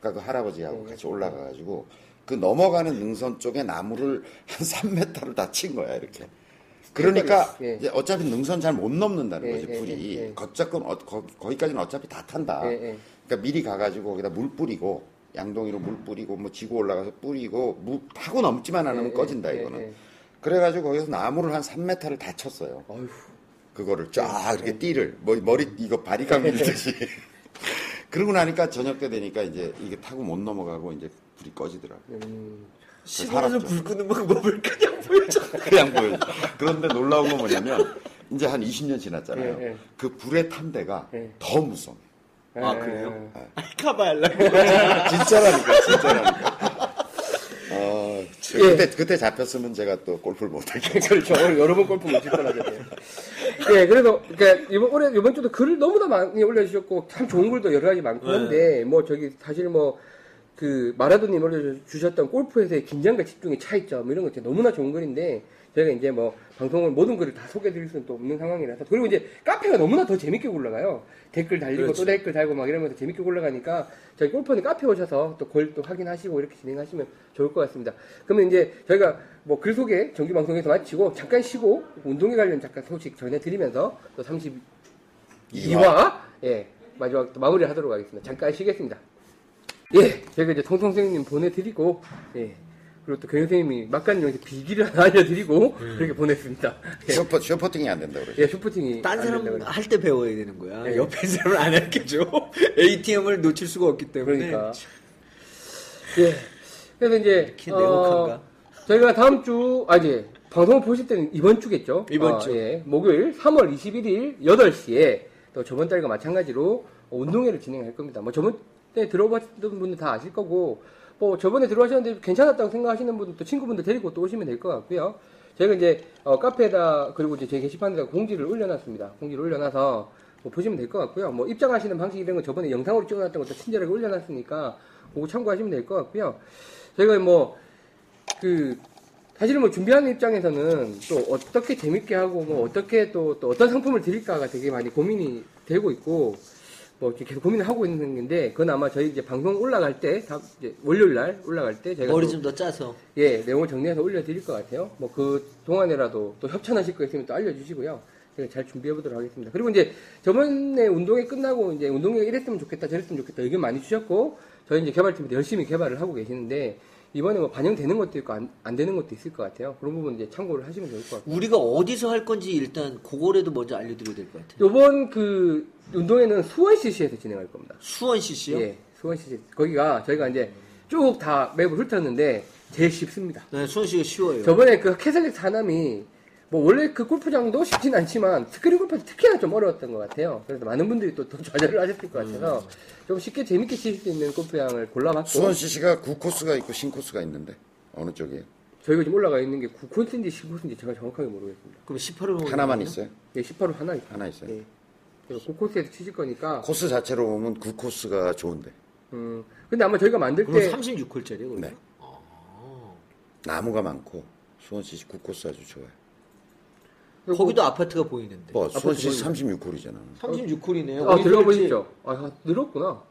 S3: 그러니까 그
S1: 네,
S3: 할아버지하고 같이 올라가가지고 그 넘어가는 능선 쪽에 나무를 한 3m를 다 친 거야 이렇게. 그러니까
S1: 예.
S3: 이제 어차피 능선 잘 못 넘는다는
S1: 예,
S3: 거지
S1: 예,
S3: 불이
S1: 예, 예.
S3: 걷잡건 어, 거, 거기까지는 어차피 다 탄다.
S1: 예, 예.
S3: 그러니까 미리 가가지고 거기다 물 뿌리고 양동이로 물 뿌리고 뭐 지고 올라가서 뿌리고 무, 타고 넘지만 않으면
S1: 예,
S3: 꺼진다
S1: 예,
S3: 이거는.
S1: 예.
S3: 그래가지고 거기서 나무를 한 3m를 다 쳤어요.
S1: 어휴. 예,
S3: 그거를 쫙 이렇게 띠를 뭐 머리 이거 바리깡 밀듯이 그러고 나니까 저녁 때 되니까 이제 이게 타고 못 넘어가고 이제 불이 꺼지더라고
S1: 예.
S3: 요
S2: 시골에서
S3: 살았죠.
S2: 불 끄는 방법을 그냥 보여줘.
S3: 그냥 보여 그런데 놀라운 건 뭐냐면 이제 한 20년 지났잖아요
S1: 예, 예.
S3: 그 불의 탄대가
S1: 예.
S3: 더 무서워
S2: 아,
S1: 예.
S2: 그래요? 가봐야 하려고.
S3: 진짜라니까 진짜라니까 어, 그때 그때 잡혔으면 제가 또 골프를 못했겠죠
S1: 그렇죠. 오늘 여러 번 골프 못칠 뻔하겠네요. 예, 그래서, 그러니까 이번, 올해, 이번 주도 글을 너무나 많이 올려주셨고, 참 좋은 글도 여러 가지 많고 한데, 뭐, 저기, 사실 뭐, 그, 마라도님 올려주셨던 골프에서의 긴장과 집중의 차이점, 이런 것 진짜 너무나 좋은 글인데, 저희가 이제 뭐, 방송을 모든 글을 다 소개해드릴 수는 또 없는 상황이라서, 그리고 이제 카페가 너무나 더 재밌게 굴러가요. 댓글 달리고
S2: 그렇죠.
S1: 또 댓글 달고 막 이러면서 재밌게 굴러가니까, 저희 골퍼님 카페 오셔서 또 글 또 확인하시고 이렇게 진행하시면 좋을 것 같습니다. 그러면 이제 저희가 뭐 글 소개 정규 방송에서 마치고 잠깐 쉬고 운동에 관련 잠깐 소식 전해드리면서 또 32화 예 마지막 또 마무리를 하도록 하겠습니다. 잠깐 쉬겠습니다. 예 저희가 이제 통통 선생님 보내드리고 예 그리고 또 경영 선생님이 막간 용에서 비기를 하나 알려드리고
S2: 음.
S1: 그렇게 보냈습니다. 예,
S3: 슈퍼 슈퍼팅이 안 된다고 그래
S1: 예 슈퍼팅이
S2: 딴
S1: 안
S2: 사람
S1: 된다고
S2: 할 때 배워야 되는 거야.
S1: 네.
S2: 옆에 있는 사람은 안 할게죠. ATM을 놓칠 수가 없기 때문에.
S1: 그러니까. 예. 그래서 이제
S2: 이렇게 냉혹한가?
S1: 저희가 다음 주 아니 방송을 보실 때는 이번 주겠죠?
S2: 이번
S1: 아,
S2: 주.
S1: 예. 목요일 3월 21일 8시에 또 저번 달과 마찬가지로 운동회를 진행할 겁니다. 뭐 저번 때 들어봤던 분들 다 아실 거고 뭐 저번에 들어가셨는데 괜찮았다고 생각하시는 분들 또 친구분들 데리고 또 오시면 될 것 같고요. 저희가 이제 어, 카페에다 그리고 이제 제 게시판에다 공지를 올려놨습니다. 공지를 올려놔서 뭐 보시면 될 것 같고요. 뭐 입장하시는 방식 이런 건 저번에 영상으로 찍어놨던 것도 친절하게 올려놨으니까 그거 참고하시면 될 것 같고요. 저희가 뭐 그 사실은 뭐 준비하는 입장에서는 또 어떻게 재밌게 하고 뭐 어떻게 또, 또 어떤 상품을 드릴까가 되게 많이 고민이 되고 있고 뭐 이렇게 계속 고민을 하고 있는 건데 그건 아마 저희 이제 방송 올라갈 때 다- 이제 월요일 날 올라갈 때 저희가
S2: 머리
S1: 또
S2: 좀 더 짜서.
S1: 예, 내용을 정리해서 올려드릴 것 같아요. 뭐 그 동안에라도 또 협찬하실 거 있으면 또 알려주시고요. 제가 잘 준비해보도록 하겠습니다. 그리고 이제 저번에 운동회 끝나고 이제 운동회 이랬으면 좋겠다, 저랬으면 좋겠다 의견 많이 주셨고 저희 이제 개발팀도 열심히 개발을 하고 계시는데 이번에 뭐 반영되는 것도 있고 안, 안 되는 것도 있을 것 같아요. 그런 부분 이제 참고를 하시면 좋을 것 같아요.
S2: 우리가 어디서 할 건지 일단 그거라도 먼저 알려드려야 될 것 같아요.
S1: 요번 그 운동회는 수원 CC에서 진행할 겁니다.
S2: 수원 CC요?
S1: 예, 수원 CC. 거기가 저희가 이제 쭉 다 맵을 훑었는데 제일 쉽습니다.
S2: 네, 수원 씨가 쉬워요.
S1: 저번에 그 캐슬릭 사남이 뭐 원래 그 골프장도 쉽진 않지만 스크린 골프는 특히나 좀 어려웠던 것 같아요. 그래서 많은 분들이 또 더 좌절을 하셨을 것 같아서 좀 쉽게 재밌게 치실 수 있는 골프장을 골라봤고
S3: 수원 CC가 9코스가 있고 신코스가 있는데 어느 쪽이에요?
S1: 저희가 지금 올라가 있는 게 9코스인지 10코스인지 제가 정확하게 모르겠습니다.
S2: 그럼 18호
S3: 하나만 있어요?
S1: 네, 18호 하나 있고
S3: 하나 있어요.
S2: 예.
S3: 아,
S1: 네. 9코스에서 치실 거니까
S3: 코스 자체로 보면 9코스가 좋은데
S1: 음, 근데 아마 저희가 만들
S2: 그럼
S1: 때
S2: 36홀짜리요, 아. 그러면?
S3: 네. 나무가 많고 수원 CC 9코스 아주 좋아요.
S2: 거기도 네. 아파트가 보이는데.
S3: 뭐 수원 CC 36홀이잖아.
S2: 어? 36홀이네요.
S1: 아, 들어보시죠. 아, 늘었구나.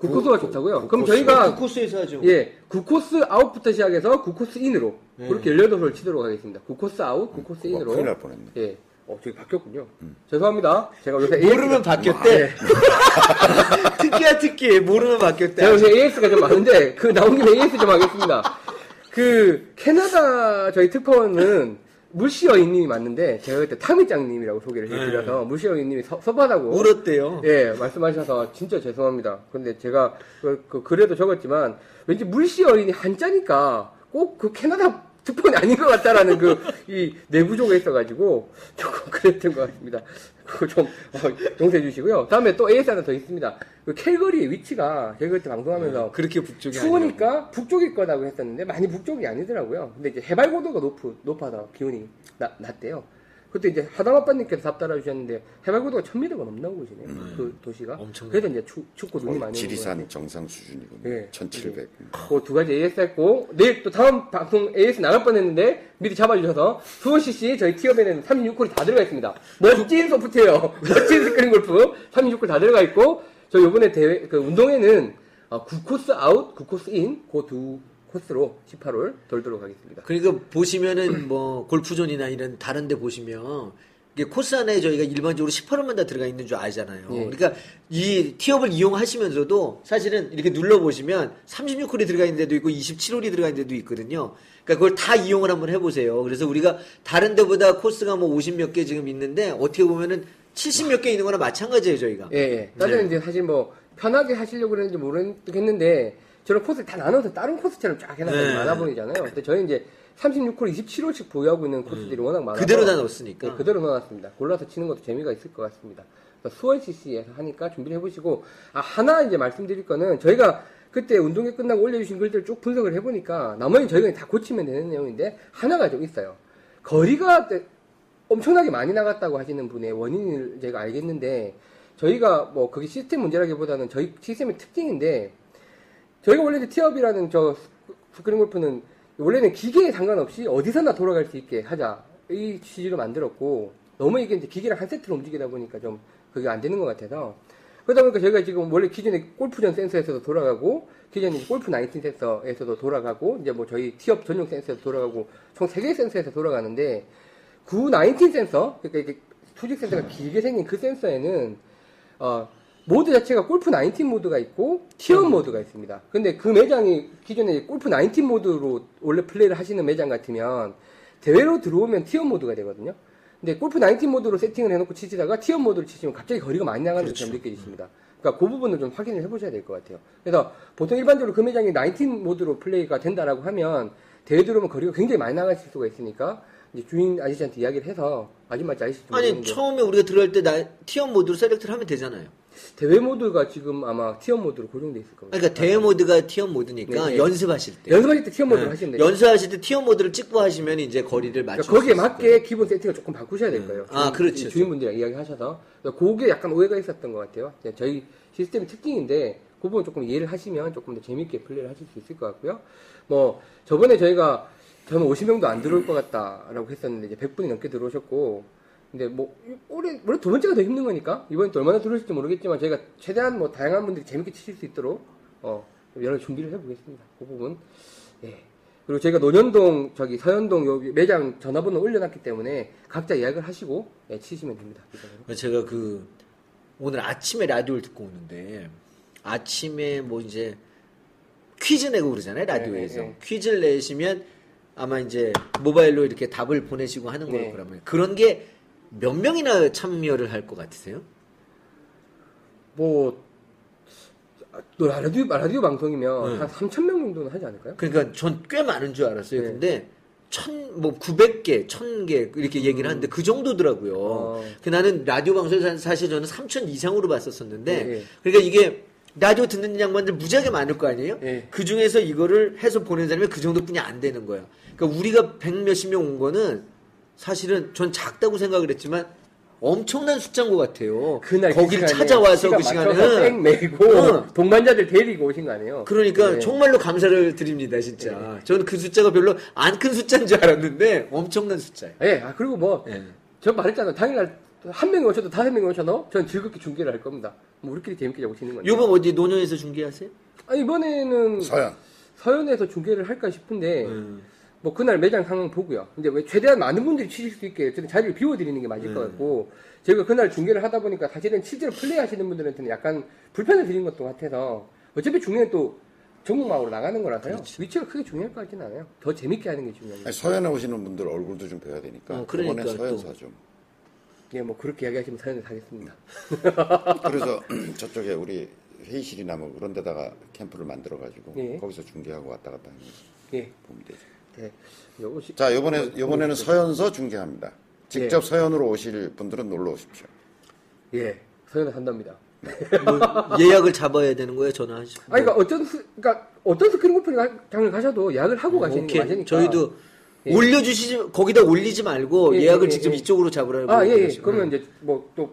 S1: 9코스가 좋다고요? 그럼
S3: 코스.
S1: 저희가
S2: 코스에서 하죠.
S1: 예, 9코스 아웃부터 시작해서 9코스 인으로
S2: 네.
S1: 그렇게 18홀 치도록 하겠습니다. 9코스 아웃, 9코스
S3: 그거
S1: 인으로.
S3: 예. 큰일 날 뻔했네. 음.
S1: 예. 어, 저기 바뀌었군요. 죄송합니다. 제가 요새
S3: 뭐,
S2: 모르면
S1: AS 가-
S2: 바뀌었대. 특기야 특기. 모르면
S1: 제가
S2: 바뀌었대.
S1: 요새 AS가 좀 많은데 그 나온 김에 AS 좀 하겠습니다. 그 캐나다 저희 특파원은 물시어이님이 맞는데 제가 그때 타미짱님이라고 소개를 해드려서
S3: 네.
S1: 물시어이님이 섭하다고
S2: 울었대요.
S1: 예, 말씀하셔서 진짜 죄송합니다. 근데 제가 그, 그 글에도 적었지만 왠지 물씨 어린이 한자니까 꼭 그 캐나다 특권이 아닌 것 같다라는 그 이 내부조가 있어가지고 조금 그랬던 것 같습니다. 그거 좀 어, 용서해 주시고요. 다음에 또 AS 하나 더 있습니다. 그 캘거리의 위치가 제가 그때 방송하면서
S2: 그렇게 북쪽이
S1: 추우니까 북쪽일 거라고 했었는데 많이 북쪽이 아니더라고요. 근데 이제 해발 고도가 높, 높아서 기온이 나- 낮대요. 그때 이제 하담아빠님께서 답 달아주셨는데 해발 고도가 1000m가 넘나고 계시네요. 그 도시가.
S2: 엄청나요.
S1: 그래서 이제 추, 춥고 눈이 많이
S3: 지리산 정상 수준이군요.
S1: 예.
S3: 1700.
S1: 그두 가지 AS 했고 내일 또 다음 방송 AS 나갈 뻔했는데 미리 잡아주셔서 수원 CC 저희 티어밴에는 36홀이 다 들어가 있습니다. 멋진 소프트웨어, 멋진 스크린 골프 36홀 다 들어가 있고 저 이번에 대회 그 운동회는 어, 9코스 아웃, 9코스 인, 그 두 코스로 18홀 돌도록 하겠습니다.
S2: 그러니까 보시면은 뭐 골프존이나 이런 다른 데 보시면 이게 코스 안에 저희가 일반적으로 18홀만 다 들어가 있는 줄 알잖아요.
S1: 예.
S2: 그러니까 이 티업을 이용하시면서도 사실은 이렇게 눌러 보시면 36홀이 들어가 있는 데도 있고 27홀이 들어가 있는 데도 있거든요. 그러니까 그걸 다 이용을 한번 해 보세요. 그래서 우리가 다른 데보다 코스가 뭐 50 몇 개 지금 있는데 어떻게 보면은 70 몇 개 있는 거나 마찬가지예요, 저희가.
S1: 예, 예. 다들 이제 사실 뭐 편하게 하시려고 그랬는지 모르겠는데 저런 코스를 다 나눠서 다른 코스처럼 쫙 해놨는
S2: 네.
S1: 게 많아 보이잖아요. 근데 저희 이제 36홀 27홀씩 보유하고 있는 코스들이 워낙 많아서
S2: 그대로 다 넣었으니까.
S1: 네, 그대로 넣어놨습니다. 골라서 치는 것도 재미가 있을 것 같습니다. 그래서 수원 CC에서 하니까 준비를 해보시고 아 하나 이제 말씀드릴 거는 저희가 그때 운동회 끝나고 올려주신 글들을 쭉 분석을 해보니까 나머지 저희가 다 고치면 되는 내용인데 하나가 좀 있어요. 거리가 엄청나게 많이 나갔다고 하시는 분의 원인을 제가 알겠는데 저희가 뭐 그게 시스템 문제라기보다는 저희 시스템의 특징인데 저희가 원래 이제 티업이라는 저 스크린 골프는 원래는 기계에 상관없이 어디서나 돌아갈 수 있게 하자 이 취지로 만들었고 너무 이게 이제 기계랑 한 세트로 움직이다 보니까 좀 그게 안 되는 것 같아서 그러다 보니까 저희가 지금 원래 기존의 골프전 센서에서도 돌아가고 기존의 골프 19 센서에서도 돌아가고 이제 뭐 저희 티업 전용 센서에서 돌아가고 총 세 개의 센서에서 돌아가는데 구 19 센서 그러니까 이게 수직 센서가 길게 생긴 그 센서에는 어, 모드 자체가 골프 19 모드가 있고 티어 모드가 있습니다. 근데 그 매장이 기존에 골프 19 모드로 원래 플레이를 하시는 매장 같으면 대회로 들어오면 티어 모드가 되거든요. 근데 골프 19 모드로 세팅을 해놓고 치시다가 티어 모드로 치시면 갑자기 거리가 많이 나가는 것처럼 느껴지십니다. 그러니까 그 부분을 좀 확인을 해보셔야 될 것 같아요. 그래서 보통 일반적으로 그 매장이 19 모드로 플레이가 된다라고 하면 대회 들어오면 거리가 굉장히 많이 나가실 수가 있으니까 이제 주인 아저씨한테 이야기를 해서 아줌마인지 아저씨인지
S2: 아니
S1: 모르겠는데
S2: 처음에 우리가 들어갈 때 나 티업 모드로 셀렉트를 하면 되잖아요.
S1: 대회 모드가 지금 아마 티어 모드로 고정돼 있을 겁니다.
S2: 그러니까 대회 모드가 티어 모드니까
S1: 네, 네.
S2: 연습하실 때
S1: 연습하실 때 티어 모드로
S2: 네.
S1: 하시면 돼요.
S2: 연습하실 때 티어 모드를 찍고 하시면 이제 거리를 맞추.
S1: 그러니까 거기에 맞게 기본 세팅을 조금 바꾸셔야 될 거예요.
S2: 아, 그렇죠.
S1: 주인분들이랑 이야기하셔서 그래서 그게 약간 오해가 있었던 것 같아요. 네, 저희 시스템 특징인데 그 부분 조금 이해를 하시면 조금 더 재밌게 플레이를 하실 수 있을 것 같고요. 뭐 저번에 저희가 저는 50명도 안 들어올 것 같다라고 했었는데 이제 100분이 넘게 들어오셨고 근데 뭐 올해 원래 두 번째가 더 힘든 거니까 이번에 또 얼마나 들어올지 모르겠지만 저희가 최대한 뭐 다양한 분들이 재밌게 치실 수 있도록 어 여러 준비를 해보겠습니다. 그 부분 예. 그리고 저희가 노년동 저기 서현동 여기 매장 전화번호 올려놨기 때문에 각자 예약을 하시고 예, 치시면 됩니다. 이거는.
S2: 제가 그 오늘 아침에 라디오를 듣고 오는데 아침에 뭐 이제 퀴즈 내고 그러잖아요 라디오에서
S1: 네, 네, 네.
S2: 퀴즈를 내시면 아마 이제 모바일로 이렇게 답을 보내시고 하는 거로
S1: 네.
S2: 그러면 그런 게 몇 명이나 참여를 할 것 같으세요?
S1: 뭐 아, 또 라디오 라디오 방송이면
S2: 네.
S1: 한 3천 명 정도는 하지 않을까요?
S2: 그러니까 전 꽤 많은 줄 알았어요.
S1: 네.
S2: 근데 천뭐 900개, 1000개 이렇게 얘기를 하는데 그 정도더라고요.
S1: 음. 어.
S2: 그 나는 라디오 방송에 사- 사실 저는 3000 이상으로 봤었었는데
S1: 네.
S2: 그러니까 이게 라디오 듣는 양반들 무지하게 많을 거 아니에요?
S1: 네.
S2: 그 중에서 이거를 해서 보낸 사람이 그 정도뿐이 안 되는 거야. 그러니까 우리가 백 몇십 명 온 거는 사실은 전 작다고 생각을 했지만 엄청난 숫자인 것 같아요.
S1: 그날 그
S2: 거기를
S1: 시간에
S2: 찾아와서 그
S1: 시간 맞춰서 땡
S2: 시간에는
S1: 메고
S2: 응.
S1: 동반자들 데리고 오신 거 아니에요?
S2: 그러니까
S1: 네.
S2: 정말로 감사를 드립니다 진짜 저는 그 숫자가 별로 안 큰 숫자인 줄 알았는데 엄청난 숫자예요
S1: 예, 아, 그리고 뭐 전
S2: 예.
S1: 말했잖아요. 당일날 한 명이 오셔도 다섯 명이 오셔도 전 즐겁게 중계를 할 겁니다. 뭐 우리끼리 재밌게 자고 치는 건데.
S2: 요번 어디 노년에서 중계하세요?
S1: 아, 이번에는
S3: 서현.
S1: 서현에서 중계를 할까 싶은데
S2: 음.
S1: 뭐 그날 매장 상황 보고요. 근데 왜 최대한 많은 분들이 치실 수 있게 저는 자리를 비워드리는 게
S2: 네.
S1: 맞을 것 같고 저희가 그날 중계를 하다 보니까 사실은 실제로 플레이하시는 분들한테는 약간 불편을 드린 것도 같아서 어차피 중계는 또 전국마으로 나가는 거라서요.
S2: 그렇죠.
S1: 위치가 크게 중요할 것 같진 않아요. 더 재밌게 하는 게 중요해요.
S3: 아니, 서현에 오시는 분들 얼굴도 좀 뵈야 되니까.
S2: 어, 그러니까
S3: 이번에
S2: 또.
S3: 서현사 좀.
S1: 예, 뭐 그렇게 이야기하시면 서현에 가겠습니다.
S3: 그래서 저쪽에 우리 회의실이나 뭐 그런 데다가 캠프를 만들어 가지고
S1: 예.
S3: 거기서 중계하고 왔다 갔다 하는 거
S1: 예,
S3: 보면 되죠.
S1: 네. 요것이-
S3: 자, 요번에 요번에는 서현서 중계합니다. 직접 서현으로 오실 분들은 놀러 오십시오.
S1: 예, 서현에 산답니다.
S2: 뭐 예약을 잡아야 되는 거예요 전화하시고
S1: 아니, 그러니까 어떤 스, 그러니까 어떤 스크린 골프장을 가셔도 예약을 하고 뭐 가시는 게
S2: 음, 오케이
S1: 맞으니까.
S2: 저희도
S1: 예.
S2: 올려주시지 거기다 올리지 말고
S1: 예,
S2: 예, 약을
S1: 예,
S2: 직접
S1: 예.
S2: 이쪽으로 잡으라고
S1: 아, 예, 예.
S2: 그러시고. 음.
S1: 그러면 이제 뭐 또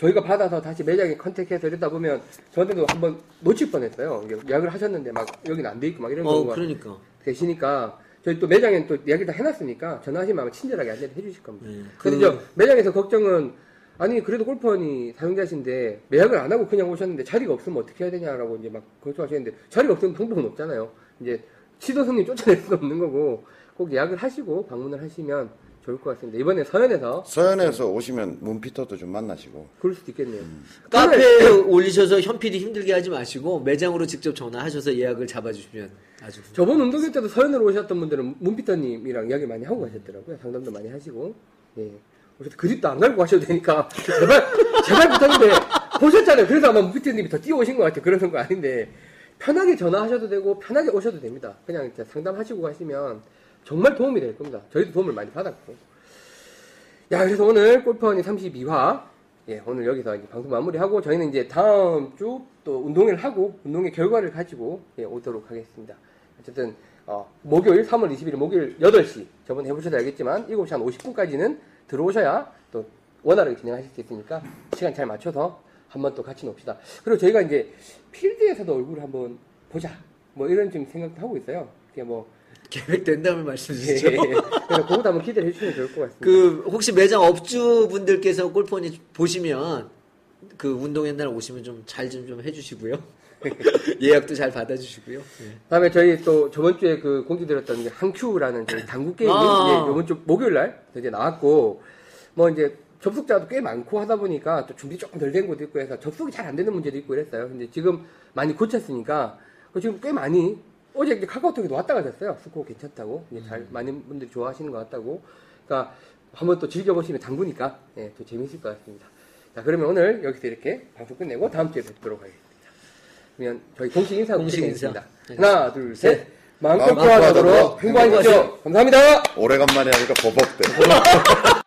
S1: 저희가 받아서 다시 매장에 컨택해서 이러다 보면 저한테도 한번 놓칠 뻔했어요. 이게 예약을 하셨는데 막 여기는 안 돼 있고 막 이런
S2: 어
S1: 경우가
S2: 그러니까
S1: 되시니까 저희 또 매장엔 또 예약을 다 해놨으니까 전화하시면 아마 친절하게 안내를 해주실 겁니다.
S2: 예,
S1: 근데
S2: 그-
S1: 이제 매장에서 걱정은 아니 그래도 골프원이 사용자신데 예약을 안 하고 그냥 오셨는데 자리가 없으면 어떻게 해야 되냐라고 이제 막 걱정하시는데 자리가 없으면 방법은 없잖아요. 이제 시도 손님 쫓아낼 수 없는 거고 꼭 예약을 하시고 방문을 하시면 좋을 것 같습니다. 이번에 서현에서
S3: 서현에서 오시면 문피터도 좀 만나시고
S1: 그럴 수도 있겠네요. 그러니까
S2: 카페에
S1: 예.
S2: 올리셔서 현필이 힘들게 하지 마시고 매장으로 직접 전화하셔서 예약을 잡아주시면 아주
S1: 저번 운동회 때도 서현으로 오셨던 분들은 문피터님이랑 이야기 많이 하고 가셨더라고요. 상담도 많이 하시고. 예. 그래서 그립도 안 갈고 가셔도 되니까 제발 제발 부탁인데 보셨잖아요. 그래서 아마 문피터님이 더 뛰어오신 것 같아요. 그러는 거 아닌데 편하게 전화하셔도 되고 편하게 오셔도 됩니다. 그냥 진짜 상담하시고 가시면 정말 도움이 될 겁니다. 저희도 도움을 많이 받았고. 야 그래서 오늘 골프원이 32화 예 오늘 여기서 이제 방송 마무리하고 저희는 이제 다음 주 또 운동회를 하고 운동회 결과를 가지고 예, 오도록 하겠습니다. 어쨌든 어, 목요일 3월 21일 목요일 8시 저번에 해보셔도 알겠지만 7시 한 50분까지는 들어오셔야 또 원활하게 진행하실 수 있으니까 시간 잘 맞춰서 한번 또 같이 놉시다. 그리고 저희가 이제 필드에서도 얼굴을 한번 보자 뭐 이런 지금 생각도 하고 있어요. 그게 뭐
S2: 계획된 다음에 말씀
S1: 예,
S2: 주시죠.
S1: 예, 예. 그래서 그것도 한번 기대해 주시면 좋을 것 같습니다.
S2: 그 혹시 매장 업주분들께서 골프원이 보시면 그 운동회 날 오시면 좀 잘 좀 좀 해주시고요. 예약도 잘 받아주시고요.
S1: 다음에 저희 또 저번 주에 그 공지드렸던 게 한큐라는 저희 당구 게임이
S2: 아.
S1: 이제 이번 주 목요일 날 이제 나왔고 뭐 이제 접속자도 꽤 많고 하다 보니까 또 준비 조금 덜 된 것도 있고 해서 접속이 잘 안 되는 문제도 있고 그랬어요. 근데 지금 많이 고쳤으니까 그 지금 꽤 많이 어제 이제 카카오톡에도 왔다 가셨어요. 스코어 괜찮다고 이제 잘 많은 분들이 좋아하시는 것 같다고. 그러니까 한번 또 즐겨보시면 당구니까 예, 또 재밌을 것 같습니다. 자 그러면 오늘 여기서 이렇게 방송 끝내고 다음 주에 뵙도록 하겠습니다. 그러면 저희 공식 인사
S2: 공식
S1: 공식
S2: 인사.
S1: 인사 하나 둘 셋 마음껏
S3: 마음껏
S1: 구하도록
S3: 구하도록
S1: 행복하십시오 감사합니다.
S3: 오래간만에 하니까 버벅대.